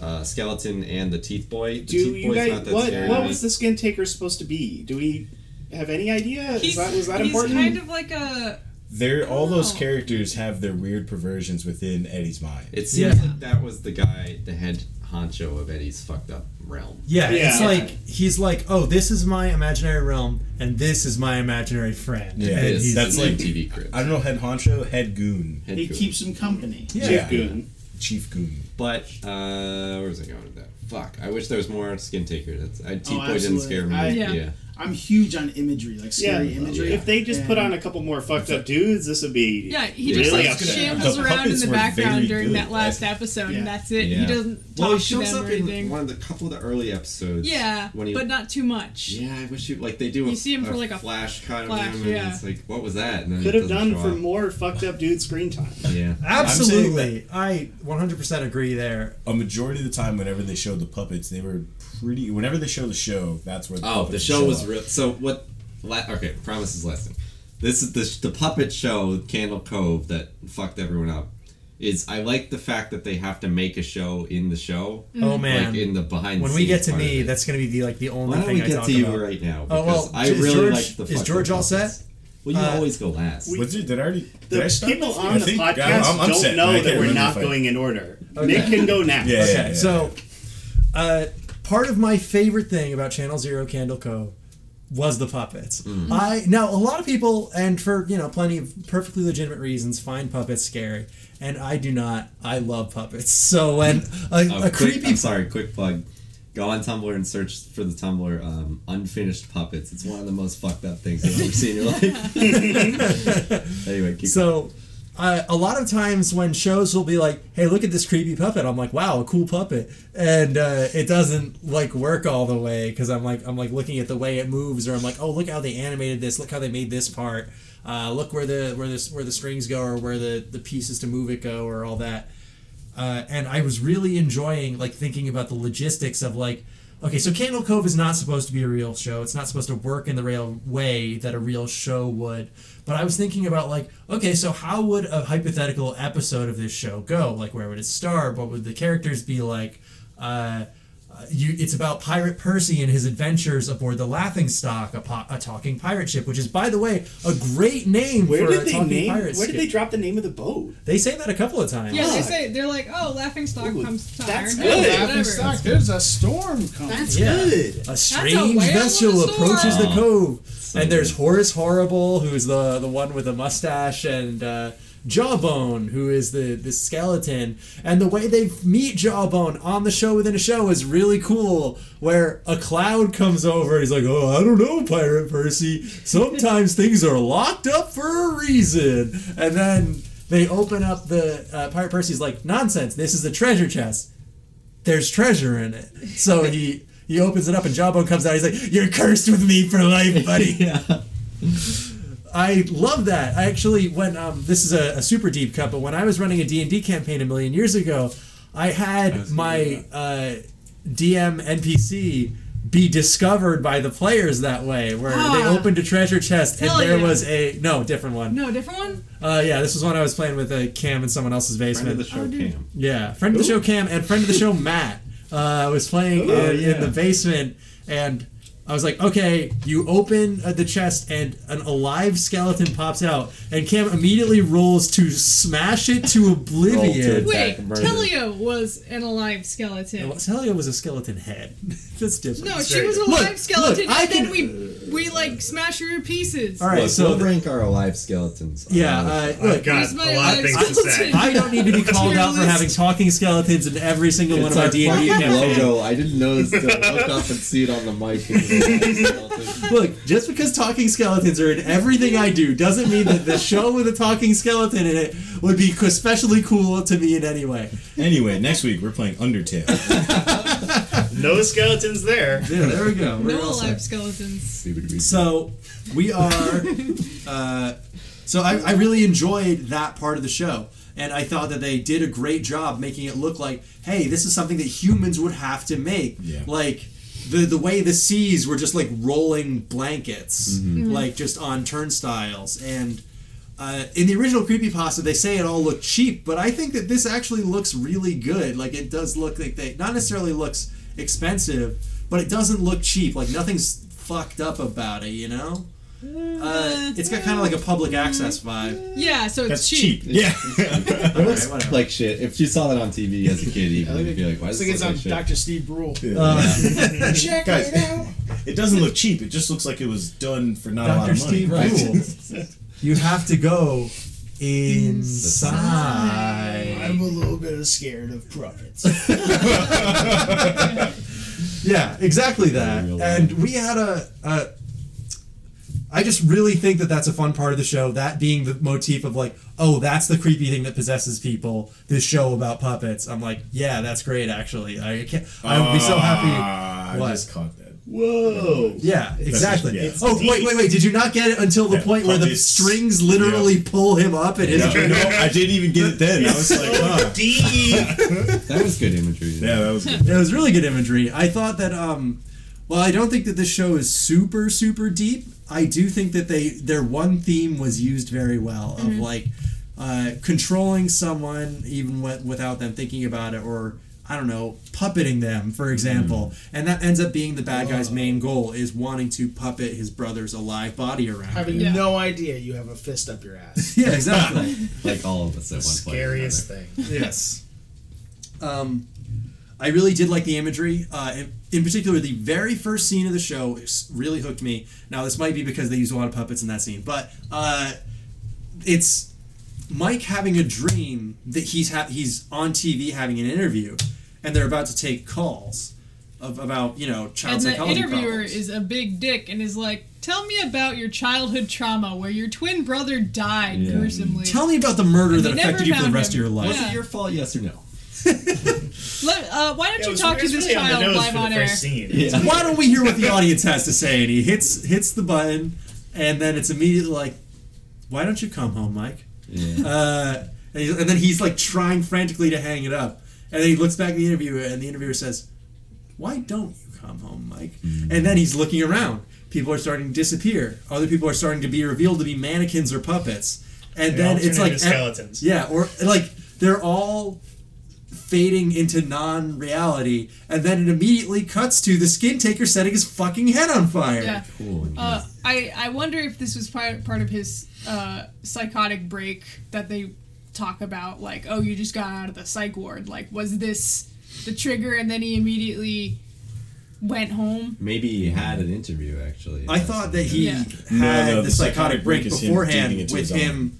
C: Uh, skeleton and the teeth boy. The
J: Do
C: teeth
J: you
C: boy's
J: guys what
C: scary to
J: what
C: me.
J: was the skin taker supposed to be? Do we have any idea? Is
D: He's,
J: that was that
D: he's
J: important?
D: kind of like a.
B: They're, all those
D: Oh.
B: characters have their weird perversions within Eddie's mind.
C: It seems like that was the guy, the head honcho of Eddie's fucked up realm.
H: Yeah,
J: Yeah.
H: it's like he's like, oh, this is my imaginary realm, and this is my imaginary friend.
B: Yeah,
H: and
B: it is.
H: he's-
B: That's like-
C: TV Cribs.
B: I don't know, head honcho, head goon,
C: Head
F: He
C: cool.
F: keeps him company.
J: Chief
B: Yeah.
J: Goon.
B: chief goon.
C: But uh, where was I going with that? Fuck! I wish there was more skin taker. That's I, T
F: Oh,
C: boy didn't
F: absolutely.
C: scare me.
F: I-
C: yeah.
D: Yeah.
F: I'm huge on imagery, like
J: Yeah,
F: scary imagery.
J: If they just put on a couple more fucked up dudes, this would be
D: Yeah, he
C: Yeah,
D: just
J: really
D: like
J: upset.
D: shambles
B: The
D: around in
B: puppets
D: the
B: were
D: background
B: very
D: during
B: good.
D: that last episode,
F: Yeah.
D: and that's it.
C: Yeah.
D: He doesn't talk
C: Well, he
D: to
C: shows
D: them
C: up
D: or
C: in
D: anything.
C: one of the couple of the early episodes.
D: yeah,
C: When he,
D: but not too much.
C: yeah, I wish you like they do. A,
D: You see him for, like, a
C: flash cut
D: flash,
C: of him, and
D: yeah.
C: it's like, what was that? And then
J: could
C: it
J: have
C: doesn't
J: done
C: show
J: for
C: up.
J: more fucked up dude screen time.
C: Yeah.
H: Absolutely, I 100% agree there.
B: A majority of the time, whenever they showed the puppets, they were pretty. Whenever they show the show, that's where the
C: Oh, the
B: puppets
C: show
B: show
C: was
B: up.
C: real. So what? La- okay, promises lesson. This is the the puppet show Candle Cove that fucked everyone up. Is I like the fact that they have to make a show in the show,
H: Oh man,
C: like in the behind.
H: when we get to me, that's going to be the like the only
C: Why don't
H: thing
C: we
H: I
C: get
H: talk
C: to you
H: about.
C: right now?
H: Oh, well,
C: Because I
H: is
C: really
H: George-
C: like the.
H: is
C: fucking
H: George all
C: puppets.
H: set?
C: Well, you
H: Uh,
C: always go last.
B: Was it? Did I already? Did I
J: The
B: start
J: people
B: this?
J: on
B: I
J: the
B: think-
J: podcast
B: I'm- I'm
J: don't
B: set,
J: know
B: and I can't
J: that we're
B: remember
J: not
B: if I-
J: going in order. Nick can go next.
B: Yeah,
H: Okay,
B: yeah, yeah,
H: so uh, part of my favorite thing about Channel Zero Candle Co. was the puppets. I now a lot of people and for you know plenty of perfectly legitimate reasons find puppets scary, and I do not. I love puppets. So when a,
C: Oh,
H: a
C: quick,
H: creepy
C: I'm sorry, quick plug. Go on Tumblr and search for the Tumblr um, unfinished puppets. It's one of the most fucked up things you've ever seen in your life. anyway, keep
H: So, uh, a lot of times when shows will be like, "Hey, look at this creepy puppet," I'm like, "Wow, a cool puppet," and uh, it doesn't like work all the way because I'm like, I'm like looking at the way it moves, or I'm like, "Oh, look how they animated this. Look how they made this part. Uh, look where the where this where the strings go, or where the the pieces to move it go, or all that." uh, and I was really enjoying like thinking about the logistics of like, okay, so Candle Cove is not supposed to be a real show. It's not supposed to work in the real way that a real show would. But I was thinking about like, okay, so how would a hypothetical episode of this show go? Like, where would it start? What would the characters be like? Uh, uh, you, it's about Pirate Percy and his adventures aboard the Laughing Stock, a, po- a talking pirate ship, which is, by the way, a great name
J: Where
H: for
J: did
H: a
J: they
H: talking
J: name? Where
H: pirate
J: did
H: ship.
J: they drop the name of the boat?
H: They say that a couple of times.
D: Yeah, they say they're like, oh, laughing stock
J: Ooh,
D: comes to
J: that's
D: Iron
J: good. Laughing
D: Man," whatever.
F: Laughing stock. There's a storm coming.
H: Yeah.
J: good.
H: A
D: whale
H: strange
D: with a
H: vessel
D: sword.
H: approaches the
C: Oh.
H: cove, and there's
C: good.
H: Horace Horrible, who's the the one with the mustache, and uh, Jawbone, who is the the skeleton. And the way they meet Jawbone on the show within a show is really cool. Where a cloud comes over, and he's like, "Oh, I don't know, Pirate Percy. Sometimes things are locked up for a reason." And then they open up the uh, Pirate Percy's like, "Nonsense! This is a treasure chest." there's treasure in it. So he he opens it up and Jawbone comes out. He's like, "You're cursed with me for life, buddy." I love that. I actually when um, this is a, a super deep cut, but when I was running a D and D campaign a million years ago, I had my uh, DM NPC be discovered by the players that way, where they
D: Ah.
H: opened a treasure chest and
D: Hell
H: there
D: yeah.
H: was a no different one.
D: No, different one.
H: Uh, yeah, this was one I was playing with uh, Cam in someone else's
C: friend
H: basement.
C: of the show cam.
H: Yeah, friend of the show Cam and friend of the show Matt uh, was playing in, in the basement, and I was like, okay, you open uh, the chest and an alive skeleton pops out, and Cam immediately rolls to smash it to oblivion.
C: Roll to
D: Wait,
C: Attack of Murder.
D: Telio was an alive skeleton.
H: Well, Celia was a skeleton head. That's different.
D: No, she was a
H: Look,
D: live skeleton,
H: look, I
D: and then
H: can-
D: we We like smash her to pieces.
H: All right,
C: Look,
H: so
C: we'll rank our alive skeletons.
H: yeah,
C: on our-
H: uh,
E: I've
H: look,
E: got
D: Here's
E: a
D: my
E: lot of things to say.
D: license.
H: I don't need to be called out for
D: Tier list.
H: having talking skeletons in every single one
C: it's
H: of my
C: our
H: D and D
C: fucking
H: campaigns.
C: logo. I didn't notice to look up and see it on the mic. It was an alive skeleton.
H: Look, just because talking skeletons are in everything I do doesn't mean that the show with a talking skeleton in it would be especially cool to me in any way.
B: Anyway, next week we're playing Undertale.
E: No skeletons there.
H: Yeah, there we go. We're
D: No
H: all set.
D: alive skeletons.
H: So we are. uh, so I, I really enjoyed that part of the show, and I thought that they did a great job making it look like, hey, this is something that humans would have to make.
B: Yeah.
H: Like the the way the seas were just like rolling blankets, like just on turnstiles and. Uh, in the original creepypasta, they say it all looked cheap, but I think that this actually looks really good. Like it does look like they not necessarily looks expensive, but it doesn't look cheap. Like nothing's fucked up about it, you know. Uh, it's got kind of like a public access vibe.
D: Yeah, so it's
B: That's
D: cheap.
B: cheap. Yeah.
H: All right, whatever.
C: like shit. If you saw that on TV as a kid, even, you'd be like, "Why
F: It's
C: does this
F: like it's
C: look
F: on
C: like shit?"
F: Dr. Steve Brule. Check
B: Guys.
F: it out.
B: it doesn't look cheap. It just looks like it was done for not a lot
H: Dr.
B: of money.
H: Steve
C: Right.
H: Brule, you have to go inside.
F: I'm a little bit scared of profits.
H: Yeah, exactly that. And we had a. a I just really think that that's a fun part of the show. That being the motif of like, oh, that's the creepy thing that possesses people. This show about puppets. I'm like, yeah, that's great. Actually, I can't. I would be so
B: Ah,
H: happy.
B: I
H: What?
B: just caught that.
E: Whoa.
H: Yeah, exactly.
B: yeah. It's
H: Oh, wait, wait, wait. Did you not get it until the
B: Yeah,
H: point where the
B: puppies.
H: strings literally pull him up and his.
B: No, no, I didn't even get it then. I was like, huh.
J: E.
E: D.
C: That was good imagery.
B: Yeah, that was good.
H: It was really good imagery. I thought that, um, well, I don't think that this show is super, super deep. I do think that they their one theme was used very well of like uh, controlling someone even wi- without them thinking about it or. I don't know, puppeting them, for example, and that ends up being the bad guy's main goal is wanting to puppet his brother's alive body around.
F: I have
D: Yeah.
F: no idea you have a fist up your ass.
H: yeah, exactly.
C: Like all of us at one point. or
E: Scariest thing.
H: Yes. Um, I really did like the imagery. Uh, in, in particular, the very first scene of the show is- really hooked me. Now, this might be because they used a lot of puppets in that scene, but uh, it's Mike having a dream that he's ha- he's on TV having an interview, and they're about to take calls of, about you know child
D: And the
H: psychology
D: interviewer
H: problems.
D: is a big dick and is like, "Tell me about your childhood trauma where your twin brother died gruesomely."
H: Tell me about the murder
D: And
H: that
D: they never
H: affected you for the
D: found
H: rest
D: him.
H: of your life.
C: another.
D: Yeah.
C: Your fault, yes or no?
D: Let- uh, why don't
E: Yeah, it
D: you
E: was-
D: talk
E: it
D: to
E: was
D: this
E: really on the
D: child
E: nose
D: live
E: for the
D: on air?
E: first scene.
C: Yeah.
H: Why don't we hear what the audience has to say? And he hits hits the button, and then it's immediately like, "Why don't you come home, Mike?"
C: Yeah.
H: Uh, and, he, and then he's like trying frantically to hang it up, and then he looks back at the interviewer, and the interviewer says, "Why don't you come home, Mike?"
C: Mm.
H: And then he's looking around. People are starting to disappear. Other people are starting to be revealed to be mannequins or puppets. And
E: They all
H: then it's
E: turn
H: like
E: into skeletons.
H: Yeah, or like they're all fading into non-reality, and then it immediately cuts to the skin taker setting his fucking head on fire.
D: Yeah.
C: Cool.
D: Uh, I, I wonder if this was part, part of his uh, psychotic break that they talk about, like, oh, you just got out of the psych ward. Like, was this the trigger? And then he immediately went home.
C: Maybe he had an interview actually.
H: I thought that he
D: Yeah.
H: had
B: No, no,
H: the,
B: the
H: psychotic,
B: psychotic
H: break
B: break is him
H: beforehand
B: digging into
H: with
B: his arm.
H: him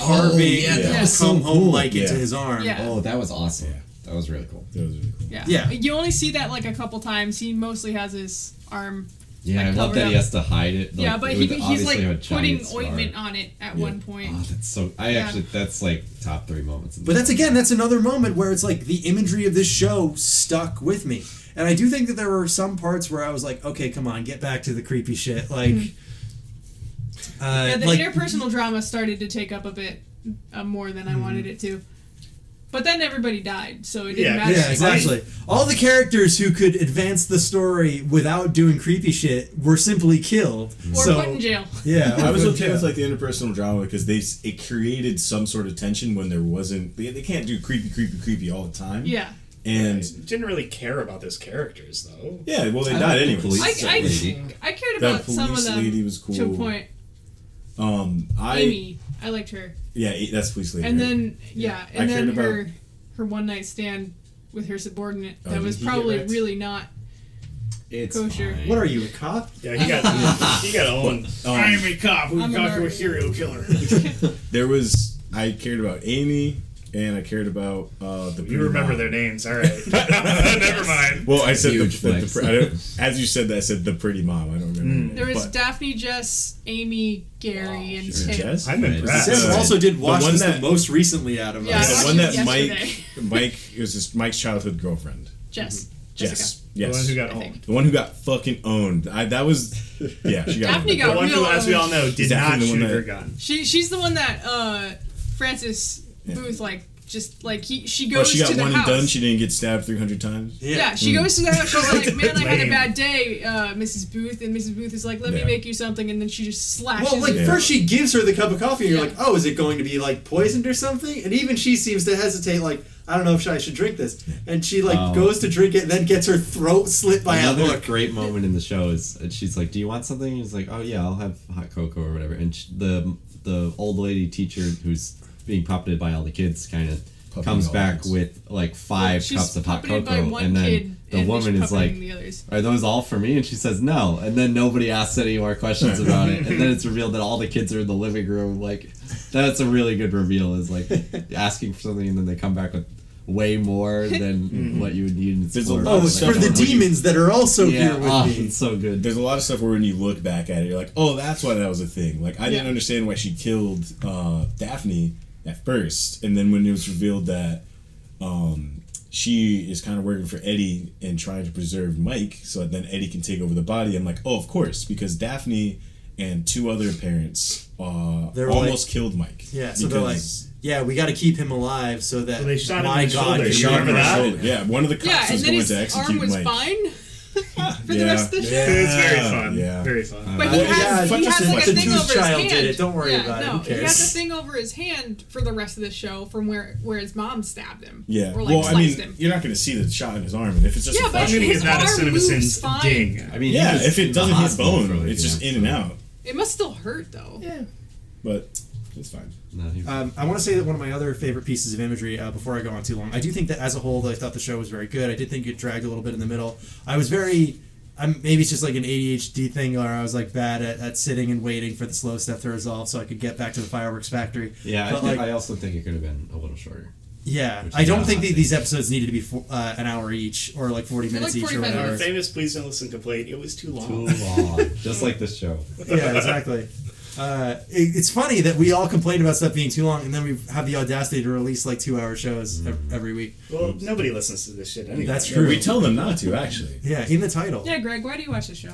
D: Oh,
H: carving
C: yeah, that
H: the
D: was
H: come
C: so
H: home like
B: cool.
H: into
B: Yeah.
H: his arm.
D: Yeah.
C: Oh, that was awesome. That was really cool.
B: That was really cool.
D: Yeah.
H: Yeah.
D: You only see that, like, a couple times. He mostly has his arm.
C: Yeah,
D: Like
C: I love
D: covered
C: that he
D: up.
C: has to hide it. Like,
D: yeah, but
C: it
D: he,
C: would
D: he's,
C: obviously have a
D: like,
C: giant
D: putting
C: scar.
D: ointment on it at one point.
C: Oh, that's so. I
D: Yeah.
C: actually, that's like top three moments. in the
H: But that's
C: show.
H: again, that's another moment where it's like the imagery of this show stuck with me. And I do think that there were some parts where I was like, okay, come on, get back to the creepy shit. Like, uh,
D: Mm-hmm. Yeah, the
H: like,
D: interpersonal drama started to take up a bit uh, more than
H: Mm-hmm.
D: I wanted it to. But then everybody died, so it didn't
E: Yeah,
D: matter.
H: yeah, exactly. All the characters who could advance the story without doing creepy shit were simply killed.
D: Or
H: so,
D: put in jail.
H: yeah,
B: I
H: or
B: was
H: put in
B: okay
H: jail.
B: with like the interpersonal drama because they s- it created some sort of tension when there wasn't. They, they can't do creepy, creepy, creepy all the time.
D: Yeah.
B: and
E: Didn't really care about those characters though.
B: yeah, well, they
C: I
B: died
C: like the
B: anyway.
C: police
D: I, I,
C: lady.
D: I cared
B: That
D: about some of
B: police
D: them
B: lady was cool.
D: to a point.
B: Um, I
D: Amy, I liked her.
B: yeah, eh, that's police lady.
D: And
B: right?
D: then, yeah,
B: I
D: and
B: cared
D: then
B: about-
D: her her one night stand with her subordinate
B: Oh,
D: that
B: did
D: was
B: he get
D: probably
B: wrecked?
D: really not.
C: It's
D: Kosher.
C: fine.
H: What are you, a cop?
E: Yeah, he got he got owned.
F: I am a cop who
D: I'm a
F: got to a
D: murderer.
F: serial killer.
B: There was I cared about Amy and I cared about uh, the. pretty
E: You remember
B: mom.
E: their names, all right? Never mind.
B: Well, I said the,
C: Huge
B: the, the,
C: flex.
B: pre- I don't, as you said that, I said the pretty mom. I
E: Mm.
B: don't remember.
D: There was
B: but, Oh,
D: Daphne, Jess, Amy, Gary, and Tim.
B: Jess?
E: I'm
C: Right.
E: impressed.
C: Sam
B: Uh,
H: also did watch
B: one
H: this
B: that-
H: the most recently out of uh,
D: Yeah,
H: us.
D: I
B: the
D: watched
B: one
D: it
B: that Mike
D: yesterday.
B: Mike it was his, Mike's childhood girlfriend.
D: Jess. Jessica.
B: Yes,
E: The
B: yes.
E: one who got
D: I think.
E: owned.
B: The one who got fucking owned. I, that was, yeah. She got
D: Daphne
B: owned.
E: The
D: got
E: one
D: real
E: who, as we all
D: owned.
E: know, did
B: Exactly
E: not
B: the one
E: shoot
B: that-
E: her gun.
D: She she's the one that uh Francis Booth like just like he she
B: But
D: goes
B: she got
D: to the
B: one
D: house.
B: and done. She Mm. didn't get stabbed three hundred times.
D: yeah. she goes to the house. She's like, "Man, I had a
E: Lame.
D: bad day, uh, Mrs. Booth." And Mrs. Booth is like, "Let
B: Yeah.
D: me make you something," and then she just slashes.
H: Well, like
B: Yeah.
H: first she gives her the cup of coffee, and you're
D: Yeah.
H: like, "Oh, is it going to be like poisoned or something?" And even she seems to hesitate, like, "I don't know if I should drink this." And she like
C: Oh.
H: goes to drink it, and then gets her throat slit by a
C: Another
H: hook.
C: great moment in the show is and she's like, "Do you want something?" And he's like, "Oh yeah, I'll have hot cocoa or whatever." And sh the the old lady teacher who's being puppeted by all the kids kind of
B: Puppeting
C: comes
B: all
C: back
B: kids.
C: with like five
D: she's
C: cups of hot
D: puppeted
C: cocoa,
D: by one
C: and then
D: kid,
C: the
D: and
C: woman
D: she's
C: is
D: puppeting
C: like,
D: the others.
C: "Are those all for me?" And she says, "No." And then nobody asks any more questions about it. And then it's revealed that all the kids are in the living room. Like, that's a really good reveal. Is like asking for something, and then they come back with way more than what you would need. in
B: There's a
C: Florida.
B: lot of
H: Oh,
C: Like,
H: it's for the
B: Definitely.
H: demons that are also
C: yeah,
H: here with
C: oh,
H: me.
C: it's so good.
B: There's a lot of stuff where when you look back at it, you're like, oh, that's why that was a thing. Like I didn't
D: Yeah.
B: understand why she killed uh, Daphne at first, and then when it was revealed that um, she is kind of working for Eddie and trying to preserve Mike, so that then Eddie can take over the body. I'm like, oh, of course, because Daphne and two other parents uh,
H: They were
B: almost killed Mike.
H: Yeah, so they're like, "Yeah, we got to keep him alive so that
E: Well, they shot him
H: my
E: in the
H: God,
E: shoulder.
H: you
E: You
B: shot him
E: remember
B: in the
E: that?
B: shoulder. Yeah, one of the cops
D: yeah, and
B: was
D: then
B: going to
D: his
B: execute
D: arm was
B: Mike.
D: fine for the
B: Yeah.
D: rest of the show.
H: Yeah.
E: It's very fun.
B: Yeah.
E: Very fun.
D: But he
H: Uh,
D: has,
H: yeah,
D: he has like a
H: fucking
D: thing
H: whose
D: over his
H: child
D: hand.
H: did it? Don't worry
D: yeah,
H: about it.
D: no,
H: Who
D: He
H: cares?
D: has a thing over his hand for the rest of the show from where where his mom stabbed him.
B: Yeah.
D: Or like
B: well, I mean,
D: sliced him.
B: you're not going to see the shot in his arm, and if it's just
D: Yeah,
B: a
D: but
E: I'm
B: flash,
E: gonna
D: his
E: give that a
D: arm moves
E: CinemaSins
D: fine.
E: ding.
C: I mean,
B: yeah,
C: he was
B: if
C: in
B: it
C: the
B: doesn't hit
C: hospital
B: bone,
C: for, like,
B: it's
C: yeah,
B: just in and out.
D: It must still hurt though.
B: But it's fine.
C: No, he-
H: Um, I want to say that one of my other favorite pieces of imagery uh, before I go on too long. I do think that as a whole, I thought the show was very good. I did think it dragged a little bit in the middle. I was very, um, maybe it's just like an ADHD thing, or I was like bad at, at sitting and waiting for the slow stuff to resolve so I could get back to the fireworks factory.
C: yeah, I,
H: but
C: think,
H: like,
C: I also think it could have been a little shorter.
H: yeah,
C: which
H: I
C: is
H: don't
C: not a
H: think that
C: thing.
H: these episodes needed to be for, uh, an hour each or like forty
D: They're
H: minutes
D: like
H: easy each or
D: 45
H: whatever.
D: minutes.
E: Famous please don't listen complaint. It was too long.
C: Too long, just like this show.
H: yeah, exactly. Uh, it, it's funny that we all complain about stuff being too long, and then we have the audacity to release like two-hour shows ev- every week.
E: Well, nobody listens to this shit anyway.
H: That's
B: Yeah,
H: true.
B: we tell them not to, actually.
H: Yeah, in the title.
D: Yeah, Greg, why do you watch the show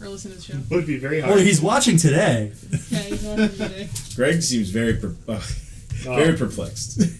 D: or listen to the show?
E: It would be very hard.
H: Or Oh, he's watching today.
D: Yeah, he's watching today.
B: Greg seems very per- uh, very perplexed.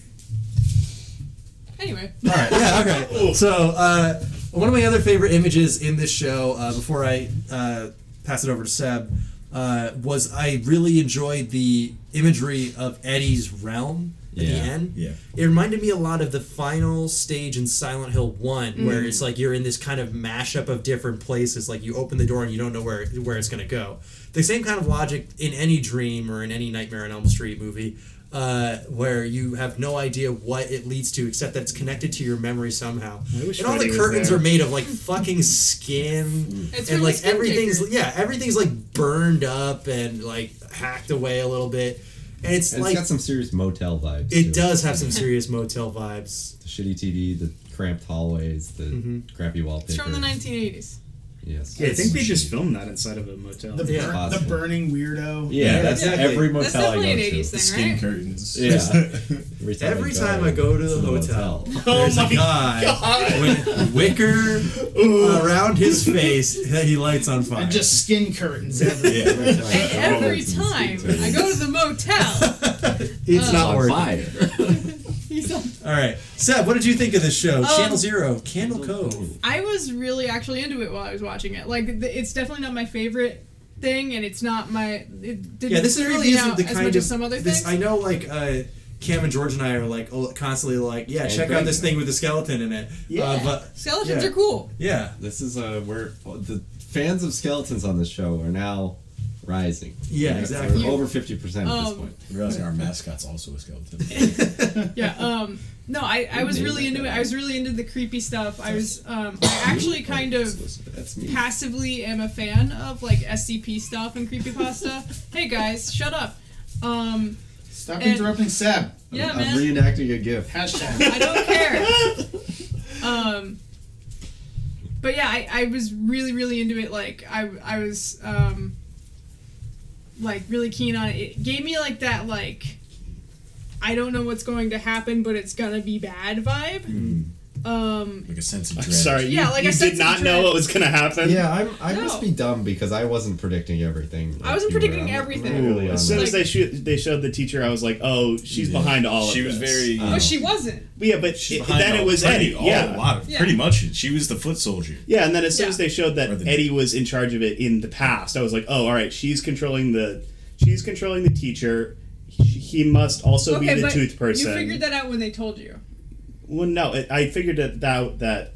D: Anyway,
H: All right. Yeah. Okay. So uh, one of my other favorite images in this show, uh, before I uh, pass it over to Seb, uh, was I really enjoyed the imagery of Eddie's realm at
C: Yeah,
H: the end.
B: yeah.
H: It reminded me a lot of the final stage in Silent Hill One,
E: Mm.
H: where it's like you're in this kind of mashup of different places. Like you open the door and you don't know where where it's gonna go. The same kind of logic in any dream or in any Nightmare on Elm Street movie, uh, where you have no idea what it leads to except that it's connected to your memory somehow.
E: I wish
H: And all
E: Freddy
H: the
E: was
H: curtains
E: there. Mm.
H: are made of like fucking skin,
D: It's really
H: and like
D: skin
H: everything's
D: kicker.
H: yeah everything's like burned up and like hacked away a little bit, and it's
C: And
H: like
C: it's got some serious motel vibes. to
H: it does have some serious motel vibes.
C: The shitty TV, the cramped hallways, the crappy wallpaper.
D: it's from the 1980s.
C: Yes.
E: Yeah, I think they just filmed that inside of a motel.
F: The,
H: Yeah.
F: bur- the
C: Possible.
F: burning weirdo.
C: Yeah, that's
H: exactly.
C: every motel
D: That's definitely
C: I
D: an
C: go to.
D: 80s thing,
B: Skin
D: right?
B: curtains.
C: Yeah.
H: Every time I go to the
C: it's a
H: hotel,
E: Oh
H: there's
E: my
H: a guy with wicker around his face that he lights on fire.
F: And just skin curtains everywhere.
D: And every time I go to the motel,
H: it's not
C: on
H: working.
C: fire.
D: he's on
H: All right, Seb, what did you think of this
D: Um,
H: show? Channel Zero, Candle Cove.
D: I was really actually into it while I was watching it. Like, th- it's definitely not my favorite thing, and it's not my. It didn't
H: Yeah, this is
D: freak
H: really
D: me
H: isn't
D: out
H: the
D: as
H: kind
D: much
H: of
D: as some other
H: this, I
D: things.
H: know, like uh, Cam and George and I are like oh, constantly like, yeah, check out this thing with the skeleton in it. uh, but
D: Skeletons
H: yeah.
D: are cool.
H: yeah,
C: This is uh, where the fans of skeletons on this show are now rising.
H: Yeah,
C: We're
H: exactly.
C: over fifty percent at this
D: Um,
C: point.
B: I'm realizing our mascot's also a skeleton.
D: yeah um no i, I was
C: made
D: really
C: that
D: into it
C: up.
D: i was really into the creepy stuff i was um i actually kind of
C: That's me.
D: passively am a fan of like scp stuff and creepypasta hey guys shut up um
F: Stop
D: And-
F: interrupting Seb.
D: yeah
C: I'm
D: man
C: reenacting a gif.
F: Hashtag.
D: I don't care. um, but yeah, I, I was really, really into it. Like, I, I was, um, like, really keen on it. It gave me, like, that, like, I don't know what's going to happen, but it's gonna be bad vibe.
E: Hmm.
D: Um,
B: Like a sense of
E: I'm
B: dread.
E: sorry, you,
D: Yeah, like
E: you
D: I said
E: did
D: to
E: not
D: Dread-
E: know what was gonna happen.
C: Yeah, I'm, I
D: No.
C: must be dumb because I wasn't predicting everything. like
D: I wasn't
C: you were.
D: predicting
C: I'm- I'm
D: everything.
C: really
E: As
C: on
E: soon
C: that.
E: as they shoot, they showed the teacher. I was like, "Oh, she's behind all of
B: She was
E: this.
B: very.
D: but oh, she wasn't.
E: But yeah, but
B: She's
E: it,
B: behind
E: then
B: all-
E: it was
B: pretty,
E: Eddie.
B: all
E: Yeah,
B: a lot of,
D: Yeah.
B: pretty much. She was the foot soldier.
E: yeah. And then as soon
D: Yeah.
E: as they showed
B: Or
E: that
B: the-
E: Eddie was in charge of it in the past, I was like, "Oh, all right, she's controlling the, she's controlling the teacher. He, he must also
D: okay,
E: be the
D: but
E: tooth person."
D: you figured that out when they told you.
E: Well, no, it, I figured that, that that.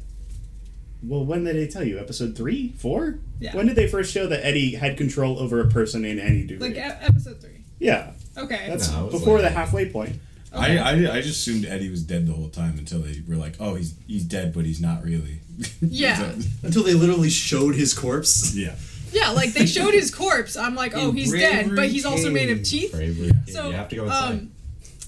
E: Well, when did they tell you? Episode three, four?
D: Yeah.
E: When did they first show that Eddie had control over a person in any degree?
D: Like, e- episode three.
E: yeah,
D: Okay.
E: that's
C: No, it was
E: before
C: like-
E: the halfway point.
D: Okay.
B: I, I, I just assumed Eddie was dead the whole time until they were like, oh, he's he's dead, but he's not really.
D: Yeah.
B: So-
K: Until they literally showed his corpse.
B: yeah.
D: yeah, like, they showed his corpse. I'm like, oh,
K: In
D: he's dead, but he's also made of
K: Bravery
D: teeth.
C: Bravery.
D: So
C: you have to go inside.
D: um,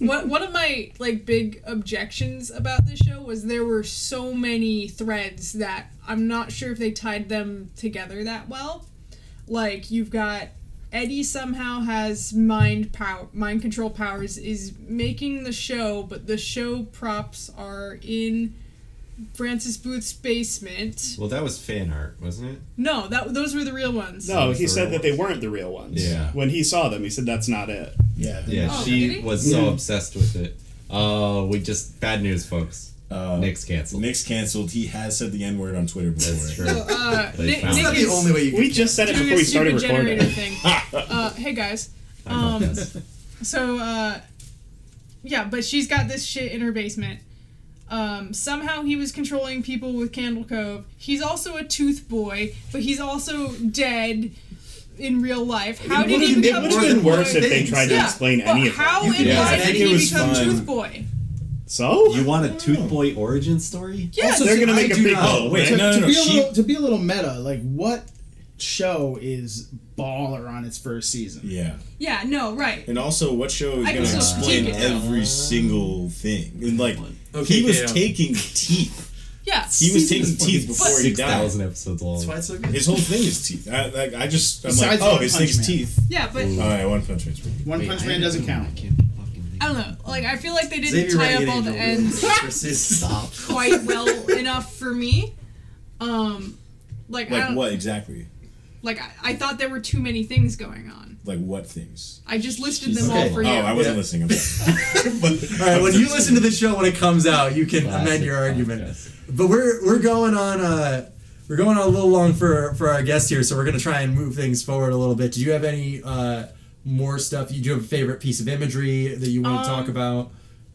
D: one one of my like big objections about the show was there were so many threads that I'm not sure if they tied them together that well. Like you've got Eddie somehow has mind power, mind control powers, is making the show, but the show props are in Francis Booth's basement.
C: well, that was fan art, wasn't it?
D: No, that those were the real ones.
E: No,
C: was
E: he
C: the
E: said
C: real
E: that they
C: ones.
E: weren't the real ones.
C: Yeah.
E: When he saw them, he said that's not it.
F: Yeah. the-
C: Yeah,
D: Oh,
C: she
D: really?
C: was so obsessed with it. Oh, we just bad news, folks.
B: Uh,
C: Nick's canceled.
B: Nick's canceled. He has said the N word on Twitter before.
C: That's true.
D: So, uh,
C: They
D: Nick,
C: found
D: Nick
K: That's
D: is
K: the only way you
E: We just said it
D: doing
E: before
D: a
E: we started
D: super generator
E: recording.
D: thing. uh, hey guys. Um, So, uh, yeah, but she's got this shit in her basement. Um, somehow he was controlling people with Candle Cove. He's also a tooth boy, but he's also dead in real life. How did he
K: would've been-
D: become
E: It would have been
D: tooth boy?
E: worse if they
K: Things.
E: tried to
D: yeah,
E: explain
D: but
E: any of
D: how
E: it.
D: in
B: Yeah, I
D: life did
B: think it
D: he
B: was
D: become
B: fun.
D: tooth boy?
E: So
C: You want a
H: Oh.
C: Tooth Boy origin story?
D: Yes,
E: they're gonna make a
F: do
E: prequel.
F: not-
B: Oh, wait,
F: to,
B: no, no,
F: to
B: no,
F: Be a
B: she-
F: little, to be a little meta, like what show is baller on its first season?
B: Yeah.
D: yeah, no, right.
B: And also, what show is
D: I
B: going
D: can
B: to
D: still
B: explain
D: critique it.
B: every single thing? And like,
H: Okay,
B: he was
H: yeah.
B: taking teeth.
D: Yeah,
B: He was taking
C: Fucking
B: teeth before he
C: six
B: died.
C: thousand episodes long.
K: That's why it's so good.
B: His whole thing is teeth. I, like, I just, I'm
F: Besides
B: like, oh,
F: One
B: his
F: Punch
B: thing's
F: Man.
B: teeth.
D: yeah, but
B: All right, One Punch Man's pretty
F: One Punch Man doesn't count.
C: I can't fucking think.
D: I don't know. Like, I feel like they didn't
K: Xavier
D: tie
K: Ragged
D: up all the
K: Angel
D: ends.
K: really versus- Stop.
D: quite well enough for me. Um, like,
B: good.
D: I
B: Like
D: don't,
B: what exactly?
D: Like I, I thought there were too many things going on.
B: Like what things?
D: I just listed them
C: Okay.
D: all for you.
B: Oh, I wasn't
K: Yeah.
B: listening. I'm sorry. But-
H: All right, when you listen to the show when it comes out, you can amend your argument. But we're we're going on uh we're going on a little long for for our guest here, so we're gonna try and move things forward a little bit. Do you have any uh more stuff? You do you have a favorite piece of imagery that you want to talk
D: Um,
H: about?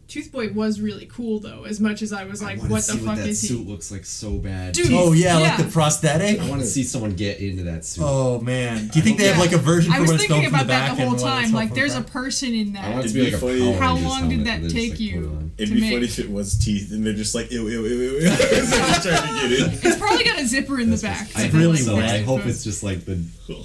D: Tooth Boy was really cool though. As much as I was
I: I
D: like,
I: wanna
D: what the
I: see
D: fuck
I: what that
D: is
I: suit
D: he?
I: looks like so bad.
D: Dude,
H: Oh yeah,
D: yeah.
H: like the prosthetic.
I: I want to see someone get into that suit.
H: Oh man, do you think they have like a version
D: I
H: for
D: was
H: when it's filmed
D: thinking
H: from the
D: about that
H: back
D: the
H: and
D: whole
H: when it's
D: time.
H: filmed
D: Like,
H: from
D: there's
H: the
D: a
H: front?
D: person in
I: I want
D: that.
I: it to be like a
B: It'd
I: Power
B: be funny-
I: Rangers
D: How long did
I: helmet
D: that
I: they just,
D: take
I: like,
D: you?
I: put on.
B: It'd
D: to
B: be
D: make-
B: funny if it was teeth, and they're just like ew, ew, ew, ew, ew. As they're just trying to get in.
D: It's probably got a zipper in the back.
I: I
D: so
I: hope
H: really
D: like,
I: so. I
H: bad.
I: hope it's just like the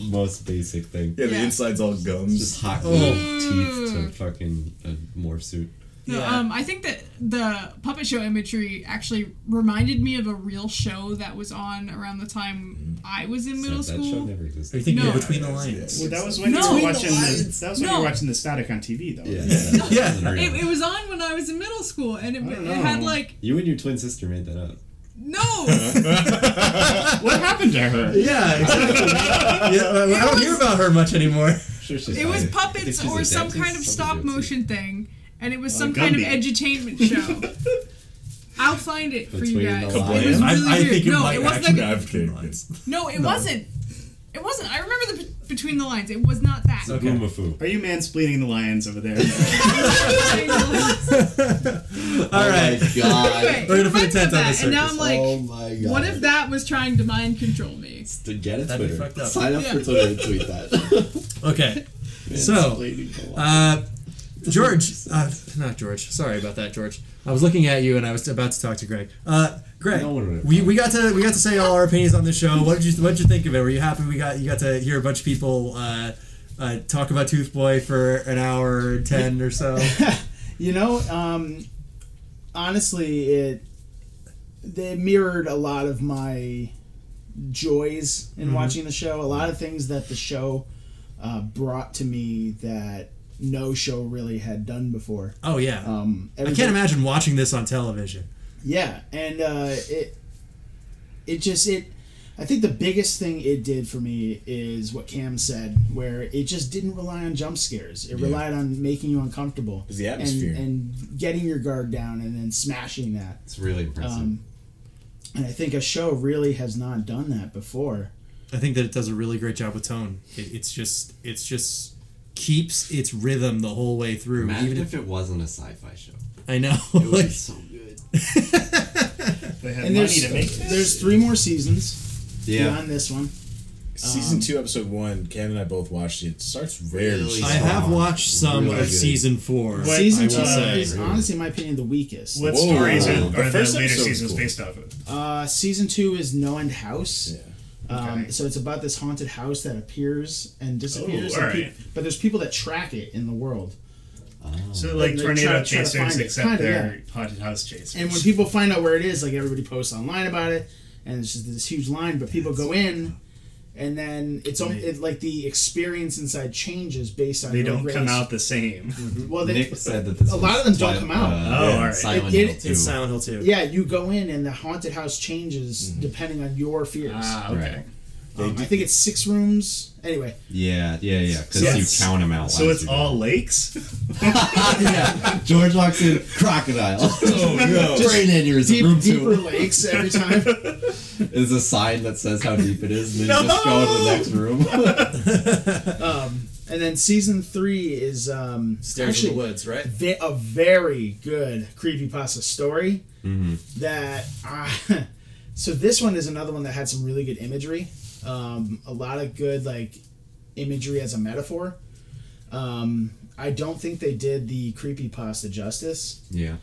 I: most basic thing.
B: Yeah, the
D: Yeah. Oh.
B: inside's all gums.
I: Just hot little teeth to fucking a morph suit.
D: No,
H: Yeah.
D: um, I think that the puppet show imagery actually reminded me of a real show that was on around the time I was in middle
I: so That show
D: school.
I: never
H: Are you
I: existed.
H: thinking
D: No.
H: of between the lines?
E: well, that was when
D: No.
E: you were
D: Between the
E: watching the, that was when you
D: No.
E: were watching the static on TV though.
I: Yeah.
H: Yeah.
D: It, it was on when I was in middle school, and it,
E: don't
D: it had
E: know.
D: like
I: you and your twin sister made that up.
D: no.
E: What happened to her?
H: Yeah, exactly. yeah, I don't hear about her much anymore.
I: Sure, she's
D: It was
I: fine. I think
D: puppets
I: she's a
D: or some
I: dentist,
D: kind
I: something
D: of stop
I: to do with teeth.
D: motion thing, and it was some kind of
E: Gumby.
D: edutainment show. I'll find it for you
I: Between
D: guys.
I: the
D: It was
H: I,
D: really
H: I
D: weird.
H: think it
D: no,
H: might
D: it wasn't.
H: actually
D: Like,
H: be between the lines.
D: no, it wasn't. It wasn't. I remember the bet- between the lines. It was not that.
E: Are you mansplaining the lions over there?
H: All right.
L: God.
D: Anyway,
H: We're gonna put a
D: friends
H: tent
D: with
H: on
D: that,
H: this
D: And now I'm
H: circus.
D: like,
L: Oh my God.
D: what if that was trying to mind control me?
L: To get it,
H: That'd be
L: Twitter.
H: fucked up.
L: Sign up for
D: Yeah.
L: Twitter and tweet that.
H: Okay. So,
L: Mansplaining the lions.
H: uh, George, uh, not George. Sorry about that, George. I was looking at you and I was about to talk to Greg. Uh, Greg,
L: No one would-
H: we, we got to we got to say all our opinions on the show. What did you what did you think of it? Were you happy? We got you got to hear a bunch of people uh, uh, talk about Tooth Boy for an hour and ten or so.
F: You know, um, honestly, it they mirrored a lot of my joys
B: Mm-hmm.
F: in watching the show. A lot of things that the show uh, brought to me that no show really had done before.
H: Oh yeah.
F: Um,
H: I can't imagine watching this on television.
F: Yeah, and uh, it it just it. I think the biggest thing it did for me is what Cam said, where it just didn't rely on jump scares. It relied on making you uncomfortable.
B: was the atmosphere.
F: and, and getting your guard down and then smashing that.
C: It's really impressive.
F: Um, and I think a show really has not done that before.
H: I think that it does a really great job with tone. It, it's just it's just keeps its rhythm the whole way through.
C: Imagine
H: even if
C: if it wasn't a sci-fi show.
H: I know.
C: It would be so good.
E: They had money
F: And there's
E: to make this.
F: there's three more seasons
C: Yeah.
F: beyond this one.
B: Season two, episode one. Cam and I both watched it. Starts rarely.
C: Really
H: I have watched some
C: Really
H: of
C: good.
H: season four.
E: What-
F: Season
H: I
F: two
H: will say.
F: is honestly, in my opinion, the weakest.
E: What
B: Whoa.
E: stories are,
B: The
E: are the,
B: first
E: later
B: episode was
E: seasons
B: cool.
E: based off of?
F: Uh, season two is No End House.
B: Yeah.
F: Um,
E: Okay.
F: So it's about this haunted house that appears and disappears.
E: Oh, all
F: and peop-
E: right.
F: but there's people that track it in the world.
E: So like
F: They
E: tornado
F: try- try to
E: chasers,
F: find it.
E: except
F: Kinda,
E: they're haunted house chasers.
F: And when people find out where it is, like everybody posts online about it, and it's just this huge line. But people go in, and then it's on, it, like the experience inside changes based on
E: they
F: your
E: don't
F: race.
E: come out the same.
F: Well, they,
C: Nick said that this
F: a lot
C: was
F: of them
C: Twilight-
F: don't come out.
C: Uh,
E: Oh,
C: yeah,
E: alright.
C: Silent
F: It-
C: Hill
F: it-
C: 2.
M: It's Silent Hill 2.
F: yeah, you go in, and the haunted house changes depending on your fears.
E: ah, okay.
C: Mm-hmm. Right.
F: Um, I think it's six rooms. Anyway,
C: Yeah, yeah, yeah. Because you
E: So it's-
C: count them out.
E: So
C: once
E: it's
C: you-
E: all lakes.
C: yeah. George walks in, crocodile. oh no! Brain aneurysm.
F: deep,
C: room
F: deeper
C: two
F: lakes every time.
C: is a sign that says how deep it is, and then you just go to the next room.
F: And then season three is um,
M: Stairs
F: actually
M: in the woods, right?
F: ve- a very good creepypasta story that. Uh, so this one is another one that had some really good imagery, um, a lot of good like imagery as a metaphor. Um, I don't think they did the creepypasta justice,
C: yeah.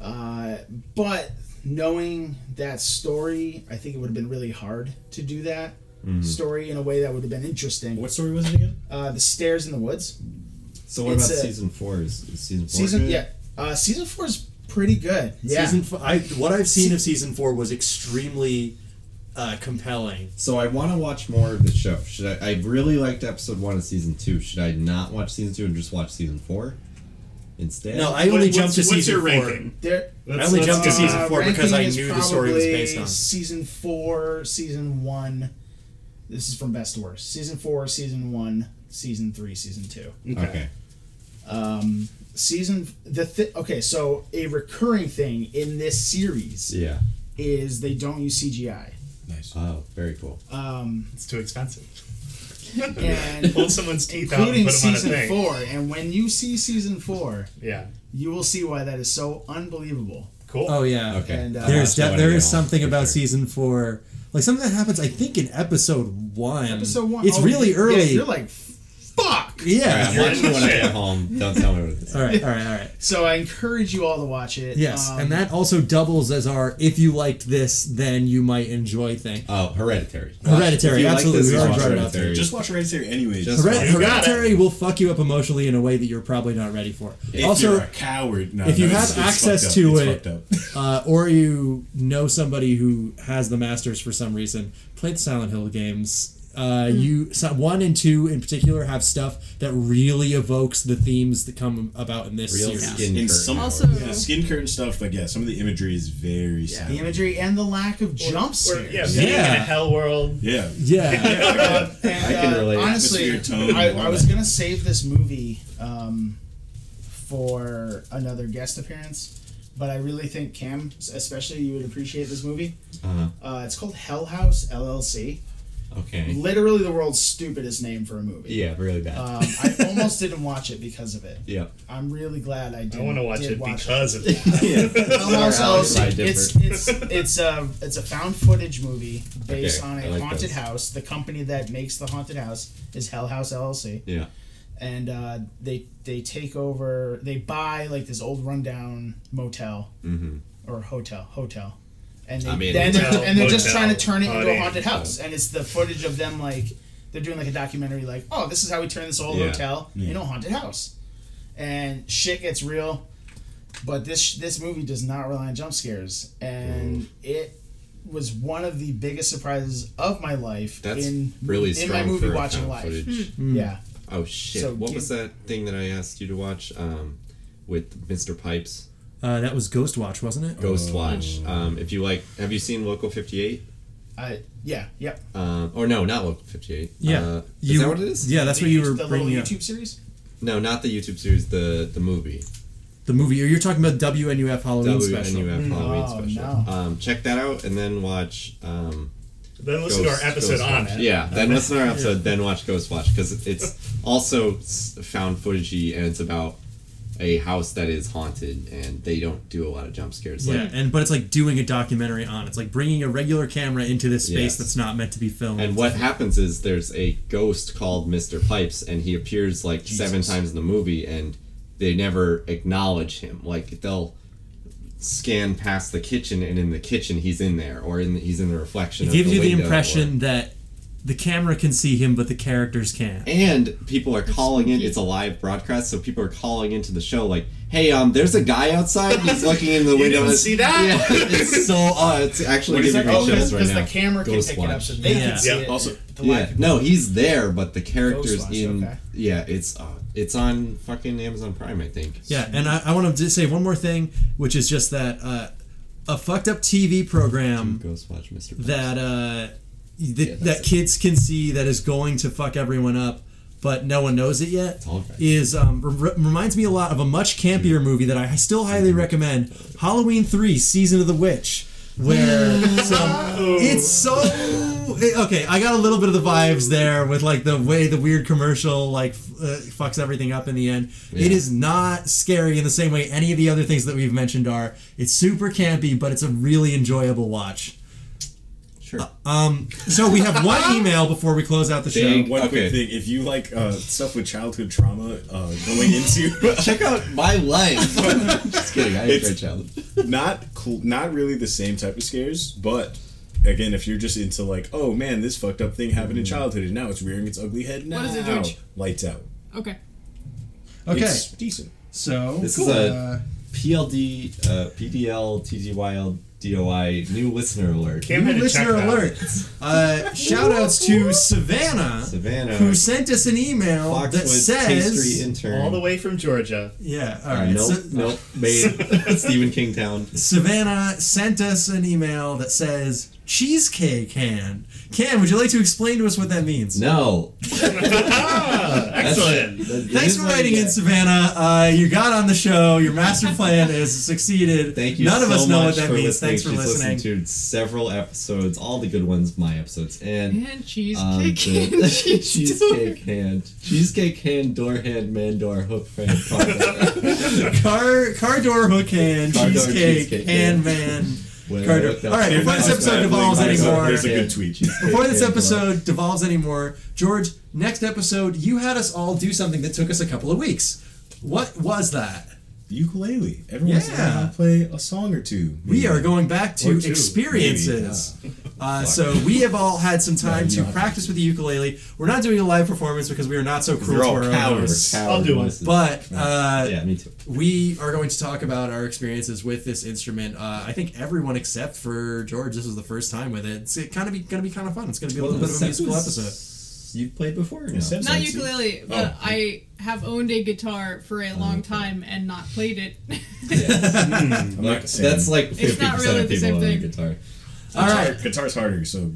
F: uh, but knowing that story, I think it would have been really hard to do that story in a way that would have been interesting.
B: What story was it again?
F: Uh, the stairs in the woods.
C: So what
F: It's
C: about
F: a-
C: season four? Is, is season four
F: Season
C: good?
F: yeah, uh, season four is pretty good. Yeah,
H: Season four, I what I've seen of season four was extremely uh, compelling.
C: So I want to watch more of the show. Should I? I really liked episode one of season two. Should I not watch season two and just watch season four instead?
H: No, I only
E: What-
H: jumped to
E: what's- what's
H: season
E: your
H: four.
E: ranking? uh,
F: there.
E: Let's- let's
H: only jumped to
E: go-
H: season four because I
F: ranking is
H: knew the story was based
F: probably
H: on.
F: season four, season one. This is from best to worst. Season four, season one, season three, season two.
C: Okay.
F: Season the thi- okay. So a recurring thing in this series
C: Yeah.
F: is they don't use CGI.
B: Nice.
C: Oh, very cool.
F: Uh,
E: It's too expensive.
F: And
E: Pull someone's teeth out and
F: including
E: put them on a
F: season
E: thing.
F: four, and when you see season four,
E: Yeah.
F: you will see why that is so unbelievable.
E: Cool.
H: Oh yeah.
C: Okay.
F: And, uh,
C: I'll
H: There's
C: watch that
H: de-
C: when I
H: there
C: get
H: is
C: home,
H: something
C: for
H: about
C: sure.
H: season four, like something that happens I think in episode one.
F: Episode one.
H: It's
F: oh,
H: really
F: yeah,
H: early.
F: you're like, fuck.
H: yeah.
C: I'm watching it when I get home. Don't tell me what it is.
H: All right, all right, all right.
F: So I encourage you all to watch it.
H: Yes,
F: Um,
H: and that also doubles as our if you liked this, then you might enjoy thing.
B: Uh,
C: Oh, Hereditary.
H: Hereditary,
C: If you like
H: absolutely,
C: this,
H: we
C: you
H: already
C: watch
H: brought it up.
C: Hereditary.
B: Just watch Hereditary anyway.
C: Just-
H: Hered-
E: You got it.
H: Hereditary will fuck you up emotionally in a way that you're probably not ready for.
B: if
H: also,
B: you're a coward. No,
H: if you
B: no,
H: have
B: it's- it's
H: access
B: fucked up.
H: to
B: It's
H: it-
B: fucked up.
H: uh, or you know somebody who has the masters for some reason, play the Silent Hill games. Uh, You so one and two in particular have stuff that really evokes the themes that come about in this
C: real
H: series.
C: skin
B: In
C: curtain
B: some
C: hours.
D: Also,
B: Yeah, skin curtain stuff, like yeah, some of the imagery is very
F: yeah,
B: sad.
F: the imagery and the lack of jump
E: Or,
F: scares.
E: yeah, being in a
H: Yeah.
E: hell world.
B: Yeah.
H: Yeah,
F: And,
C: I can
F: uh,
C: relate.
F: honestly,
B: It's weird tone.
F: I, I was gonna save this movie um, for another guest appearance, but I really think Cam, especially, you would appreciate this movie.
C: Uh-huh.
F: Uh, it's called Hell House LLC.
C: Okay.
F: Literally the world's stupidest name for a movie.
C: Yeah, really bad.
F: Um, I almost didn't watch it because of it.
C: yeah.
F: I'm really glad I did.
E: I want to watch
F: did
E: it because of that.
F: yeah.
C: Sorry,
F: also,
C: Alex, I
F: it's
C: differ.
F: it's it's a it's a found footage movie based
C: Okay,
F: on
C: I
F: a
C: like
F: haunted
C: those.
F: house. The company that makes the haunted house is Hell House LLC,
C: Yeah.
F: and uh, they they take over. They buy like this old rundown motel or hotel hotel. And they,
C: Mm-hmm. I mean,
F: then they're,
E: hotel,
F: and they're just
E: motel,
F: trying to turn it into a
E: haunted
F: haunted house, and it's the footage of them like they're doing like a documentary, like, oh, this is how we turn this old
C: Yeah.
F: hotel into a haunted house, and shit gets real. But this this movie does not rely on jump scares, and it was one of the biggest surprises of my life
C: That's
F: in
C: really
F: in
C: strong
F: my movie
C: for a
F: watching
C: found
F: life. Hmm.
C: footage.
F: Yeah,
C: Oh shit!
F: So
C: what
F: give-
C: was that thing that I asked you to watch um, with Mr. Pipes?
H: Uh, that was Ghost Watch, wasn't it?
E: Oh.
C: Ghost Watch. Um, if you like, have you seen Local Fifty Eight?
F: I yeah yep.
C: Um, or no, not Local Fifty Eight.
H: Yeah.
C: Uh, is
H: You-
C: that what it is?
H: Yeah, that's
F: They
H: what you
F: used
H: were
F: the little
H: bringing up.
F: YouTube series.
C: No, not the YouTube series. The the movie.
H: The movie. Or you're talking about WNUF Halloween special.
C: WNUF Halloween
F: Oh,
C: special. Um, check that out and then watch. Um,
E: Then listen
C: Ghost-
E: to our episode
C: Ghost
E: on
C: Watch.
E: it.
C: Yeah, then listen to our episode, then watch Ghost Watch because it's also s- found footagey and it's about a house that is haunted and they don't do a lot of jump scares.
H: Yeah,
C: Like,
H: and but it's like doing a documentary on. it. It's like bringing a regular camera into this space
C: Yes.
H: that's not meant to be filmed.
C: And what happens is there's a ghost called Mr. Pipes, and he appears like seven times in the movie, and they never acknowledge him. Like they'll scan past the kitchen, and in the kitchen he's in there, or in he's in the reflection.
H: it
C: of
H: gives you the
C: window,
H: impression that the camera can see him, but the characters can't.
C: or- and people are calling in. It's a live broadcast, so people are calling into the show like, "Hey, um, there's a guy outside. He's looking in the window."
E: didn't
C: and-
E: see that?
C: Yeah, it's so. Uh, it's actually
F: What is
C: giving
F: that?
C: me
F: Oh,
C: chills
F: because
C: right now.
F: the camera can
C: Ghost
F: pick it up,
C: Watch.
F: so they
H: Yeah.
F: can see
E: Yeah,
F: it.
B: also-
F: the live
C: yeah,
F: people
C: no, he's there, but the characters
F: Ghostwatch,
C: in
F: okay.
C: yeah, it's uh, it's on fucking Amazon Prime, I think.
H: Yeah, and I, I want to say one more thing, which is just that uh, a fucked up TV program
C: Ghost Watch, Mister.
H: that uh, th-
C: that's
H: that
C: it.
H: kids can see that is going to fuck everyone up, but no one knows it yet.
C: all right.
H: Is um, re- reminds me a lot of a much campier movie that I still highly recommend, Halloween Three: Season of the Witch. Where some, it's so eh, okay. I got a little bit of the vibes there with like the way the weird commercial like f- uh, fucks everything up in the end. It
C: Yeah.
H: is not scary in the same way any of the other things that we've mentioned are. It's super campy, but it's a really enjoyable watch.
C: sure.
H: Um, so we have one email before we close out the show.
C: Big-
B: One
C: Okay.
B: quick thing: if you like uh, stuff with childhood trauma uh, going into
C: Check out my life. Just kidding. I had a
B: It's-
C: great childhood.
B: not cl- not really the same type of scares, but again, if you're just into like, oh man, this fucked up thing happened
H: Mm-hmm.
B: in childhood and now it's rearing its ugly head now.
D: What is it, George?
B: Lights out.
D: Okay.
H: Okay,
B: It's decent.
H: so
C: This is a
H: Uh,
C: PLD, uh, PDL, TGYL, DOI new listener alert.
E: Cam had to check
H: listener
E: that.
H: alert. Uh, shout outs to Savannah,
C: Savannah,
H: who sent us an email that
C: Foxwood pastry
H: says,
C: intern.
E: All the way from Georgia.
H: "Yeah, all
C: Uh,
H: right."
C: nope,
H: so-
C: nope, made Stephen King Town.
H: Savannah sent us an email that says cheesecake can. Can, would you like to explain to us what that means?
C: No.
E: Excellent.
H: Thanks for writing in, Savannah. Uh, you got on the show. Your master plan has succeeded.
C: Thank you.
H: None of
C: so
H: us know
C: much
H: what that
C: for
H: means.
C: listening.
H: Thanks for
C: She's
H: listening.
C: listened to several episodes, all the good ones, my episodes, and
D: And
C: um,
D: cheesecake.
C: the- cheesecake hand, cheesecake hand, door hand, man door, hook hand, car door.
H: car, car door hook hand,
C: Car door
H: cheesecake,
C: cheesecake,
H: hand
C: yeah.
H: man.
C: Well,
H: Car door.
C: that's-
H: All right, before this
B: There's
H: episode
B: that link.
H: devolves
B: There's a-
H: anymore,
B: There's a good tweet.
H: before this
C: hand
H: episode devolves anymore, George, next episode, you had us all do something that took us a couple of weeks. What was that?
B: The ukulele. Everyone's
H: Yeah.
B: yeah. to play a song or two.
H: We
B: maybe.
H: are going back to
B: Or two,
H: experiences. Uh, so we have all had some time to practice with the ukulele. We're not doing a live performance because we are not so
C: We're
H: cruel to
C: all
H: our own
C: cowards.
H: hosts.
E: I'll do one.
C: Coward
H: But uh,
C: voices. yeah, me too.
H: we are going to talk about our experiences with this instrument. Uh, I think everyone except for George, this is the first time with it. It's kind of be, going to be kind of fun. It's going to be a little bit of a musical episode.
C: You've played before? or No?
B: Except
D: Not
B: Sexy.
C: Oh,
D: ukulele, but I have owned a guitar for a long time and not played it.
H: Hmm.
B: I'm not saying-
C: That's like
D: It's
C: fifty
D: not
C: percent
D: really
C: of
D: the
C: people
D: same
C: on a
D: thing.
C: guitar.
H: All right,
B: Guitar's harder, so.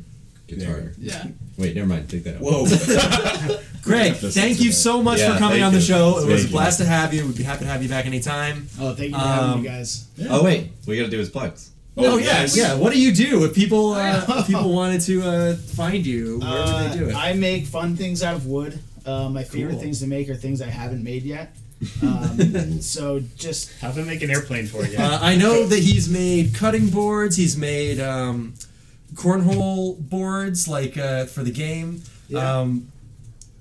C: Guitar.
D: yeah.
C: Wait, never mind. Take that out.
B: Whoa.
H: Greg,
B: Listen
H: thank
B: to
H: you
B: that.
H: so much
C: Yeah,
H: for coming
C: thank
H: on the
C: you.
H: show. It was a
C: Thank you.
H: blast to have you. We'd be happy to have you back anytime.
F: Oh, thank you for having
H: Um,
F: me, guys.
C: Oh wait, we gotta do his plugs.
H: Oh, yeah,
B: yes.
H: yeah. What do you do if people uh, if people wanted to uh, find you? Where would they do it?
F: Uh, I make fun things out of wood. Uh, my favorite
H: Cool.
F: things to make are things I haven't made yet. Um, so just
E: Have them make an airplane for you.
H: Uh, I know that he's made cutting boards. He's made um, cornhole boards, like uh, for the game.
F: Yeah.
H: Um,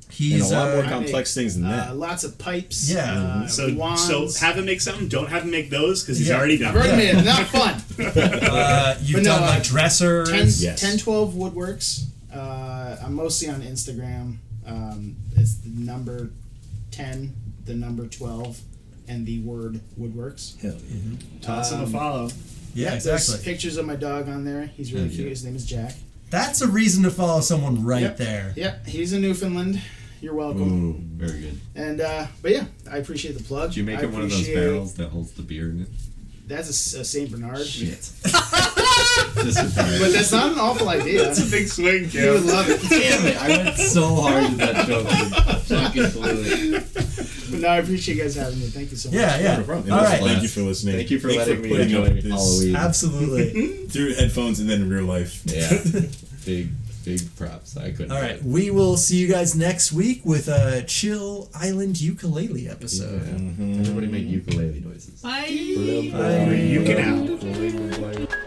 B: And
H: he's
B: a lot more
H: uh,
B: complex things than
F: uh,
B: that.
F: lots of pipes.
H: Yeah.
F: Uh,
E: so
F: wands.
E: so have him make something. Don't have him make those because he's
H: Yeah.
E: already done.
F: I've already made it. Not fun.
H: uh, you've
F: But no,
H: done
F: uh,
H: like dressers.
F: 10,
B: Yes.
F: 10 12 woodworks. Uh, I'm mostly on Instagram. Um, it's the number 10, the number 12, and the word woodworks.
B: Hell yeah.
E: Toss him a
F: Um,
E: follow.
H: yeah,
F: There's
H: exactly.
F: pictures of my dog on there. He's really
C: Hell yeah.
F: cute. His name is Jack.
H: That's a reason to follow someone right
F: Yep.
H: there.
F: Yep, he's in Newfoundland. You're welcome.
C: Ooh, very good.
F: And uh, but yeah, I appreciate the plug.
C: Did you make
F: I
C: him one of those
F: appreciate-
C: barrels that holds the beer in it?
F: That's a s- a, Saint Bernard.
C: Shit. Just a barrel.
F: But that's not an awful idea.
E: That's a big swing,
F: you
E: Joe.
F: would love it.
C: Damn it! I went so hard with that joke. I Fucking blew it.
F: But no, I appreciate you guys having me. Thank you so much.
H: Yeah, yeah.
B: It
H: All
B: was-
H: right.
B: Thank you for listening.
C: Thank you for
B: Thanks
C: letting me
B: putting up
C: enjoy
B: this
C: Halloween.
H: Absolutely.
B: Through headphones and then in real life.
C: Yeah. Big, big props. I couldn't.
H: All
C: do
H: right.
C: it.
H: We will see you guys next week with a chill island ukulele episode.
C: Yeah. Everybody make ukulele noises.
D: Bye.
E: You can out.
C: out.